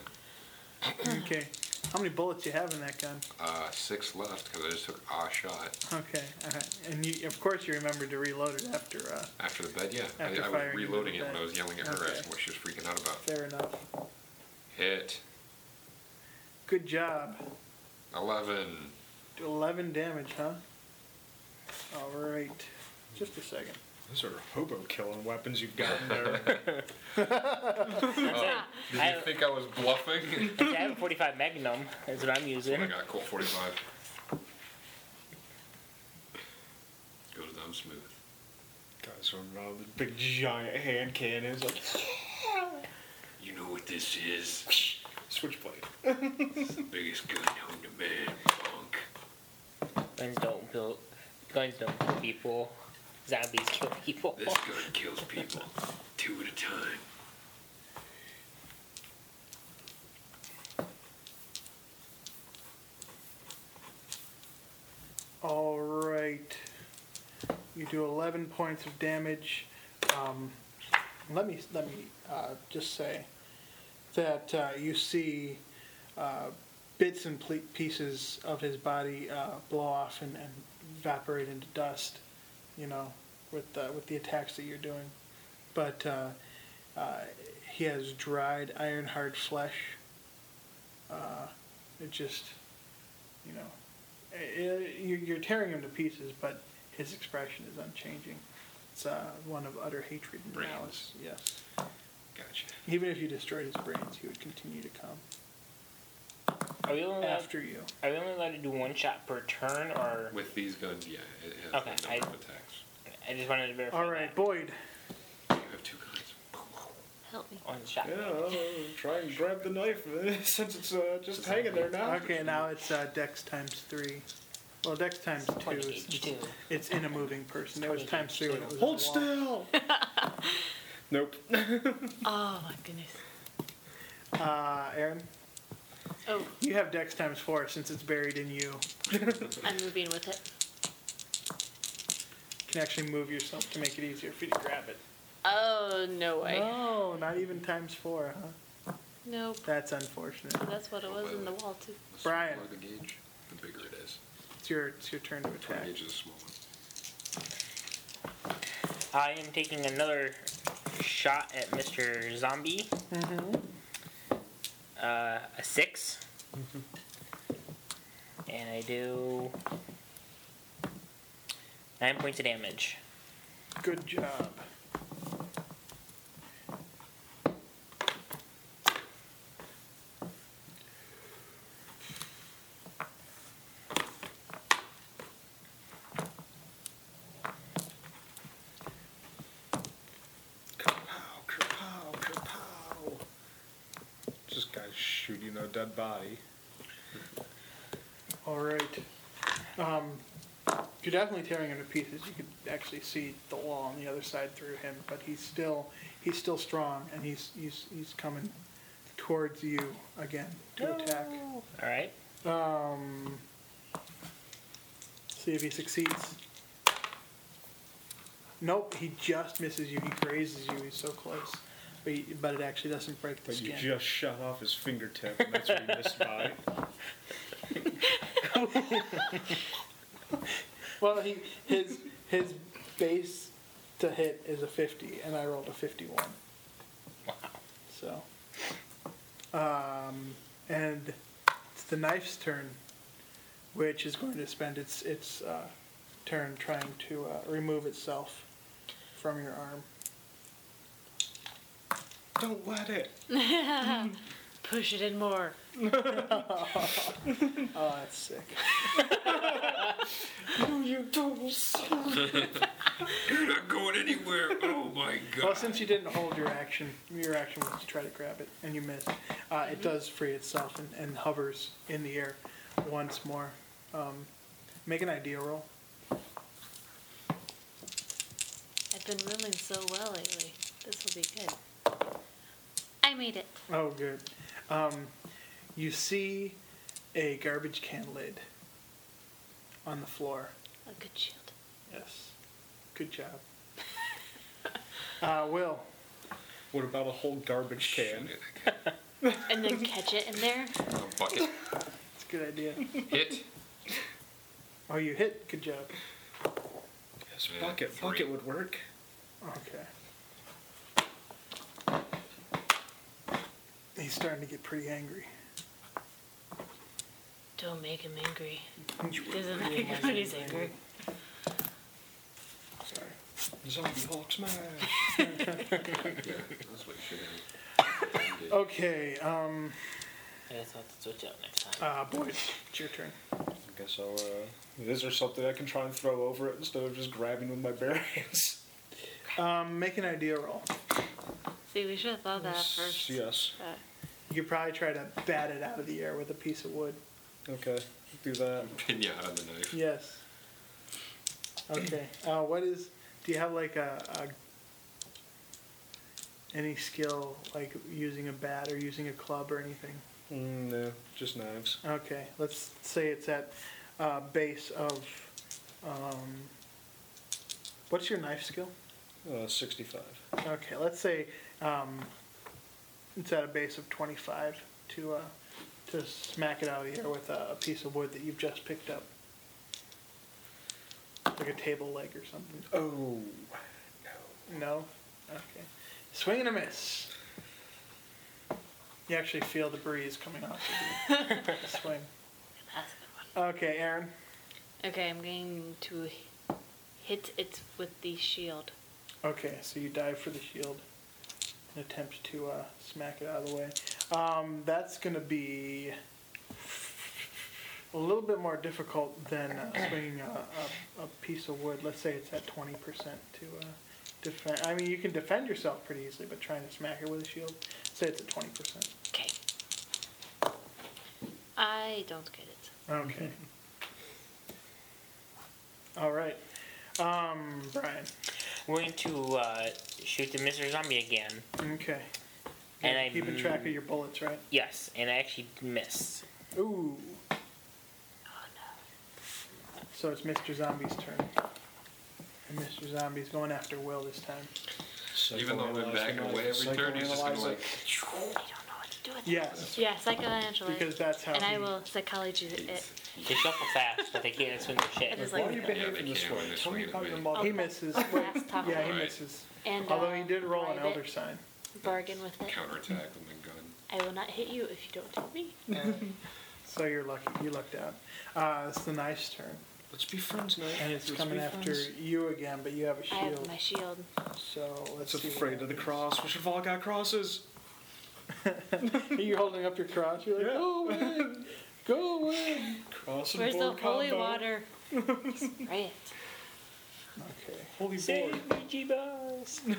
[SPEAKER 1] Okay, how many bullets you have in that gun?
[SPEAKER 3] Uh, six left because I just took a shot
[SPEAKER 1] Okay, all right. and you, of course you remembered to reload it after. Uh,
[SPEAKER 3] after the bed. Yeah,
[SPEAKER 1] After
[SPEAKER 3] I, I
[SPEAKER 1] firing,
[SPEAKER 3] was
[SPEAKER 1] you did
[SPEAKER 3] reloading
[SPEAKER 1] the
[SPEAKER 3] it when
[SPEAKER 1] bed.
[SPEAKER 3] I was yelling at her
[SPEAKER 1] Okay.
[SPEAKER 3] as to what she was freaking out about.
[SPEAKER 1] fair enough.
[SPEAKER 3] Hit
[SPEAKER 1] Good job.
[SPEAKER 3] eleven.
[SPEAKER 1] Do 11 damage, huh? All right. Just a second.
[SPEAKER 5] Those are hobo killing weapons you've got in there.
[SPEAKER 3] Oh, did you
[SPEAKER 6] I-
[SPEAKER 3] think I was bluffing?
[SPEAKER 6] I have a 45 Magnum. That's what I'm
[SPEAKER 3] oh my
[SPEAKER 6] using.
[SPEAKER 3] god, Colt 45. Goes down smooth.
[SPEAKER 5] Guys running around with big giant hand cannons, like
[SPEAKER 3] You know what this is?
[SPEAKER 5] switchblade.
[SPEAKER 3] the biggest gun known to man, punk.
[SPEAKER 6] Guns don't kill. Guns don't kill people. Zombies kill people.
[SPEAKER 3] This gun kills people, two at a time.
[SPEAKER 1] All right. You do 11 points of damage. Um, let me let me uh, just say that uh, you see uh, bits and ple- pieces of his body uh, blow off and, and evaporate into dust. You know, with uh, with the attacks that you're doing, but uh, uh, he has dried iron hard flesh. Uh, it just, you know, uh, you're, you're tearing him to pieces, but his expression is unchanging. It's uh, one of utter hatred and
[SPEAKER 3] Brains.
[SPEAKER 1] malice. Yes.
[SPEAKER 3] Gotcha.
[SPEAKER 1] Even if you destroyed his brains, he would continue to come
[SPEAKER 6] Are we only allowed,
[SPEAKER 1] after you.
[SPEAKER 6] are we only allowed to do one shot per turn, or
[SPEAKER 3] With these guns, yeah, it has
[SPEAKER 6] Okay,
[SPEAKER 3] the
[SPEAKER 6] I-
[SPEAKER 3] number of attacks.
[SPEAKER 6] I just wanted to verify.
[SPEAKER 1] All right,
[SPEAKER 6] that.
[SPEAKER 1] Boyd.
[SPEAKER 3] You have two guns.
[SPEAKER 4] Help me.
[SPEAKER 6] One shot.
[SPEAKER 5] Yeah, I'll try and grab the knife since it's uh, just hanging there now.
[SPEAKER 1] Okay, now it's uh, Dex times three. Well, Dex times two. It's,
[SPEAKER 6] Twenty-two.
[SPEAKER 1] it's in a moving person. It was times three when it was.
[SPEAKER 5] Hold
[SPEAKER 1] on the wall.
[SPEAKER 5] still. nope.
[SPEAKER 4] Oh my goodness.
[SPEAKER 1] Uh, Aaron,
[SPEAKER 4] Oh,
[SPEAKER 1] you have Dex times four since it's buried in you.
[SPEAKER 4] I'm moving with it.
[SPEAKER 1] Can actually move yourself to make it easier for you to grab it.
[SPEAKER 4] Oh no way.
[SPEAKER 1] No, not even times four, huh?
[SPEAKER 4] Nope.
[SPEAKER 1] That's unfortunate.
[SPEAKER 4] That's what it was in the wall too.
[SPEAKER 3] Let's
[SPEAKER 1] Brian.
[SPEAKER 3] lower the gauge, the bigger it is.
[SPEAKER 1] It's your it's your turn to
[SPEAKER 3] Twenty
[SPEAKER 1] attack.
[SPEAKER 3] gauge is a small one.
[SPEAKER 6] I am taking another shot at Mr. Zombie. Mm-hmm. Uh, a 6 And I do nine points of damage.
[SPEAKER 1] Good job.
[SPEAKER 5] Kapow, kapow, kapow. Just guys shooting a dead body.
[SPEAKER 1] All right. Um, you're definitely tearing him to pieces. You could actually see the wall on the other side through him, but he's still he's still strong, and he's he's he's coming towards you again to attack.
[SPEAKER 6] Alright.
[SPEAKER 1] Um, see if he succeeds. Nope, he just misses you. He grazes you. He's so close, but he, but it actually doesn't break the
[SPEAKER 5] But you
[SPEAKER 1] skin.
[SPEAKER 5] just shot off his fingertip, and that's what he missed by.
[SPEAKER 1] Well, he, his his base to hit is a 50, and I rolled a 51. Wow. So, um, and it's the knife's turn, which is going to spend its its uh, turn trying to uh, remove itself from your arm.
[SPEAKER 5] Don't let it.
[SPEAKER 4] Push it in more.
[SPEAKER 1] Oh, that's sick.
[SPEAKER 5] No, you total son.
[SPEAKER 3] You're not going anywhere. Oh my god.
[SPEAKER 1] Well, since you didn't hold your action, your action was to try to grab it, and you missed. Uh, it does free itself and, and hovers in the air once more. Um, make an idea roll.
[SPEAKER 4] I've been rolling so well lately. This will be good. I made it.
[SPEAKER 1] Oh, good. Um, you see a garbage can lid on the floor.
[SPEAKER 4] A good shield.
[SPEAKER 1] Yes. Good job. Uh, Will,
[SPEAKER 5] What about a whole garbage can?
[SPEAKER 3] Shoot it.
[SPEAKER 4] And then catch it in there.
[SPEAKER 3] A bucket.
[SPEAKER 1] it's a good idea.
[SPEAKER 3] Hit.
[SPEAKER 1] Oh, you hit. Good job.
[SPEAKER 5] Yes,
[SPEAKER 3] Yeah,
[SPEAKER 5] bucket.
[SPEAKER 3] three.
[SPEAKER 5] Bucket would work.
[SPEAKER 1] Okay. He's starting to get pretty angry.
[SPEAKER 4] Don't make him angry. Doesn't like when he's angry.
[SPEAKER 5] Zombie Hulk smash.
[SPEAKER 3] That's what you should have.
[SPEAKER 1] Okay, um,
[SPEAKER 6] I guess I'll have to switch it up next time.
[SPEAKER 1] uh, boys, it's your turn.
[SPEAKER 5] I guess I'll. Uh, is there something I can try and throw over it instead of just grabbing with my bare hands?
[SPEAKER 1] Um, make an idea roll.
[SPEAKER 4] See, we should have thought of that first.
[SPEAKER 5] Yes.
[SPEAKER 4] Uh,
[SPEAKER 1] You could probably try to bat it out of the air with a piece of wood.
[SPEAKER 5] Okay. Do that.
[SPEAKER 3] Pinata on the knife.
[SPEAKER 1] Yes. Okay. Uh, what is? Do you have like a, a any skill like using a bat or using a club or anything?
[SPEAKER 5] Mm, no, just knives.
[SPEAKER 1] Okay. Let's say it's at uh, base of. Um, what's your knife skill?
[SPEAKER 5] Uh, 65.
[SPEAKER 1] Okay. Let's say um, it's at a base of twenty-five to uh, to smack it out of the air with a, a piece of wood that you've just picked up, like a table leg or something.
[SPEAKER 5] Oh.
[SPEAKER 1] No. Okay. Swing and a miss. You actually feel the breeze coming off of you. swing.
[SPEAKER 4] that's a good one.
[SPEAKER 1] Okay, Aaron.
[SPEAKER 4] Okay, I'm going to h- hit it with the shield.
[SPEAKER 1] Okay, so you dive for the shield and attempt to uh, smack it out of the way. Um, that's going to be a little bit more difficult than uh, swinging a, a, a piece of wood. Let's say it's at 20% to uh, defend. I mean, you can defend yourself pretty easily, but trying to smack it with a shield, say it's at 20%.
[SPEAKER 4] Okay. I don't get it.
[SPEAKER 1] Okay. All right. Um, Brian.
[SPEAKER 6] I'm going to uh, shoot the Mr. Zombie again.
[SPEAKER 1] Okay.
[SPEAKER 6] And
[SPEAKER 1] You're
[SPEAKER 6] I-
[SPEAKER 1] keeping track of your bullets, right?
[SPEAKER 6] Yes, and I actually missed.
[SPEAKER 1] Ooh.
[SPEAKER 4] Oh no.
[SPEAKER 1] So it's Mr. Zombie's turn. And Mr. Zombie's going after Will this time.
[SPEAKER 3] Even though I'm
[SPEAKER 5] Psychoanalyze
[SPEAKER 3] backing
[SPEAKER 5] the
[SPEAKER 3] away
[SPEAKER 5] knife,
[SPEAKER 3] every turn, he's just gonna
[SPEAKER 5] psychoanalyze
[SPEAKER 3] like.
[SPEAKER 5] it.
[SPEAKER 4] I don't know what to do with it.
[SPEAKER 1] Yes,
[SPEAKER 4] Yeah, psychoanalyze.
[SPEAKER 1] because that's how.
[SPEAKER 4] and I
[SPEAKER 1] he-
[SPEAKER 4] will psychology it.
[SPEAKER 6] They shuffle fast, but they can't swing the shit.
[SPEAKER 4] It is
[SPEAKER 5] Why
[SPEAKER 4] like
[SPEAKER 5] are you
[SPEAKER 4] Yeah,
[SPEAKER 5] behaving
[SPEAKER 3] they
[SPEAKER 5] this
[SPEAKER 3] can't
[SPEAKER 5] way?
[SPEAKER 3] win this
[SPEAKER 5] Tell me
[SPEAKER 3] one
[SPEAKER 5] about
[SPEAKER 3] either
[SPEAKER 5] your
[SPEAKER 3] way.
[SPEAKER 5] mother.
[SPEAKER 1] He misses.
[SPEAKER 4] Last top
[SPEAKER 1] Yeah, he
[SPEAKER 3] Right.
[SPEAKER 1] misses.
[SPEAKER 4] And
[SPEAKER 1] Although
[SPEAKER 4] uh,
[SPEAKER 1] he did roll an
[SPEAKER 4] drive it,
[SPEAKER 1] elder sign.
[SPEAKER 4] Bargain with it.
[SPEAKER 3] counterattack with my gun.
[SPEAKER 4] I will not hit you if you don't hit me.
[SPEAKER 1] So you're lucky. You lucked out. Uh, it's the knife's turn,
[SPEAKER 5] Let's be friends now.
[SPEAKER 1] and it's
[SPEAKER 5] Let's
[SPEAKER 1] coming
[SPEAKER 5] be
[SPEAKER 1] after
[SPEAKER 5] friends.
[SPEAKER 1] you again. But you have a
[SPEAKER 4] I have
[SPEAKER 1] shield,
[SPEAKER 4] my shield.
[SPEAKER 1] so let's
[SPEAKER 5] It's
[SPEAKER 1] see. what
[SPEAKER 5] afraid of the
[SPEAKER 1] happens.
[SPEAKER 5] cross. We should have all got crosses.
[SPEAKER 1] Are you holding up your cross? You're like,
[SPEAKER 5] Yeah.
[SPEAKER 1] go in, go in.
[SPEAKER 5] Cross and
[SPEAKER 4] Oh, Where's the
[SPEAKER 5] board
[SPEAKER 4] holy
[SPEAKER 5] combo.
[SPEAKER 4] water? Right.
[SPEAKER 1] Okay.
[SPEAKER 5] Holy board.
[SPEAKER 6] Save me, Jesus!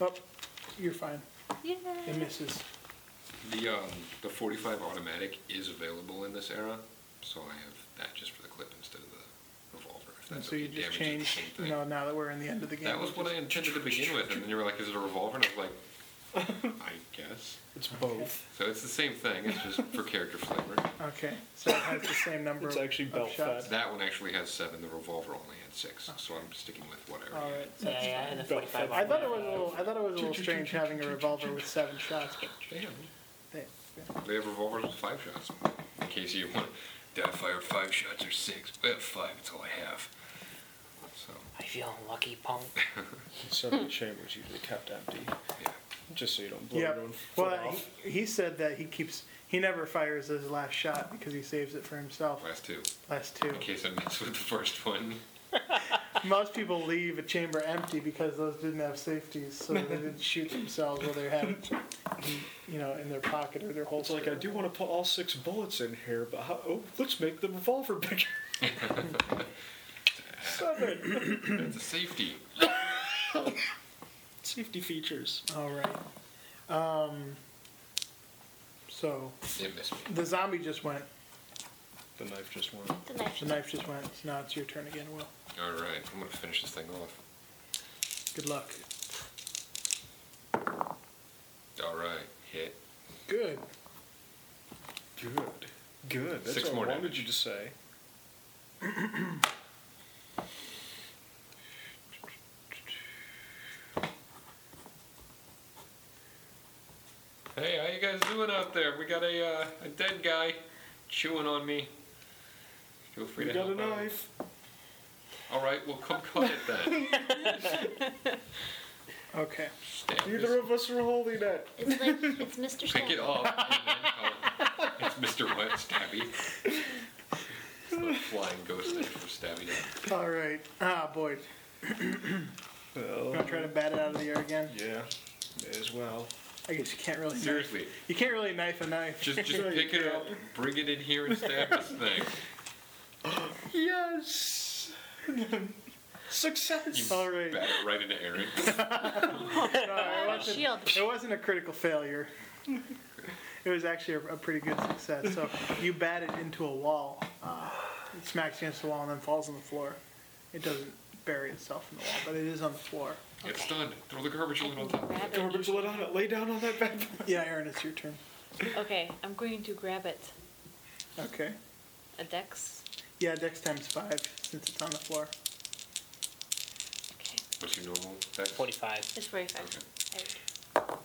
[SPEAKER 1] Oh, you're fine.
[SPEAKER 4] Yeah.
[SPEAKER 1] It misses.
[SPEAKER 3] The um, the 45 automatic is available in this era, so I have that just for the clip instead of the revolver. If
[SPEAKER 1] And
[SPEAKER 3] that's
[SPEAKER 1] so you
[SPEAKER 3] okay.
[SPEAKER 1] just
[SPEAKER 3] Damage is
[SPEAKER 1] changed.
[SPEAKER 3] the same
[SPEAKER 1] You
[SPEAKER 3] thing.
[SPEAKER 1] know, now that we're in the end of the game.
[SPEAKER 3] that was
[SPEAKER 1] we
[SPEAKER 3] what I
[SPEAKER 1] just-
[SPEAKER 3] intended to begin with, and then you were like, "Is it a revolver?" And I was like, "I guess."
[SPEAKER 5] It's both.
[SPEAKER 3] So it's the same thing. It's just for character flavor.
[SPEAKER 1] Okay, so it has the same number.
[SPEAKER 5] It's
[SPEAKER 1] of-
[SPEAKER 5] actually
[SPEAKER 1] of
[SPEAKER 5] belt
[SPEAKER 1] shots.
[SPEAKER 5] fat.
[SPEAKER 3] That one actually has seven. The revolver only had six, so I'm sticking with what I
[SPEAKER 1] All
[SPEAKER 3] already
[SPEAKER 1] right.
[SPEAKER 6] Yeah, yeah, I had the 45
[SPEAKER 1] I
[SPEAKER 6] on
[SPEAKER 1] thought
[SPEAKER 6] my,
[SPEAKER 1] it was a
[SPEAKER 6] uh,
[SPEAKER 1] little. I thought it was a little strange having a revolver with seven shots, but
[SPEAKER 3] had.
[SPEAKER 1] they,
[SPEAKER 3] Damn. They have revolvers with five shots. In case you want, did I fire five shots or six? Well, five. It's all I have. So
[SPEAKER 6] I feel unlucky, punk.
[SPEAKER 5] Seven chambers usually kept empty.
[SPEAKER 3] yeah.
[SPEAKER 5] Just so you don't blow
[SPEAKER 1] yeah.
[SPEAKER 5] your own foot
[SPEAKER 1] Well,
[SPEAKER 5] off.
[SPEAKER 1] he, he said that he keeps. He never fires his last shot because he saves it for himself.
[SPEAKER 3] Last two.
[SPEAKER 1] Last two.
[SPEAKER 3] In case I mess with the first one.
[SPEAKER 1] Most people leave a chamber empty because those didn't have safeties, so they didn't shoot themselves while they had, it in- you know, in their pocket or their
[SPEAKER 5] It's
[SPEAKER 1] holster.
[SPEAKER 5] like I do want to put all six bullets in here, but how, oh, let's make the revolver bigger. Seven
[SPEAKER 3] That's a safety.
[SPEAKER 5] safety features.
[SPEAKER 1] All right. Um. So
[SPEAKER 3] It missed me.
[SPEAKER 1] the zombie just went.
[SPEAKER 5] The knife just went.
[SPEAKER 4] The knife
[SPEAKER 1] The knife just went. So now it's your turn again, Will.
[SPEAKER 3] All right. I'm gonna finish this thing off.
[SPEAKER 1] Good luck.
[SPEAKER 3] All right. Hit.
[SPEAKER 1] Good.
[SPEAKER 5] Good. Good. That's
[SPEAKER 3] Six
[SPEAKER 5] what
[SPEAKER 3] more
[SPEAKER 5] I wanted
[SPEAKER 3] damage.
[SPEAKER 5] you to say.
[SPEAKER 3] Hey, how you guys doing out there? We got a, uh, a dead guy chewing on me. Feel free
[SPEAKER 5] We
[SPEAKER 3] to
[SPEAKER 5] got a
[SPEAKER 3] help out.
[SPEAKER 5] knife.
[SPEAKER 3] All right, well, come cut it then.
[SPEAKER 1] Okay.
[SPEAKER 3] Stab
[SPEAKER 5] Neither
[SPEAKER 3] this-
[SPEAKER 5] of us are holding it.
[SPEAKER 4] It's like it's Mr.
[SPEAKER 3] Pick it
[SPEAKER 4] Stab.
[SPEAKER 3] up. and then cut it. It's Mr. What Stabby. It's the flying ghost knife from Stabby. Dog.
[SPEAKER 1] All right. Ah, Boyd. You want to try to bat it out of the air again?
[SPEAKER 5] Yeah, may as well.
[SPEAKER 1] I guess you can't really.
[SPEAKER 3] Seriously,
[SPEAKER 1] You can't really knife a knife.
[SPEAKER 3] just just
[SPEAKER 5] Sure you
[SPEAKER 3] pick it up, bring it in here, and stab this thing.
[SPEAKER 5] Yes! Success!
[SPEAKER 1] All right.
[SPEAKER 3] Bat it right into Aaron.
[SPEAKER 1] Sorry, it
[SPEAKER 4] Oh,
[SPEAKER 1] wasn't-
[SPEAKER 4] shield.
[SPEAKER 1] It wasn't a critical failure. It was actually a, a pretty good success. So you bat it into a wall. Uh, it smacks against the wall and then falls on the floor. It doesn't bury itself in the wall, but it is on the floor.
[SPEAKER 3] It's done. Throw the garbage lid on top. of it.
[SPEAKER 4] Grab
[SPEAKER 5] Garbage lid on it, lay down on that bed.
[SPEAKER 1] Yeah, Aaron, it's your turn.
[SPEAKER 4] it. Okay, I'm going to grab it.
[SPEAKER 1] Okay.
[SPEAKER 4] A dex.
[SPEAKER 1] Yeah, dex times five since it's on the floor.
[SPEAKER 4] Okay,
[SPEAKER 3] What's your normal? Back?
[SPEAKER 6] 45.
[SPEAKER 4] it's 45.
[SPEAKER 3] Okay.
[SPEAKER 4] There we go.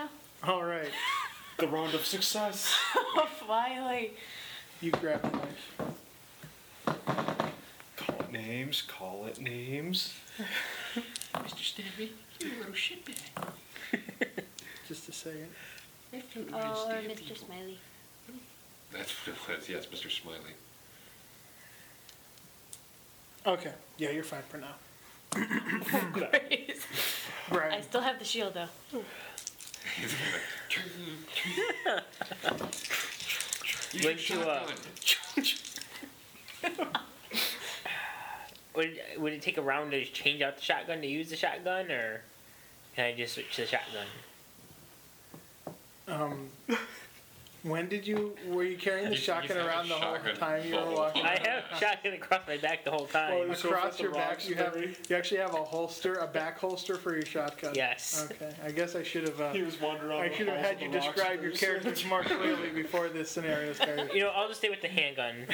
[SPEAKER 4] Yeah.
[SPEAKER 1] All right.
[SPEAKER 5] The round of success.
[SPEAKER 4] Finally.
[SPEAKER 1] You grab the knife.
[SPEAKER 5] Call it names, call it names.
[SPEAKER 8] Mr. Stabby, you're a little shitbag.
[SPEAKER 1] Just a second.
[SPEAKER 8] I've told you
[SPEAKER 4] Oh,
[SPEAKER 8] to
[SPEAKER 4] or
[SPEAKER 8] stab
[SPEAKER 4] Mr.
[SPEAKER 8] people.
[SPEAKER 4] Smiley.
[SPEAKER 3] That's what it was. Yes, Mr. Smiley.
[SPEAKER 1] Okay. Yeah, you're fine for now.
[SPEAKER 4] Great. I
[SPEAKER 1] Brian.
[SPEAKER 4] still have the shield though.
[SPEAKER 3] Use your
[SPEAKER 6] Went to, uh,
[SPEAKER 3] shotgun.
[SPEAKER 6] Would, would it take a round to change out the shotgun to use the shotgun, or can I just switch to the shotgun?
[SPEAKER 1] Um, when did you? Were you carrying the
[SPEAKER 3] You- you've
[SPEAKER 1] shotgun
[SPEAKER 3] had a
[SPEAKER 1] around the whole
[SPEAKER 3] shotgun
[SPEAKER 1] time you
[SPEAKER 3] the
[SPEAKER 1] were
[SPEAKER 3] whole
[SPEAKER 1] walking?
[SPEAKER 6] I have shotgun across my back the whole time.
[SPEAKER 5] Well, So
[SPEAKER 1] Across
[SPEAKER 5] if the
[SPEAKER 1] your back,
[SPEAKER 5] rocks
[SPEAKER 1] you have
[SPEAKER 5] vary-
[SPEAKER 1] you actually have a holster, a back holster for your shotgun.
[SPEAKER 6] Yes.
[SPEAKER 1] Okay. I guess I should have. Uh,
[SPEAKER 5] He was wandering around.
[SPEAKER 1] I
[SPEAKER 5] the
[SPEAKER 1] should have
[SPEAKER 5] halls
[SPEAKER 1] had
[SPEAKER 5] of
[SPEAKER 1] you
[SPEAKER 5] the rocks
[SPEAKER 1] describe your
[SPEAKER 5] first.
[SPEAKER 1] characters more clearly before this scenario started.
[SPEAKER 6] You know, I'll just stay with the handgun.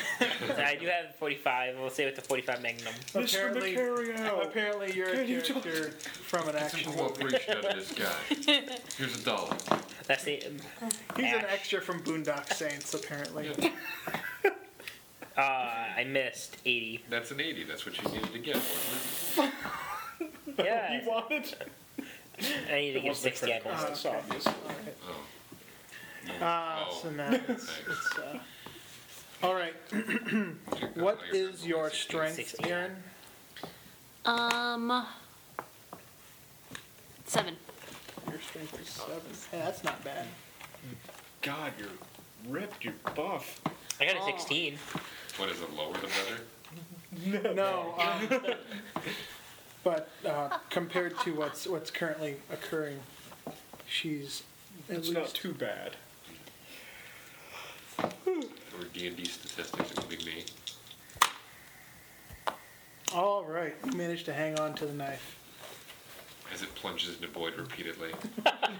[SPEAKER 6] I do have 45. I'll stay with the 45 Magnum.
[SPEAKER 5] Mr.
[SPEAKER 1] Apparently-
[SPEAKER 5] Macario!
[SPEAKER 1] Apparently, you're a
[SPEAKER 5] Can you talk-
[SPEAKER 1] character from an action
[SPEAKER 3] Simple
[SPEAKER 1] movie.
[SPEAKER 3] operation out of this guy. Here's a dollar.
[SPEAKER 6] That's the.
[SPEAKER 1] He's an
[SPEAKER 6] Ash.
[SPEAKER 1] extra from Boondock Saints, apparently.
[SPEAKER 3] Yeah,
[SPEAKER 6] Uh, I missed 80.
[SPEAKER 3] that's an 80. That's what you needed to get, wasn't it?
[SPEAKER 6] Yeah.
[SPEAKER 5] You wanted?
[SPEAKER 6] I need to
[SPEAKER 5] It
[SPEAKER 6] get
[SPEAKER 5] wasn't
[SPEAKER 6] 60
[SPEAKER 5] critical,
[SPEAKER 6] at most.
[SPEAKER 5] That's obvious.
[SPEAKER 3] Oh.
[SPEAKER 1] Ah,
[SPEAKER 3] Oh.
[SPEAKER 1] so now it's,
[SPEAKER 3] Thanks.
[SPEAKER 1] it's uh, all right. What is your strength,
[SPEAKER 6] 60.
[SPEAKER 1] Aaron?
[SPEAKER 4] Um, seven.
[SPEAKER 1] Your strength is seven. Hey, that's not bad.
[SPEAKER 5] God, you're ripped, you're buff.
[SPEAKER 6] I got a
[SPEAKER 4] Oh.
[SPEAKER 6] 16.
[SPEAKER 3] What is it, lower the better?
[SPEAKER 1] No, um, but uh, compared to what's what's currently occurring, she's at
[SPEAKER 5] It's not
[SPEAKER 1] least
[SPEAKER 5] too bad.
[SPEAKER 3] Or D&D statistics, it would be me.
[SPEAKER 1] all right. You managed to hang on to the knife.
[SPEAKER 3] As it plunges into Boyd repeatedly.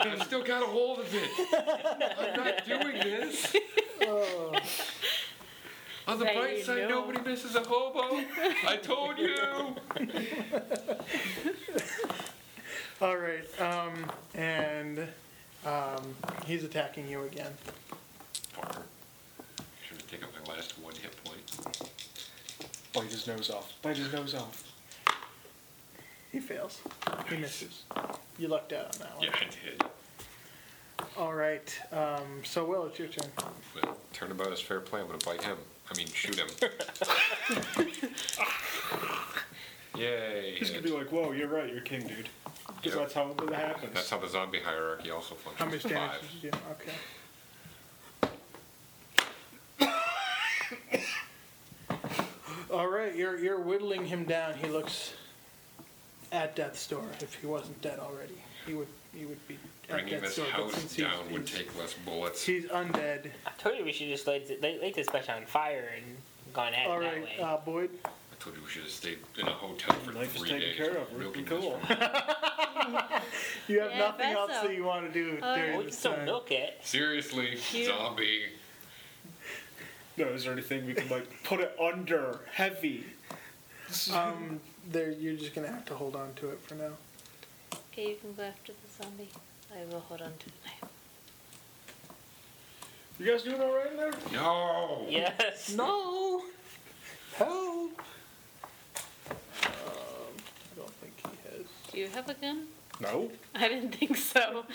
[SPEAKER 3] I've still got a hold of it. I'm not doing this. On the
[SPEAKER 4] There
[SPEAKER 3] bright
[SPEAKER 4] you
[SPEAKER 3] side,
[SPEAKER 4] go.
[SPEAKER 3] nobody misses a hobo. I told you.
[SPEAKER 1] All right, um, and um, he's attacking you again.
[SPEAKER 3] Parker. Should have taken my last one hit point. Oh,
[SPEAKER 5] Bite his nose off. Bite his nose off.
[SPEAKER 1] He fails. He misses. You lucked out on that one.
[SPEAKER 3] Yeah, I did.
[SPEAKER 1] All right. Um, so Will, it's your turn.
[SPEAKER 3] But turnabout is fair play. I'm gonna bite him. I mean, shoot him. Yay!
[SPEAKER 5] He's gonna be like, whoa, you're right, you're king, dude.
[SPEAKER 3] Yep.
[SPEAKER 5] Because that's how it happens.
[SPEAKER 3] That's how the zombie hierarchy also functions.
[SPEAKER 1] How much damage
[SPEAKER 3] Five.
[SPEAKER 1] did you do? Okay. All right, you're you're whittling him down. He looks at death's door. If he wasn't dead already, he would he would be
[SPEAKER 3] Bringing
[SPEAKER 1] at death's
[SPEAKER 3] this
[SPEAKER 1] door. but
[SPEAKER 3] house
[SPEAKER 1] since he's-
[SPEAKER 3] down would
[SPEAKER 1] he's-
[SPEAKER 3] take less bullets.
[SPEAKER 1] He's undead.
[SPEAKER 6] I told you we should just light, light, light this bitch on fire and gone at
[SPEAKER 1] All
[SPEAKER 6] it that
[SPEAKER 1] right,
[SPEAKER 6] way.
[SPEAKER 1] uh, Boyd.
[SPEAKER 3] I told you we should have stayed in a hotel for
[SPEAKER 5] Life is
[SPEAKER 3] three
[SPEAKER 5] taken
[SPEAKER 3] days.
[SPEAKER 5] care of. We're
[SPEAKER 3] milking
[SPEAKER 5] cool.
[SPEAKER 3] this from-
[SPEAKER 1] You have
[SPEAKER 4] Yeah,
[SPEAKER 1] nothing
[SPEAKER 4] I
[SPEAKER 1] else
[SPEAKER 4] bet so.
[SPEAKER 1] that you want to do
[SPEAKER 4] All
[SPEAKER 1] during
[SPEAKER 6] we
[SPEAKER 4] right.
[SPEAKER 6] can
[SPEAKER 1] this
[SPEAKER 6] still
[SPEAKER 1] time.
[SPEAKER 6] milk it.
[SPEAKER 3] Seriously, zombie.
[SPEAKER 5] No, is there anything we can like put it under heavy? This is-
[SPEAKER 1] Um, there, you're just gonna have to hold on to it for now.
[SPEAKER 4] Okay, you can go after the zombie. I will hold on to the knife.
[SPEAKER 5] you guys doing all right in there?
[SPEAKER 3] No.
[SPEAKER 6] Yes.
[SPEAKER 5] No.
[SPEAKER 1] Help! Um, I don't think he has.
[SPEAKER 4] Do you have a gun?
[SPEAKER 5] No.
[SPEAKER 4] I didn't think so.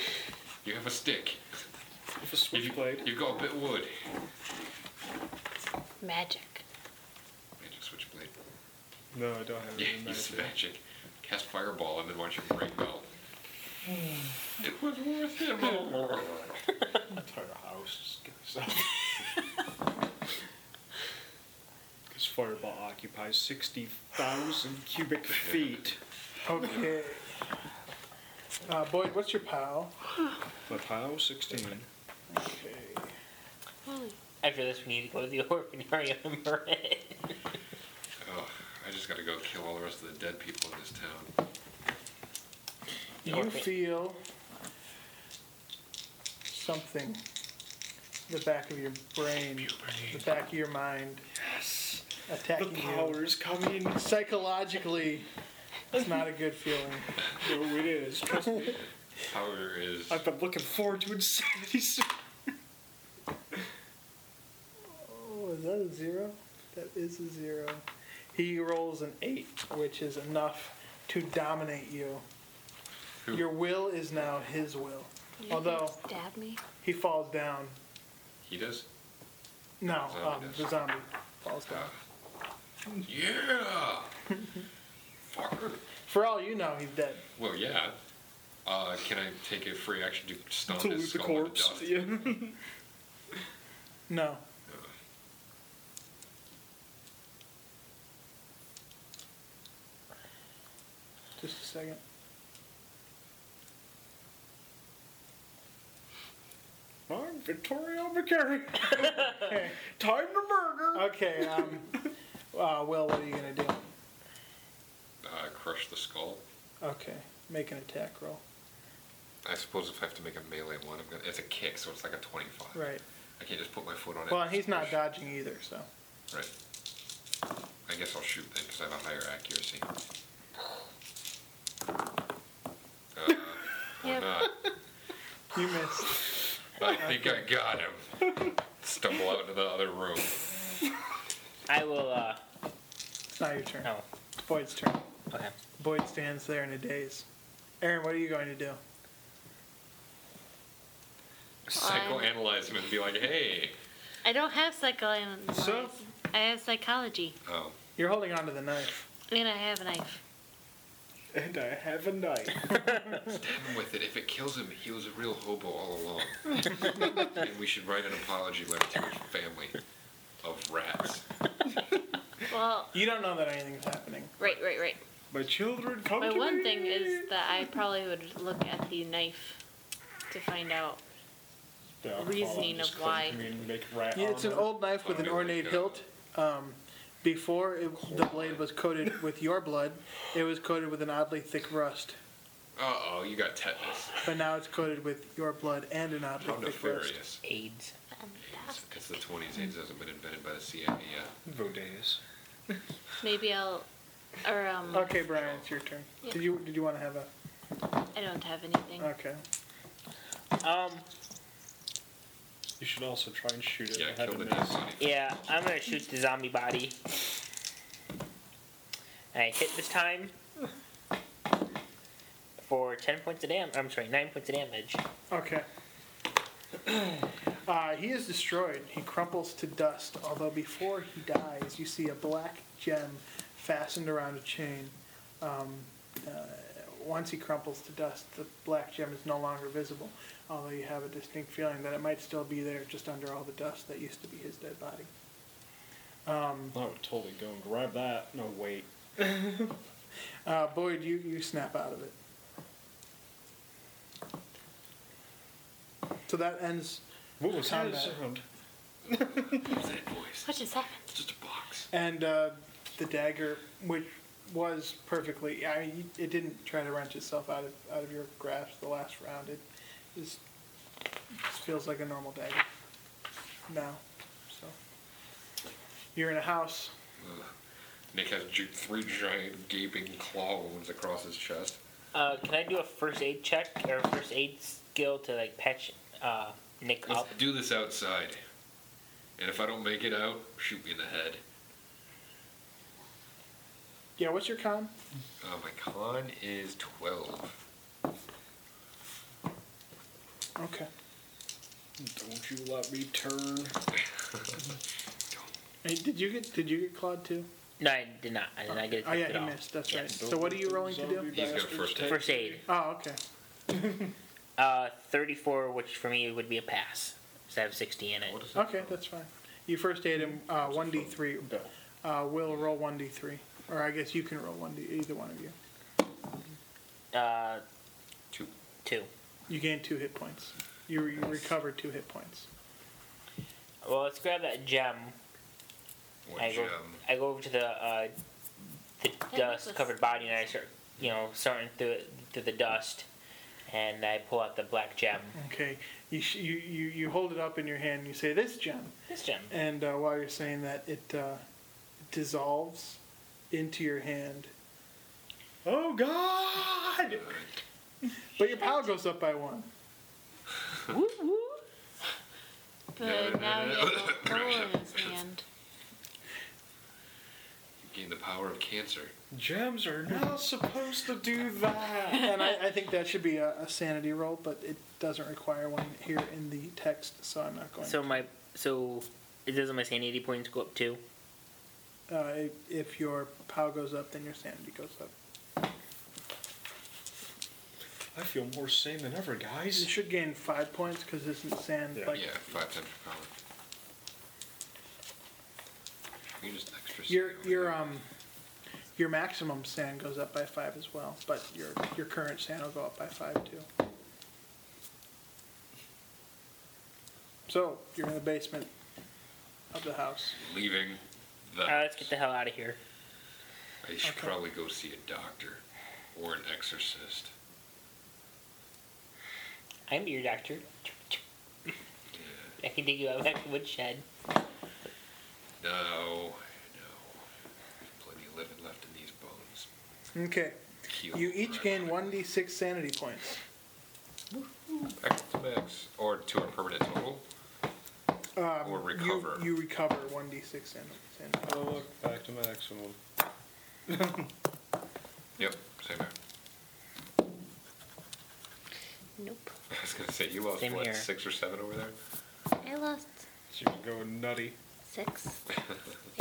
[SPEAKER 3] You have a stick.
[SPEAKER 5] With a
[SPEAKER 3] You,
[SPEAKER 5] switchblade.
[SPEAKER 3] you've got a bit of wood.
[SPEAKER 4] Magic.
[SPEAKER 3] Magic switchblade.
[SPEAKER 5] No, I don't have
[SPEAKER 3] Yeah,
[SPEAKER 5] any
[SPEAKER 3] use the
[SPEAKER 5] magic.
[SPEAKER 3] magic. Cast fireball and then watch it ring bell. it was worth it.
[SPEAKER 5] Entire house is gonna Because fireball occupies sixty thousand cubic feet.
[SPEAKER 1] Okay. Uh, Boyd, what's your pal?
[SPEAKER 5] My pile sixteen.
[SPEAKER 4] Holy.
[SPEAKER 6] After this, we need to go to the orphanarium and burn it.
[SPEAKER 3] Oh, I just gotta go kill all the rest of the dead people in this town.
[SPEAKER 1] You
[SPEAKER 6] Okay.
[SPEAKER 1] feel something. The back of your brain, the back of your mind,
[SPEAKER 5] Yes. The
[SPEAKER 1] attacking you.
[SPEAKER 5] power's coming.
[SPEAKER 1] Psychologically, it's not a good feeling.
[SPEAKER 5] No, it is. Trust me.
[SPEAKER 3] Power is.
[SPEAKER 5] I've been looking forward to insanity. soon.
[SPEAKER 1] Oh, is that a zero? That is a zero. He rolls an eight, which is enough to dominate you.
[SPEAKER 3] Who?
[SPEAKER 1] Your will is now his will.
[SPEAKER 4] You
[SPEAKER 1] Although
[SPEAKER 4] stab me.
[SPEAKER 1] he falls down.
[SPEAKER 3] He does?
[SPEAKER 1] No, um,
[SPEAKER 3] Zombie does.
[SPEAKER 1] the zombie falls down.
[SPEAKER 3] Uh, yeah! Fucker.
[SPEAKER 1] For all you know, he's dead.
[SPEAKER 3] Well, yeah. Uh, can I take a free action to stomp
[SPEAKER 5] to
[SPEAKER 3] his
[SPEAKER 5] loot the
[SPEAKER 3] skull into
[SPEAKER 5] corpse.
[SPEAKER 3] dust?
[SPEAKER 5] Yeah.
[SPEAKER 1] No. Just a second.
[SPEAKER 5] I'm Vittorio McCary. Time to murder.
[SPEAKER 1] Okay, um, uh, Will, what are you gonna do?
[SPEAKER 3] Uh, crush the skull.
[SPEAKER 1] Okay, make an attack roll.
[SPEAKER 3] I suppose if I have to make a melee one, I'm gonna. It's a kick, so it's like a 25.
[SPEAKER 1] Right.
[SPEAKER 3] I can't just put my foot on it.
[SPEAKER 1] Well, and he's not
[SPEAKER 3] Smash.
[SPEAKER 1] dodging either, so.
[SPEAKER 3] Right. I guess I'll shoot then because I have a higher accuracy. Uh, or not.
[SPEAKER 1] You missed.
[SPEAKER 3] I think I got him. Stumble out into the other room.
[SPEAKER 6] I will, uh.
[SPEAKER 1] It's not your turn.
[SPEAKER 6] No.
[SPEAKER 1] It's Boyd's turn.
[SPEAKER 6] Okay.
[SPEAKER 1] Boyd stands there in a daze. Aaron, what are you going to do?
[SPEAKER 3] Psychoanalyze him and be like, hey.
[SPEAKER 4] I don't have psychology.
[SPEAKER 5] So?
[SPEAKER 4] I have psychology.
[SPEAKER 3] Oh,
[SPEAKER 1] You're holding on to the knife.
[SPEAKER 4] And I have a knife.
[SPEAKER 5] And I have a knife.
[SPEAKER 3] stab him with it. If it kills him, he was a real hobo all along. and we should write an apology letter to his family of rats.
[SPEAKER 4] Well,
[SPEAKER 1] You don't know that anything's happening.
[SPEAKER 4] right, right, right.
[SPEAKER 5] My children come
[SPEAKER 4] My
[SPEAKER 5] to
[SPEAKER 4] one
[SPEAKER 5] me.
[SPEAKER 4] thing is that I probably would look at the knife to find out.
[SPEAKER 5] Yeah, I'll
[SPEAKER 4] reasoning
[SPEAKER 5] just
[SPEAKER 4] of
[SPEAKER 5] claim
[SPEAKER 4] why.
[SPEAKER 5] to me and Make rat
[SPEAKER 1] Yeah, it's an
[SPEAKER 5] armor.
[SPEAKER 1] old knife with an ornate hilt. Um, before it, the blade was coated with your blood, it was coated with an oddly thick rust.
[SPEAKER 3] Uh oh, you got tetanus.
[SPEAKER 1] But now it's coated with your blood and an oddly
[SPEAKER 3] How
[SPEAKER 1] thick rust.
[SPEAKER 3] nefarious.
[SPEAKER 6] AIDS.
[SPEAKER 3] It's, it's the 20s. AIDS hasn't been invented by the CIA yet.
[SPEAKER 5] Vaudeus.
[SPEAKER 4] Maybe I'll. Or, um,
[SPEAKER 1] Okay, Brian, it's your turn. Did you did you want to have a?
[SPEAKER 4] I don't have anything.
[SPEAKER 1] Okay.
[SPEAKER 6] Um,
[SPEAKER 5] You should also try and shoot it.
[SPEAKER 3] Yeah,
[SPEAKER 5] and have
[SPEAKER 3] kill
[SPEAKER 5] it
[SPEAKER 3] the
[SPEAKER 5] miss.
[SPEAKER 3] dead body.
[SPEAKER 6] yeah, I'm gonna shoot the zombie body. I hit this time. For 10 points of damage. I'm sorry, 9 points of damage.
[SPEAKER 1] Okay. Uh, he is destroyed. He crumples to dust, although before he dies, you see a black gem fastened around a chain. Um, uh, once he crumples to dust, the black gem is no longer visible, although you have a distinct feeling that it might still be there just under all the dust that used to be his dead body.
[SPEAKER 5] I would totally go and grab that. No, wait.
[SPEAKER 1] Uh, Boyd, you, you snap out of it. So that ends
[SPEAKER 5] What was that
[SPEAKER 1] Combat.
[SPEAKER 5] sound?
[SPEAKER 3] What's that voice?
[SPEAKER 4] What just happened?
[SPEAKER 3] It's just a box.
[SPEAKER 1] And uh, the dagger, which was perfectly, I mean, it didn't try to wrench itself out of out of your grasp the last round. It just, just feels like a normal dagger now. So You're in a house.
[SPEAKER 3] Nick has gi- three giant gaping claw wounds across his chest.
[SPEAKER 6] Uh, can I do a first aid check or a first aid skill to like patch uh, Nick
[SPEAKER 3] Let's
[SPEAKER 6] up?
[SPEAKER 3] do this outside. And if I don't make it out, shoot me in the head.
[SPEAKER 1] Yeah, what's your con?
[SPEAKER 3] Uh, my con is 12.
[SPEAKER 1] Okay.
[SPEAKER 5] Don't you let me turn.
[SPEAKER 1] Hey, did you get did you get Claude too?
[SPEAKER 6] No, I did not. I did not get it.
[SPEAKER 1] Oh yeah,
[SPEAKER 6] at all.
[SPEAKER 1] he missed. That's
[SPEAKER 6] Yeah.
[SPEAKER 1] right. So what are you rolling to do?
[SPEAKER 5] Zombie
[SPEAKER 3] He's got
[SPEAKER 5] bastards
[SPEAKER 3] first
[SPEAKER 5] take-
[SPEAKER 6] First aid,
[SPEAKER 1] Oh, okay.
[SPEAKER 6] uh, thirty-four, which for me would be a pass. So I have sixty in it.
[SPEAKER 3] What is that?
[SPEAKER 1] Okay, that's fine. You first aid him uh, 1d3. Uh, will roll 1d3. Or I guess you can roll 1d, either one of you.
[SPEAKER 6] Uh,
[SPEAKER 3] Two.
[SPEAKER 6] two.
[SPEAKER 1] You gain two hit points. You, you recover two hit points.
[SPEAKER 6] Well, let's grab that gem.
[SPEAKER 3] One
[SPEAKER 6] I go,
[SPEAKER 3] gem.
[SPEAKER 6] I go over to the uh, the
[SPEAKER 4] That
[SPEAKER 6] dust
[SPEAKER 4] necklace.
[SPEAKER 6] covered body, and I start, you know, sorting through it- through the dust, and I pull out the black gem.
[SPEAKER 1] Okay. You, sh- you, you, you hold it up in your hand and you say, This gem.
[SPEAKER 6] This gem.
[SPEAKER 1] And uh, while you're saying that, it uh, dissolves into your hand. Oh, God! But your power goes up by one.
[SPEAKER 4] But now he has a hole in his hand.
[SPEAKER 3] Gain the power of cancer.
[SPEAKER 5] Gems are not supposed to do that.
[SPEAKER 1] and I, I think that should be a, a sanity roll, but it doesn't require one here in the text, so I'm not going.
[SPEAKER 6] So my so it doesn't my sanity points go up too?
[SPEAKER 1] uh, if, if your POW goes up, then your sanity goes up.
[SPEAKER 5] I feel more sane than ever,
[SPEAKER 1] You
[SPEAKER 5] guys.
[SPEAKER 1] should gain five points because isn't sand
[SPEAKER 5] Yeah.
[SPEAKER 1] like
[SPEAKER 3] Yeah, five times your power. You just extra
[SPEAKER 1] your
[SPEAKER 3] sand.
[SPEAKER 1] your um your maximum sand goes up by five as well, but your your current sand will go up by five too. So you're in the basement of the house.
[SPEAKER 3] leaving the
[SPEAKER 6] Uh, let's get the hell out of here.
[SPEAKER 3] I should
[SPEAKER 1] Okay.
[SPEAKER 3] probably go see a doctor or an exorcist.
[SPEAKER 6] I'm your doctor. I can dig you out of that woodshed.
[SPEAKER 3] No, no. There's plenty of living left in these bones.
[SPEAKER 1] Okay,
[SPEAKER 3] Heal
[SPEAKER 1] you each
[SPEAKER 3] forever.
[SPEAKER 1] gain one d six sanity points.
[SPEAKER 3] Back to max or to our permanent total.
[SPEAKER 1] Um, you-
[SPEAKER 3] Or recover.
[SPEAKER 1] You, recover one d six sanity. sanity.
[SPEAKER 5] Oh, look, back to maximum.
[SPEAKER 3] Yep, same here.
[SPEAKER 4] Nope.
[SPEAKER 3] I was gonna say you lost
[SPEAKER 6] Same
[SPEAKER 3] what
[SPEAKER 6] here.
[SPEAKER 3] six or seven over there.
[SPEAKER 4] I lost
[SPEAKER 5] She's going nutty.
[SPEAKER 4] six.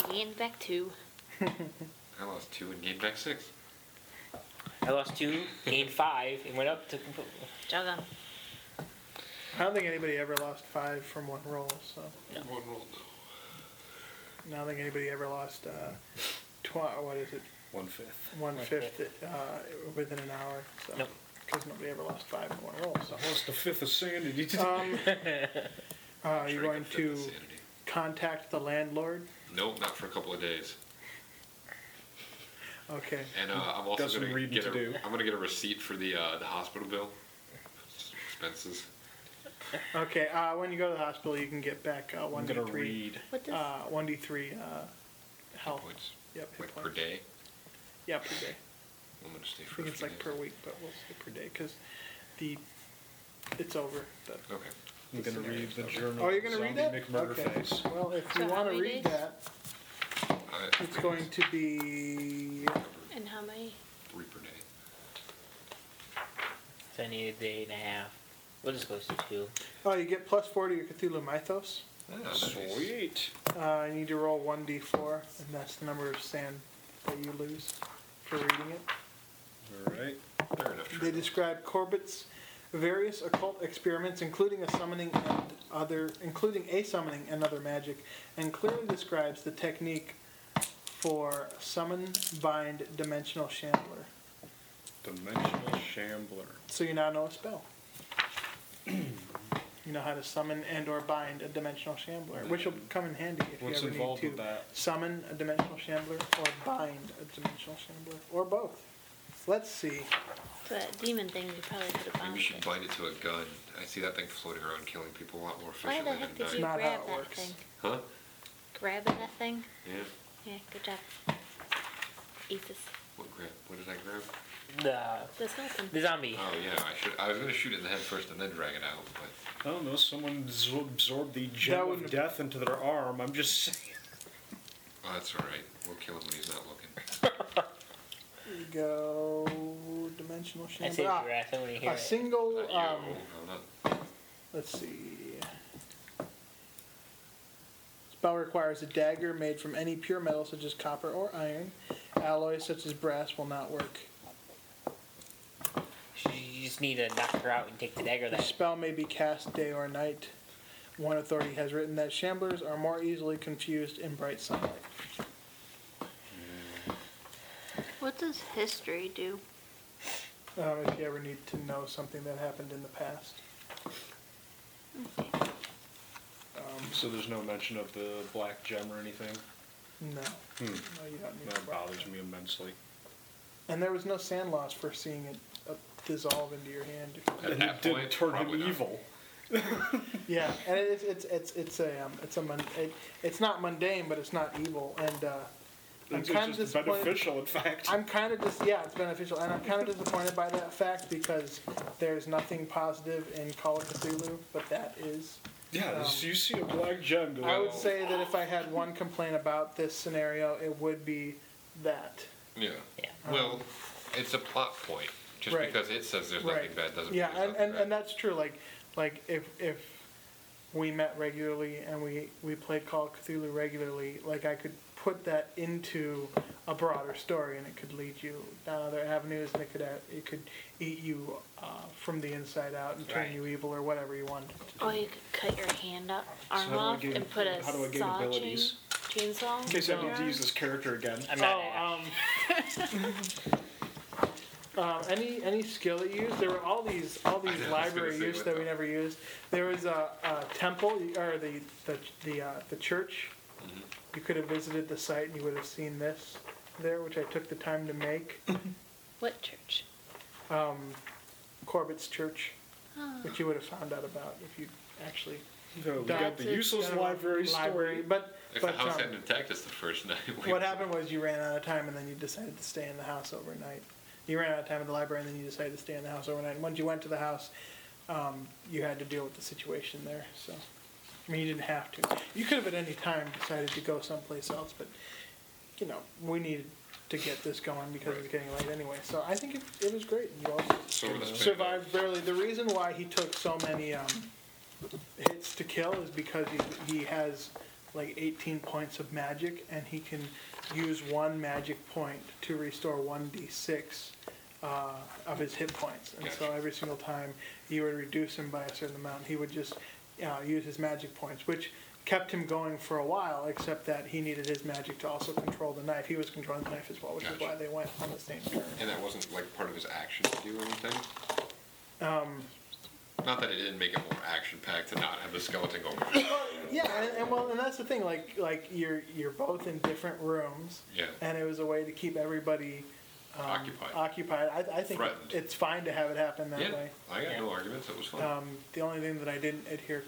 [SPEAKER 4] I gained back two.
[SPEAKER 3] I lost two and gained back six.
[SPEAKER 6] I lost two, gained five, and went up to.
[SPEAKER 4] Jog on.
[SPEAKER 1] I don't think anybody ever lost five from one roll, so
[SPEAKER 3] One roll.
[SPEAKER 1] I don't think anybody ever lost uh, tw- what is it,
[SPEAKER 5] One fifth.
[SPEAKER 1] one fifth uh, within an hour. So.
[SPEAKER 6] Nope.
[SPEAKER 1] Because nobody ever lost five in one roll. So.
[SPEAKER 5] Lost a fifth of sanity.
[SPEAKER 1] Um, uh, you're
[SPEAKER 3] Drink
[SPEAKER 1] going
[SPEAKER 3] up that
[SPEAKER 1] to
[SPEAKER 3] insanity.
[SPEAKER 1] contact the landlord.
[SPEAKER 3] Nope, not for a couple of days.
[SPEAKER 1] Okay.
[SPEAKER 3] And uh, I'm also
[SPEAKER 5] Got some
[SPEAKER 3] gonna
[SPEAKER 5] reading
[SPEAKER 3] get
[SPEAKER 5] to
[SPEAKER 3] a,
[SPEAKER 5] do.
[SPEAKER 3] am gonna get a receipt for the uh, the hospital bill expenses.
[SPEAKER 1] Okay. Uh, when you go to the hospital, you can get back uh, one
[SPEAKER 5] I'm
[SPEAKER 1] d
[SPEAKER 5] gonna
[SPEAKER 1] three.
[SPEAKER 5] read.
[SPEAKER 4] What does
[SPEAKER 1] Uh, one d three uh, health.
[SPEAKER 3] Points
[SPEAKER 1] Yep. hit
[SPEAKER 3] like per
[SPEAKER 1] points.
[SPEAKER 3] day.
[SPEAKER 1] Yeah, per day.
[SPEAKER 3] I'm gonna stay
[SPEAKER 1] I
[SPEAKER 3] for
[SPEAKER 1] think
[SPEAKER 3] a
[SPEAKER 1] it's
[SPEAKER 3] few
[SPEAKER 1] like
[SPEAKER 3] days.
[SPEAKER 1] per week, but we'll say per day because the it's over. The,
[SPEAKER 3] Okay.
[SPEAKER 5] I'm gonna read the journal.
[SPEAKER 1] oh, you're gonna
[SPEAKER 5] Zombie
[SPEAKER 1] read that?
[SPEAKER 5] McMurderface. face.
[SPEAKER 1] Well, if
[SPEAKER 4] So
[SPEAKER 1] you
[SPEAKER 4] how
[SPEAKER 1] want to
[SPEAKER 4] many
[SPEAKER 1] read
[SPEAKER 4] days?
[SPEAKER 1] that,
[SPEAKER 3] I-
[SPEAKER 1] it's going to be
[SPEAKER 4] and how many?
[SPEAKER 3] three per day.
[SPEAKER 6] So I needed a day and a half. We'll just go to two.
[SPEAKER 1] Oh, you get plus four to your Cthulhu Mythos.
[SPEAKER 3] Oh, nice.
[SPEAKER 5] Sweet.
[SPEAKER 1] Uh, you need to roll one d4, and that's the number of sand that you lose for reading it.
[SPEAKER 5] All right.
[SPEAKER 3] Fair enough.
[SPEAKER 1] They
[SPEAKER 3] trade-off.
[SPEAKER 1] describe Corbett's various occult experiments, including a summoning and other, including a summoning and other magic, and clearly describes the technique for summon, bind, dimensional shambler.
[SPEAKER 5] Dimensional Shambler.
[SPEAKER 1] So you now know a spell. you know how to summon and/or bind a dimensional shambler, which will come in handy if
[SPEAKER 5] What's
[SPEAKER 1] you ever
[SPEAKER 5] involved
[SPEAKER 1] need
[SPEAKER 5] with
[SPEAKER 1] to
[SPEAKER 5] that?
[SPEAKER 1] summon a dimensional shambler or bind a dimensional shambler or both. Let's see.
[SPEAKER 4] So that demon thing, you probably could have
[SPEAKER 3] Maybe we
[SPEAKER 4] bounced
[SPEAKER 3] should
[SPEAKER 4] it.
[SPEAKER 3] bind it to a gun. I see that thing floating around killing people a lot more
[SPEAKER 4] Why
[SPEAKER 3] efficiently
[SPEAKER 4] the
[SPEAKER 3] than
[SPEAKER 4] heck
[SPEAKER 3] a
[SPEAKER 4] did
[SPEAKER 3] knife.
[SPEAKER 4] you
[SPEAKER 1] not how
[SPEAKER 4] grab
[SPEAKER 1] it
[SPEAKER 4] that
[SPEAKER 1] works.
[SPEAKER 4] thing?
[SPEAKER 3] Huh?
[SPEAKER 4] grabbing that thing?
[SPEAKER 3] Yeah.
[SPEAKER 4] Yeah, good job. Eat this.
[SPEAKER 3] What grab? What did I grab?
[SPEAKER 6] The,
[SPEAKER 4] This open.
[SPEAKER 6] the zombie.
[SPEAKER 3] Oh yeah, I should. I was gonna shoot it in the head first and then drag it out, but
[SPEAKER 5] I don't know. Someone absor- absorbed the gem
[SPEAKER 1] wouldn't-
[SPEAKER 5] of death into their arm. I'm just saying.
[SPEAKER 3] oh, that's all right. We'll kill him when he's not looking.
[SPEAKER 2] We go dimensional
[SPEAKER 6] I
[SPEAKER 2] chamber.
[SPEAKER 6] saved
[SPEAKER 2] Ah,
[SPEAKER 6] your ass. I want to hear
[SPEAKER 2] a
[SPEAKER 6] it.
[SPEAKER 2] single.
[SPEAKER 3] Not you.
[SPEAKER 2] Um,
[SPEAKER 3] I'm not.
[SPEAKER 2] let's see.
[SPEAKER 1] Spell requires a dagger made from any pure metal such as copper or iron. Alloys such as brass will not work.
[SPEAKER 6] You just need to knock her out and take the dagger.
[SPEAKER 1] The
[SPEAKER 6] Then
[SPEAKER 1] spell may be cast day or night. One authority has written that shamblers are more easily confused in bright sunlight.
[SPEAKER 4] What does history do?
[SPEAKER 1] Um, if you ever need to know something that happened in the past.
[SPEAKER 5] So there's no mention of the black gem or anything.
[SPEAKER 1] No. No,
[SPEAKER 5] Hmm.
[SPEAKER 1] you don't need to
[SPEAKER 5] That
[SPEAKER 1] worry.
[SPEAKER 5] bothers me immensely.
[SPEAKER 1] And there was no sand loss for seeing it uh, dissolve into your hand.
[SPEAKER 3] At
[SPEAKER 5] And it
[SPEAKER 3] that
[SPEAKER 5] didn't
[SPEAKER 3] point,
[SPEAKER 5] turn him
[SPEAKER 3] probably not.
[SPEAKER 5] evil.
[SPEAKER 1] Yeah, and it's it's it's it's a um, it's a mun- it, it's not mundane, but it's not evil, and uh, I'm
[SPEAKER 5] It's
[SPEAKER 1] kind of
[SPEAKER 5] just
[SPEAKER 1] disappointed.
[SPEAKER 5] beneficial, in fact.
[SPEAKER 1] I'm kind of just yeah, it's beneficial, and I'm kind of disappointed by that fact because there's nothing positive in Call of Cthulhu, but that is.
[SPEAKER 5] yeah, this,
[SPEAKER 1] um,
[SPEAKER 5] you see a black gem go.
[SPEAKER 1] I would
[SPEAKER 5] "Oh,
[SPEAKER 1] say that if I had one complaint about this scenario, it would be that.
[SPEAKER 3] Yeah.
[SPEAKER 6] Yeah.
[SPEAKER 3] Well, it's a plot point. Just
[SPEAKER 1] Right.
[SPEAKER 3] because it says there's
[SPEAKER 1] Right.
[SPEAKER 3] nothing bad doesn't
[SPEAKER 1] Yeah,
[SPEAKER 3] mean there's
[SPEAKER 1] and,
[SPEAKER 3] nothing
[SPEAKER 1] and,
[SPEAKER 3] bad.
[SPEAKER 1] and that's true. Like, like if if we met regularly and we we played Call of Cthulhu regularly, like I could put that into a broader story, and it could lead you down other avenues, and it could a- it could eat you uh, from the inside out and turn
[SPEAKER 6] Right.
[SPEAKER 1] you evil or whatever you wanted. it to
[SPEAKER 4] Oh, you could cut your hand up,
[SPEAKER 5] how
[SPEAKER 4] arm
[SPEAKER 5] do I
[SPEAKER 4] off,
[SPEAKER 5] gain-
[SPEAKER 4] and put a
[SPEAKER 5] how do I gain
[SPEAKER 4] saw chain,
[SPEAKER 5] abilities?
[SPEAKER 4] chainsaw.
[SPEAKER 5] In case I need to
[SPEAKER 4] around.
[SPEAKER 5] use this character again.
[SPEAKER 6] I'm
[SPEAKER 1] do.
[SPEAKER 6] not. a-
[SPEAKER 1] Oh, um, um, any any skill that you use, there were all these all
[SPEAKER 3] I was
[SPEAKER 1] these
[SPEAKER 3] gonna
[SPEAKER 1] library
[SPEAKER 3] say
[SPEAKER 1] use
[SPEAKER 3] what
[SPEAKER 1] that
[SPEAKER 3] the-
[SPEAKER 1] we never used. There was a, a temple or the the the, uh, the church.
[SPEAKER 5] Mm-hmm.
[SPEAKER 1] You could have visited the site and you would have seen this there, which I took the time to make.
[SPEAKER 4] What church?
[SPEAKER 1] Um, Corbett's church,
[SPEAKER 4] Oh.
[SPEAKER 1] which you would have found out about if you actually
[SPEAKER 5] No, we got
[SPEAKER 1] That's
[SPEAKER 5] the
[SPEAKER 1] it,
[SPEAKER 5] useless
[SPEAKER 1] general
[SPEAKER 5] library story.
[SPEAKER 1] But
[SPEAKER 3] If
[SPEAKER 1] but
[SPEAKER 3] the house
[SPEAKER 1] um,
[SPEAKER 3] hadn't attacked us the first night, we
[SPEAKER 1] What happened was you ran out of time and then you decided to stay in the house overnight. You ran out of time at the library and then you decided to stay in the house overnight. And once you went to the house, um, you had to deal with the situation there. So, I mean, you didn't have to. You could have at any time decided to go someplace else, but you know, we needed to get this going because it was getting late anyway. So I think it, it was great. You all
[SPEAKER 3] So we're gonna spend-
[SPEAKER 1] survived barely. The reason why he took so many um, hits to kill is because he, he has like 18 points of magic, and he can use one magic point to restore 1d6 uh, of his hit points. And so
[SPEAKER 3] Gotcha.
[SPEAKER 1] every single time you would reduce him by a certain amount, he would just uh, use his magic points, which kept him going for a while, except that he needed his magic to also control the knife. He was controlling the knife as well, which is
[SPEAKER 3] Gotcha.
[SPEAKER 1] why they went on the same turn.
[SPEAKER 3] and that wasn't like part of his action to do anything.
[SPEAKER 1] Um,
[SPEAKER 3] Not that it didn't make it more action packed to not have the skeleton going.
[SPEAKER 1] Um, Yeah, and, and well, and that's the thing. Like, like you're you're both in different rooms,
[SPEAKER 3] yeah.
[SPEAKER 1] and it was a way to keep everybody um,
[SPEAKER 3] Occupied.
[SPEAKER 1] Occupied. I, I think
[SPEAKER 3] Threatened.
[SPEAKER 1] it's fine to have it happen that
[SPEAKER 3] Yeah.
[SPEAKER 1] way.
[SPEAKER 3] I got
[SPEAKER 6] Yeah.
[SPEAKER 3] no arguments. It was fun.
[SPEAKER 1] Um, the only thing that I didn't adhere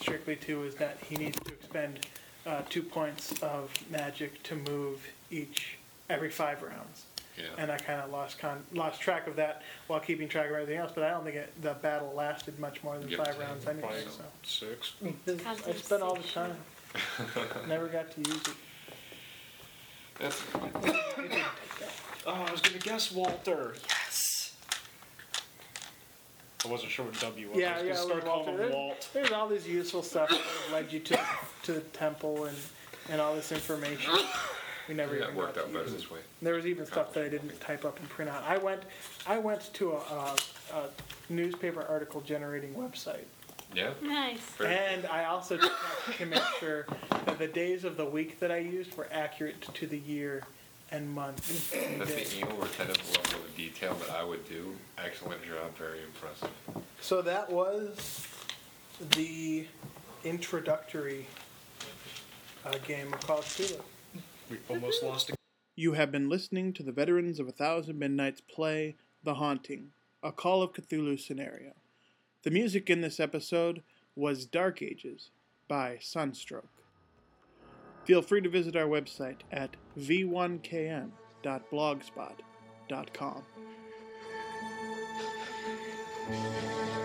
[SPEAKER 1] strictly to is that he needs to expend uh, two points of magic to move each every five rounds.
[SPEAKER 3] yeah.
[SPEAKER 1] And I kind of lost con- lost track of that while keeping track of everything else. But I don't think it, the battle lasted much more than
[SPEAKER 3] Yep.
[SPEAKER 1] five rounds anyway.
[SPEAKER 5] Probably
[SPEAKER 1] So.
[SPEAKER 5] Six.
[SPEAKER 1] I spent all the time. Never got to use it.
[SPEAKER 3] That's
[SPEAKER 5] Oh, I was gonna guess Walter. Yes. I wasn't sure what W was. I
[SPEAKER 1] Yeah,
[SPEAKER 5] was
[SPEAKER 1] yeah.
[SPEAKER 5] gonna
[SPEAKER 1] Lord
[SPEAKER 5] start
[SPEAKER 1] Walter.
[SPEAKER 5] calling him
[SPEAKER 1] There's,
[SPEAKER 5] Walt.
[SPEAKER 1] there's all this useful stuff that would've led you to to the temple and and all this information. We never
[SPEAKER 3] that
[SPEAKER 1] even
[SPEAKER 3] worked
[SPEAKER 1] got
[SPEAKER 3] out
[SPEAKER 1] to
[SPEAKER 3] better
[SPEAKER 1] use.
[SPEAKER 3] this way.
[SPEAKER 1] There was even stuff that I didn't type up and print out. I went, I went to a, a, a newspaper article generating website,
[SPEAKER 3] Yeah.
[SPEAKER 4] Nice.
[SPEAKER 3] Very-
[SPEAKER 1] and I also checked to make sure that the days of the week that I used were accurate to the year and month. and
[SPEAKER 3] That's
[SPEAKER 1] day.
[SPEAKER 3] the anal retentive level of detail that I would do. Excellent job. Very impressive.
[SPEAKER 1] So that was the introductory uh, game of Call of Cthulhu.
[SPEAKER 5] We almost lost a
[SPEAKER 1] You have been listening to the veterans of A Thousand Midnights play The Haunting, a Call of Cthulhu scenario. The music in this episode was Dark Ages by Sunstroke. Feel free to visit our website at v1kn.blogspot.com.